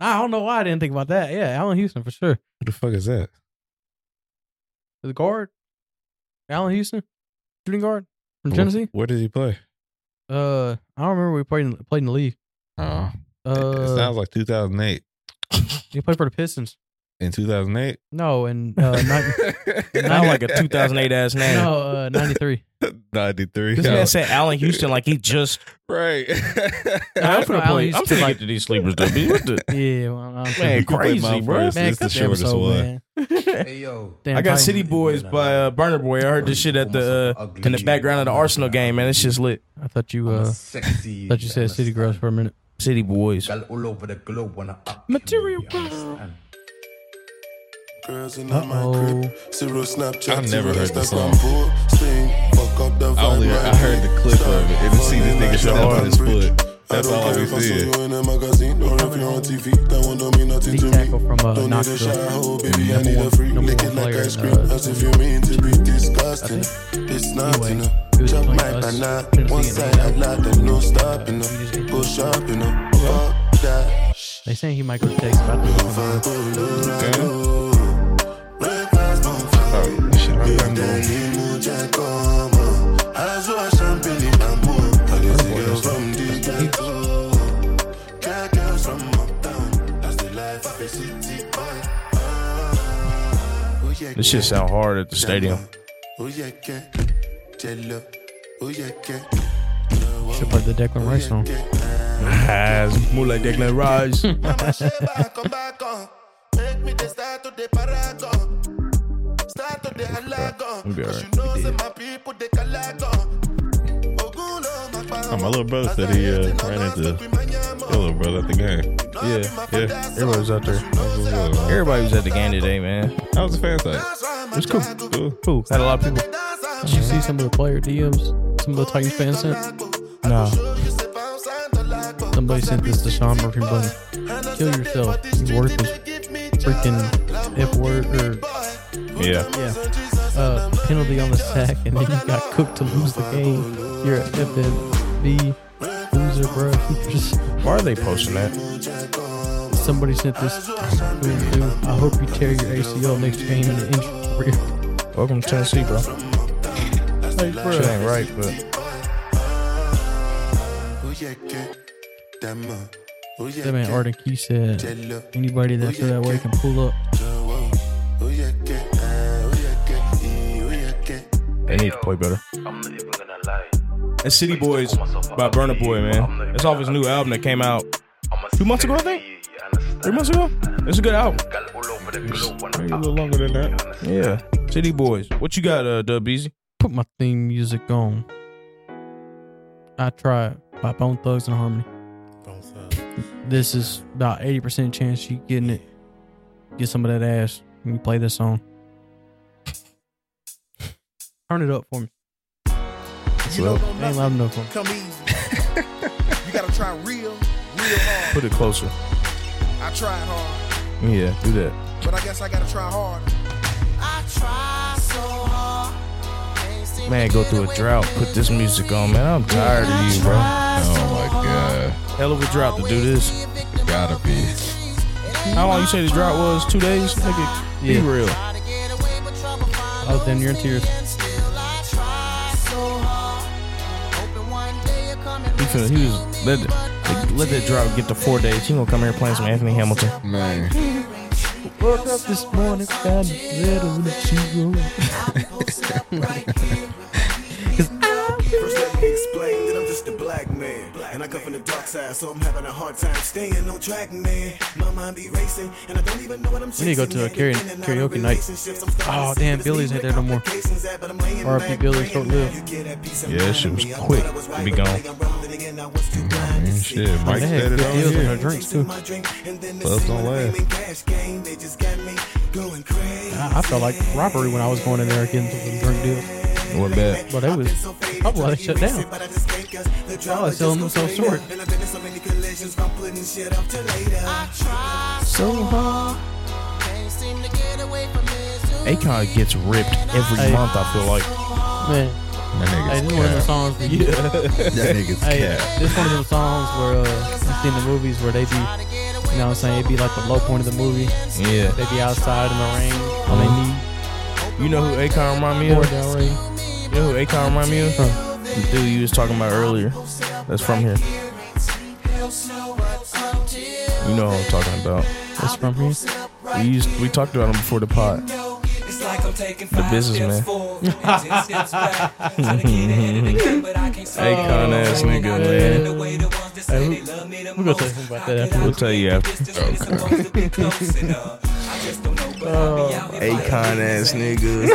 Speaker 1: I don't know why I didn't think about that. Yeah, Allen Houston for sure.
Speaker 3: Who the fuck is that?
Speaker 1: The guard, Allen Houston, shooting guard from Tennessee.
Speaker 3: Where, did he play?
Speaker 1: Uh, I don't remember. We played in, played in the league.
Speaker 3: Oh, it, it
Speaker 1: Uh,
Speaker 3: sounds like 2008.
Speaker 1: he played for the Pistons.
Speaker 3: In 2008,
Speaker 1: No, and uh, nine,
Speaker 2: Sound like a 2008 ass name.
Speaker 1: no, uh, ninety three.
Speaker 3: 93.
Speaker 2: This man said Allen Houston like he just.
Speaker 3: right.
Speaker 1: I'm finna play- I'm finna
Speaker 2: get to these sleepers, dude.
Speaker 1: Yeah, well, I'm
Speaker 2: Man,
Speaker 3: You can play
Speaker 2: crazy,
Speaker 3: mine
Speaker 2: bro.
Speaker 3: first.
Speaker 1: man,
Speaker 3: It's the
Speaker 1: cut episode,
Speaker 3: shortest one.
Speaker 1: man.
Speaker 6: Hey yo,
Speaker 1: Damn,
Speaker 2: I got
Speaker 1: Titan-
Speaker 2: City Boys by uh, Burner Boy. I heard this shit at the uh, in the background of the Arsenal game, man. It's just lit.
Speaker 1: I thought you
Speaker 6: I'm a
Speaker 1: uh,
Speaker 6: sexy.
Speaker 1: thought you said City Girls for a minute.
Speaker 2: City Boys.
Speaker 6: Girl all over the globe when I up.
Speaker 1: Material
Speaker 6: you understand?
Speaker 7: Girls in
Speaker 1: Uh-oh.
Speaker 7: my crib. Serial Snapchat.
Speaker 3: I never heard the song.
Speaker 7: serial Snapchat board. Sing, fuck up the
Speaker 3: I only
Speaker 7: vibe
Speaker 3: I heard the clip of it and I see this nigga
Speaker 7: Stop
Speaker 3: step on his
Speaker 7: and break.
Speaker 3: foot. That's
Speaker 7: I don't
Speaker 3: all I can
Speaker 7: care if I
Speaker 3: see.
Speaker 7: saw you in a magazine or if you're on TV. That one don't mean nothing
Speaker 1: Big
Speaker 7: to
Speaker 1: tackle
Speaker 7: me.
Speaker 1: from uh,
Speaker 7: Don't need a shower,
Speaker 1: Knoxville.
Speaker 7: oh, baby, I need a free.
Speaker 1: number
Speaker 7: Lick
Speaker 1: one
Speaker 7: it like
Speaker 1: player
Speaker 7: ice
Speaker 1: in,
Speaker 7: cream.
Speaker 1: uh,
Speaker 7: As if you mean to be disgusting. It's not
Speaker 1: Anyway,
Speaker 7: enough.
Speaker 1: he was
Speaker 7: Drop
Speaker 1: playing
Speaker 7: my
Speaker 1: us,
Speaker 7: banana.
Speaker 1: Tennessee
Speaker 7: One
Speaker 1: and
Speaker 7: side, I lot, there's no stopping up. Go shopping up. Fuck that.
Speaker 1: They saying he might go to Texas. but I think he's gonna-
Speaker 3: Oh, shit, I got no-
Speaker 7: That's the life of a city boy.
Speaker 2: This shit sound hard at the stadium.
Speaker 7: Oh yeah, yeah. Jello. Oh yeah, yeah.
Speaker 1: Should play the Declan Rice song.
Speaker 2: Has more like Declan Rice.
Speaker 7: Mama Sheba, come back on. Make me the start to the paragon. Start to the
Speaker 2: We'll
Speaker 7: halagon.
Speaker 2: be all
Speaker 7: Cause
Speaker 2: right.
Speaker 7: you know that my people, they calagon. Ogun, oh, my
Speaker 8: Oh, my little brother said he uh, ran into
Speaker 7: power.
Speaker 8: your little brother at the game.
Speaker 2: yeah.
Speaker 8: Yeah,
Speaker 2: Everybody's out there. Everybody was at the game today, man.
Speaker 8: that was a fan site.
Speaker 2: It's cool.
Speaker 8: Cool.
Speaker 1: Who?
Speaker 2: Had a lot of people.
Speaker 1: Did you see some of the player DMs? Some of the Titans fans sent?
Speaker 2: No.
Speaker 1: Somebody sent this to Sean Murphy Button. Kill yourself. You worthless freaking F word or
Speaker 8: Yeah.
Speaker 1: uh, penalty on the sack and then you got cooked to lose the game. You're an FFB loser, bro. You Just,
Speaker 2: Why are they posting that?
Speaker 1: somebody sent this to me too. I hope you tear your ACL next game and an injury career.
Speaker 2: Welcome to Tennessee, bro. Shit ain't right, but
Speaker 9: Oh,
Speaker 1: That man Arden Key said anybody that feel that way can pull up.
Speaker 9: Oh, uh, E,
Speaker 2: they need to play better.
Speaker 10: I'm not even gonna lie.
Speaker 2: And City Boys by Burner Boy, man. That's off his new album that came out
Speaker 10: I'm a
Speaker 2: two months ago, I think. Three months ago. It's a good album.
Speaker 10: Gal all over the globe when
Speaker 8: Maybe
Speaker 10: I'm
Speaker 8: a
Speaker 10: out.
Speaker 8: little longer than that.
Speaker 2: Yeah. City Boys. What you got, uh, Dub Easy?
Speaker 1: Put my theme music on. I tried by Bone Thugs and Harmony. This is about 80% chance you getting it. Get some of that ass when you play this song. Turn it up for me. It ain't loud enough for me.
Speaker 9: Come easy. you gotta try real, real hard.
Speaker 2: Put it closer.
Speaker 9: I tried hard,
Speaker 2: Yeah, do that.
Speaker 9: but I guess I gotta try hard.
Speaker 2: Man, go through a drought. Put this music on, man. I'm tired of you, bro.
Speaker 3: Oh my god.
Speaker 2: Hell of a drought to do this.
Speaker 3: Gotta be.
Speaker 2: How long you say the drought was? Two days? Nigga, be
Speaker 1: Yeah.
Speaker 2: real.
Speaker 1: Oh, damn, you're in tears.
Speaker 2: He, finna, he was let, let that drought get to four days. He gonna come here playing some Anthony Hamilton.
Speaker 3: Man.
Speaker 1: Woke up this morning, found a little that you wrote.
Speaker 11: First, let me explain that I'm just a black man. And I come from the dark side, so I'm having a hard time staying on track, man. My mind be racing, and I don't even know what I'm
Speaker 1: We need to go to a karaoke- karaoke night. Oh, damn, Billy's ain't there no more. R.I.P. Billy, short-lived.
Speaker 8: Yeah, that shit was quick.
Speaker 2: Be gone.
Speaker 8: Mm, shit, Mike
Speaker 1: They
Speaker 8: said
Speaker 1: had
Speaker 8: it
Speaker 1: good
Speaker 8: on
Speaker 1: deals on their
Speaker 8: here.
Speaker 1: drinks, too.
Speaker 8: Clubs don't laugh.
Speaker 1: I, I felt like robbery when I was going in there getting some drink deals.
Speaker 8: What that?
Speaker 1: But it was, oh, well, they shut down. Oh, Wow, they selling themselves short.
Speaker 2: So hard. Akon gets ripped every
Speaker 1: Hey.
Speaker 2: month. I feel like.
Speaker 1: Man,
Speaker 3: That
Speaker 1: hey, this is one of the
Speaker 3: nigga's cat.
Speaker 1: songs that you.
Speaker 3: That nigga's
Speaker 1: Hey,
Speaker 3: cat.
Speaker 1: this one of them songs where uh, you see in the movies where they be, you know what I'm saying? It'd be like the low point of the movie.
Speaker 2: Yeah.
Speaker 1: They be outside in the rain on their knee,
Speaker 2: You know who Akon remind me
Speaker 1: pour
Speaker 2: of?
Speaker 1: down rain.
Speaker 2: You know who Akon remind me of?
Speaker 1: Huh.
Speaker 2: The dude you was talking about earlier. That's from here. You know who I'm talking about.
Speaker 1: That's from here.
Speaker 2: We used, we talked about him before the pod. The businessman. Akon ass nigga, man.
Speaker 1: Hey, we, we gonna tell you about that
Speaker 2: We'll
Speaker 1: afterwards.
Speaker 2: tell you after. Akon ass nigga.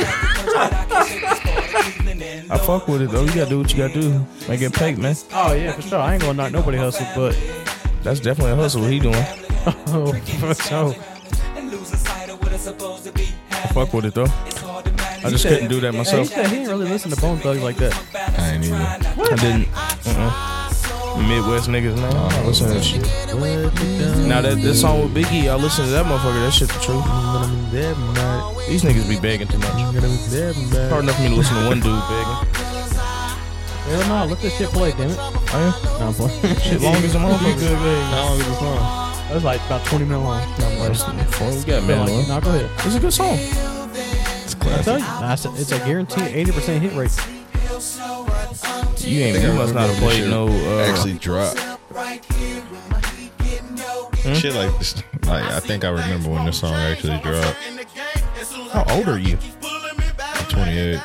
Speaker 2: I fuck with it though. You gotta do what you gotta do. Make it pay, man.
Speaker 1: Oh, yeah, for sure. I ain't gonna knock nobody hustle, but.
Speaker 2: That's definitely a hustle. What he doing?
Speaker 1: Oh, for sure.
Speaker 2: I fuck with it though. I just couldn't do that
Speaker 1: Hey, he
Speaker 2: myself.
Speaker 1: said he didn't really listen to Bone Thugs like that.
Speaker 3: I ain't even.
Speaker 2: I didn't. Uh-uh. Midwest niggas, man. I don't listen to that shit. Now that this song with Biggie, I listen to that motherfucker. That shit the truth. These niggas be begging too much. Hard enough for me to listen to one dude begging.
Speaker 1: Hell no, let this shit play, damn it.
Speaker 2: I
Speaker 1: No, I'm playing.
Speaker 2: ain't shit long as a motherfucker.
Speaker 1: That was like about 20 minutes long. No, I'm like,
Speaker 2: Fuck, we got man.
Speaker 1: no, go ahead.
Speaker 2: It's a good song.
Speaker 3: It's
Speaker 1: I tell
Speaker 3: classic.
Speaker 1: you, I said it's a guaranteed 80% hit rate.
Speaker 2: You ain't. You must not have played no. Uh,
Speaker 3: Actually, dropped.
Speaker 8: Hmm?
Speaker 3: Shit like this. Like I think I remember when this song actually dropped.
Speaker 2: How old are you?
Speaker 3: 28.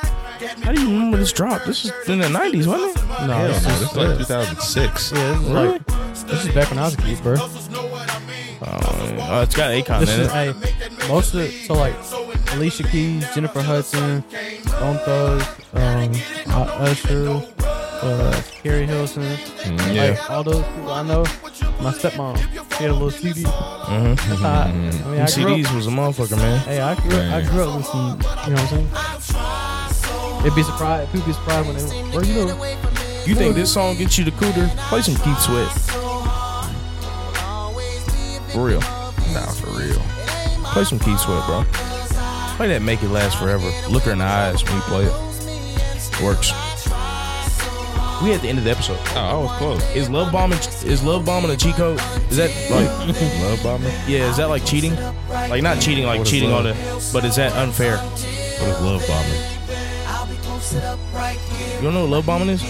Speaker 2: How do you remember this drop? This is in the 90s, wasn't it?
Speaker 1: No,
Speaker 3: Hell
Speaker 1: this
Speaker 3: no,
Speaker 1: is-
Speaker 3: this is like 2006.
Speaker 1: Yeah, this is
Speaker 2: Really?
Speaker 1: like this is back when I was a kid, bro.
Speaker 2: Oh, yeah. Oh, it's got Akon
Speaker 1: This
Speaker 2: in
Speaker 1: is
Speaker 2: it.
Speaker 1: hey, most of the, so like Alicia Keys, Jennifer Hudson, Bone Thugs, um, uh, Usher, uh, Carrie Hilson,
Speaker 3: Mm, yeah.
Speaker 1: like all those people I know. My stepmom, she had a little CD.
Speaker 2: Mm-hmm.
Speaker 1: That's how I, I mean, I grew up-
Speaker 2: CDs was a motherfucker, man.
Speaker 1: Hey, I grew, up, I
Speaker 3: Dang.
Speaker 1: grew up listening. You know what I'm saying? It'd be surprised. People be surprised when they, where you know,
Speaker 2: You think this song gets you the cooter? Play some Keith Sweat. For real.
Speaker 3: Nah, for real.
Speaker 2: Play some Keith Sweat, bro. Play that Make It Last Forever. Look her in the eyes when you play it. Works. We at the end of the episode.
Speaker 3: Oh, I was close.
Speaker 2: Is love bombing is love bombing a cheat code? Is that like
Speaker 3: Love bombing.
Speaker 2: yeah, is that like cheating? Like not cheating, like
Speaker 3: What is
Speaker 2: cheating on
Speaker 3: love?
Speaker 2: the but is that unfair?
Speaker 3: What is love bombing?
Speaker 2: You don't know what love bombing is?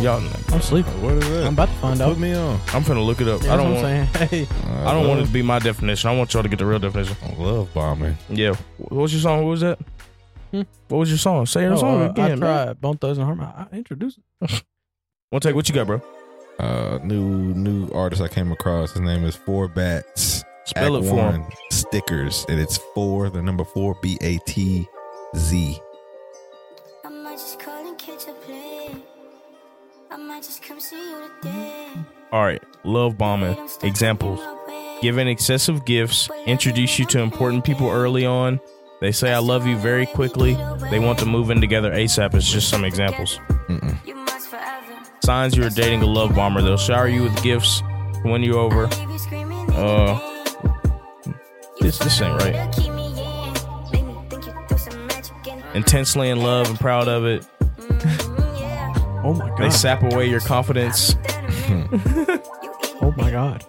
Speaker 2: Y'all
Speaker 1: I'm sleeping.
Speaker 3: What is that?
Speaker 1: I'm about to find out.
Speaker 3: Put me on.
Speaker 2: I'm finna look it up. I don't
Speaker 1: what
Speaker 2: want
Speaker 1: I'm saying. Hey,
Speaker 2: I don't want it to be my definition. I want y'all to get the real definition.
Speaker 3: to. Love bombing.
Speaker 2: Uh-huh. Yeah. What was your song? What was that?
Speaker 1: Hmm?
Speaker 2: What was your song? Say your
Speaker 1: oh,
Speaker 2: song
Speaker 1: uh, I
Speaker 2: again, man.
Speaker 1: tried Bone Thugs and Harmony. I I introduced it.
Speaker 2: One take. What you got, bro?
Speaker 3: Uh, new new artist I came across. His name is Four Bats.
Speaker 2: Spell
Speaker 3: Act
Speaker 2: it for him.
Speaker 3: One Stickers, and it's four. The number four. B A T Z.
Speaker 12: I might just call and catch a plane. I might just come see you today.
Speaker 2: All right. Love bombing. Examples. Giving excessive gifts. Introduce you to important people early on. They say I love you very quickly. They want to move in together ASAP. It's just some examples.
Speaker 12: You must forever.
Speaker 2: Signs you're dating a love bomber. They'll shower you with gifts, win you over.
Speaker 12: Leave you screaming.
Speaker 2: Uh, this this ain't right.
Speaker 12: You'll keep me in. Make me think you do some magic and
Speaker 2: Intensely in love and proud of it.
Speaker 12: Mm, yeah.
Speaker 1: Oh my god.
Speaker 2: They sap away your confidence.
Speaker 12: You idiot.
Speaker 1: oh my god.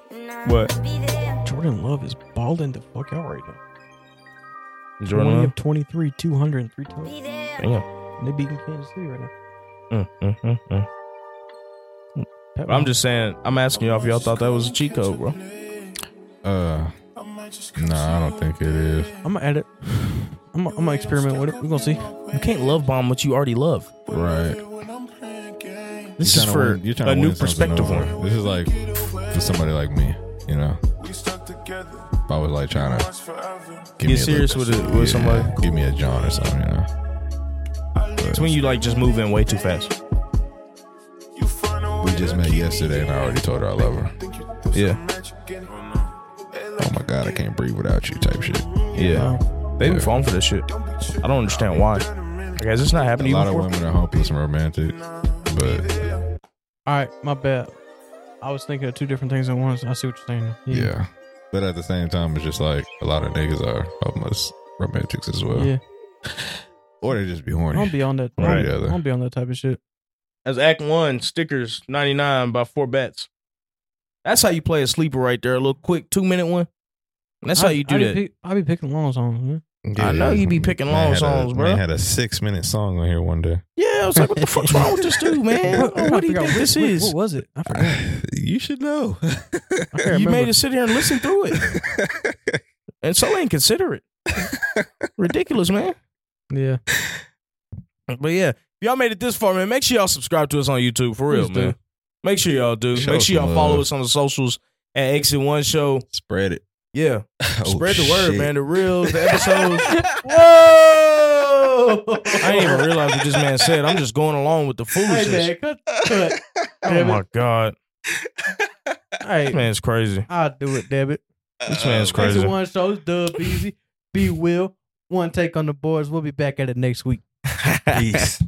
Speaker 2: What?
Speaker 12: Be there.
Speaker 1: Jordan Love is balling the fuck out right now.
Speaker 2: Jordan.
Speaker 1: 20
Speaker 2: Love?
Speaker 1: of 23, 203 times.
Speaker 12: Be there.
Speaker 2: Damn.
Speaker 1: And they beating Kansas City right now.
Speaker 2: Mm, mm, mm, mm.
Speaker 1: Pat
Speaker 2: I'm just saying. I'm asking y'all if y'all thought that was a cheat code, bro.
Speaker 3: Uh, nah, I don't think it is.
Speaker 1: I'm gonna edit. I'm gonna, I'm gonna experiment with it. We're gonna see.
Speaker 2: You can't love bomb what you already love.
Speaker 3: Right.
Speaker 2: This
Speaker 3: You're
Speaker 2: is
Speaker 3: tryna
Speaker 2: for
Speaker 3: win- you're tryna
Speaker 2: a new
Speaker 3: win something
Speaker 2: perspective
Speaker 3: over.
Speaker 2: on.
Speaker 3: This is like for somebody like me, you know. If I was like trying to give me a
Speaker 2: serious
Speaker 3: little-
Speaker 2: with it- with somebody.
Speaker 3: give me a John or something, you know.
Speaker 2: It's when you like just move in way too fast.
Speaker 3: We just met yesterday, and I already told her I love her.
Speaker 2: Yeah,
Speaker 3: Oh my god, I can't breathe without you, type shit.
Speaker 2: yeah. Um, They been
Speaker 3: Yeah.
Speaker 2: falling for this shit. I don't understand why. Like, has this not
Speaker 3: A
Speaker 2: happened to you
Speaker 3: lot of
Speaker 2: before?
Speaker 3: women are hopeless and romantic, but
Speaker 1: All right, my bad. I was thinking of two different things at once. I see what you're saying.
Speaker 3: yeah. But at the same time, it's just like a lot of niggas are hopeless romantics as
Speaker 2: uh,
Speaker 3: well,
Speaker 1: Yeah.
Speaker 3: or they just be
Speaker 1: I
Speaker 3: horny.
Speaker 1: don't be on that.
Speaker 3: One or
Speaker 1: I
Speaker 3: the
Speaker 1: don't,
Speaker 3: other.
Speaker 1: I don't be on that type of shit.
Speaker 2: As Act One stickers ninety nine by Four Bets. That's how you play a sleeper right there. A little quick two minute one. And that's how
Speaker 1: I-
Speaker 2: you do
Speaker 1: I be
Speaker 2: that.
Speaker 1: pick- I be picking long songs, man.
Speaker 2: I know you be picking long
Speaker 3: had a-
Speaker 2: songs, bro.
Speaker 3: Man had a six minute song on here one day.
Speaker 2: yeah, I was like, what the fuck's wrong with this dude, man?
Speaker 1: I'm trying
Speaker 2: Oh, what do
Speaker 1: to
Speaker 2: you
Speaker 1: figure out
Speaker 2: think
Speaker 1: what-
Speaker 2: this
Speaker 1: what-
Speaker 2: is?
Speaker 1: What was it? I forgot.
Speaker 3: You should know.
Speaker 1: I can't
Speaker 2: You
Speaker 1: remember.
Speaker 2: made us sit here and listen through it. And so inconsiderate. Ridiculous, man.
Speaker 1: Yeah.
Speaker 2: But yeah, if y'all made it this far, man, make sure y'all subscribe to us on YouTube for real,
Speaker 1: Please do.
Speaker 2: man. Make sure y'all do.
Speaker 3: Show
Speaker 2: make
Speaker 3: us
Speaker 2: sure y'all
Speaker 3: some
Speaker 2: follow
Speaker 3: love.
Speaker 2: us on the socials at Exit One Show.
Speaker 3: Spread it.
Speaker 2: Yeah.
Speaker 3: Oh,
Speaker 2: Spread the word,
Speaker 3: shit.
Speaker 2: man. The reels, the episodes.
Speaker 1: Whoa!
Speaker 2: I didn't even realize what this man said. I'm just going along with the foolishness.
Speaker 1: cut, cut.
Speaker 2: Oh my God. This
Speaker 1: Hey,
Speaker 2: man's crazy.
Speaker 1: I'll do it, David.
Speaker 3: Uh,
Speaker 2: This
Speaker 1: Next
Speaker 2: man's crazy.
Speaker 1: one shows Dub Easy, B Will, one take on the boards. We'll be back at it next week.
Speaker 3: Peace.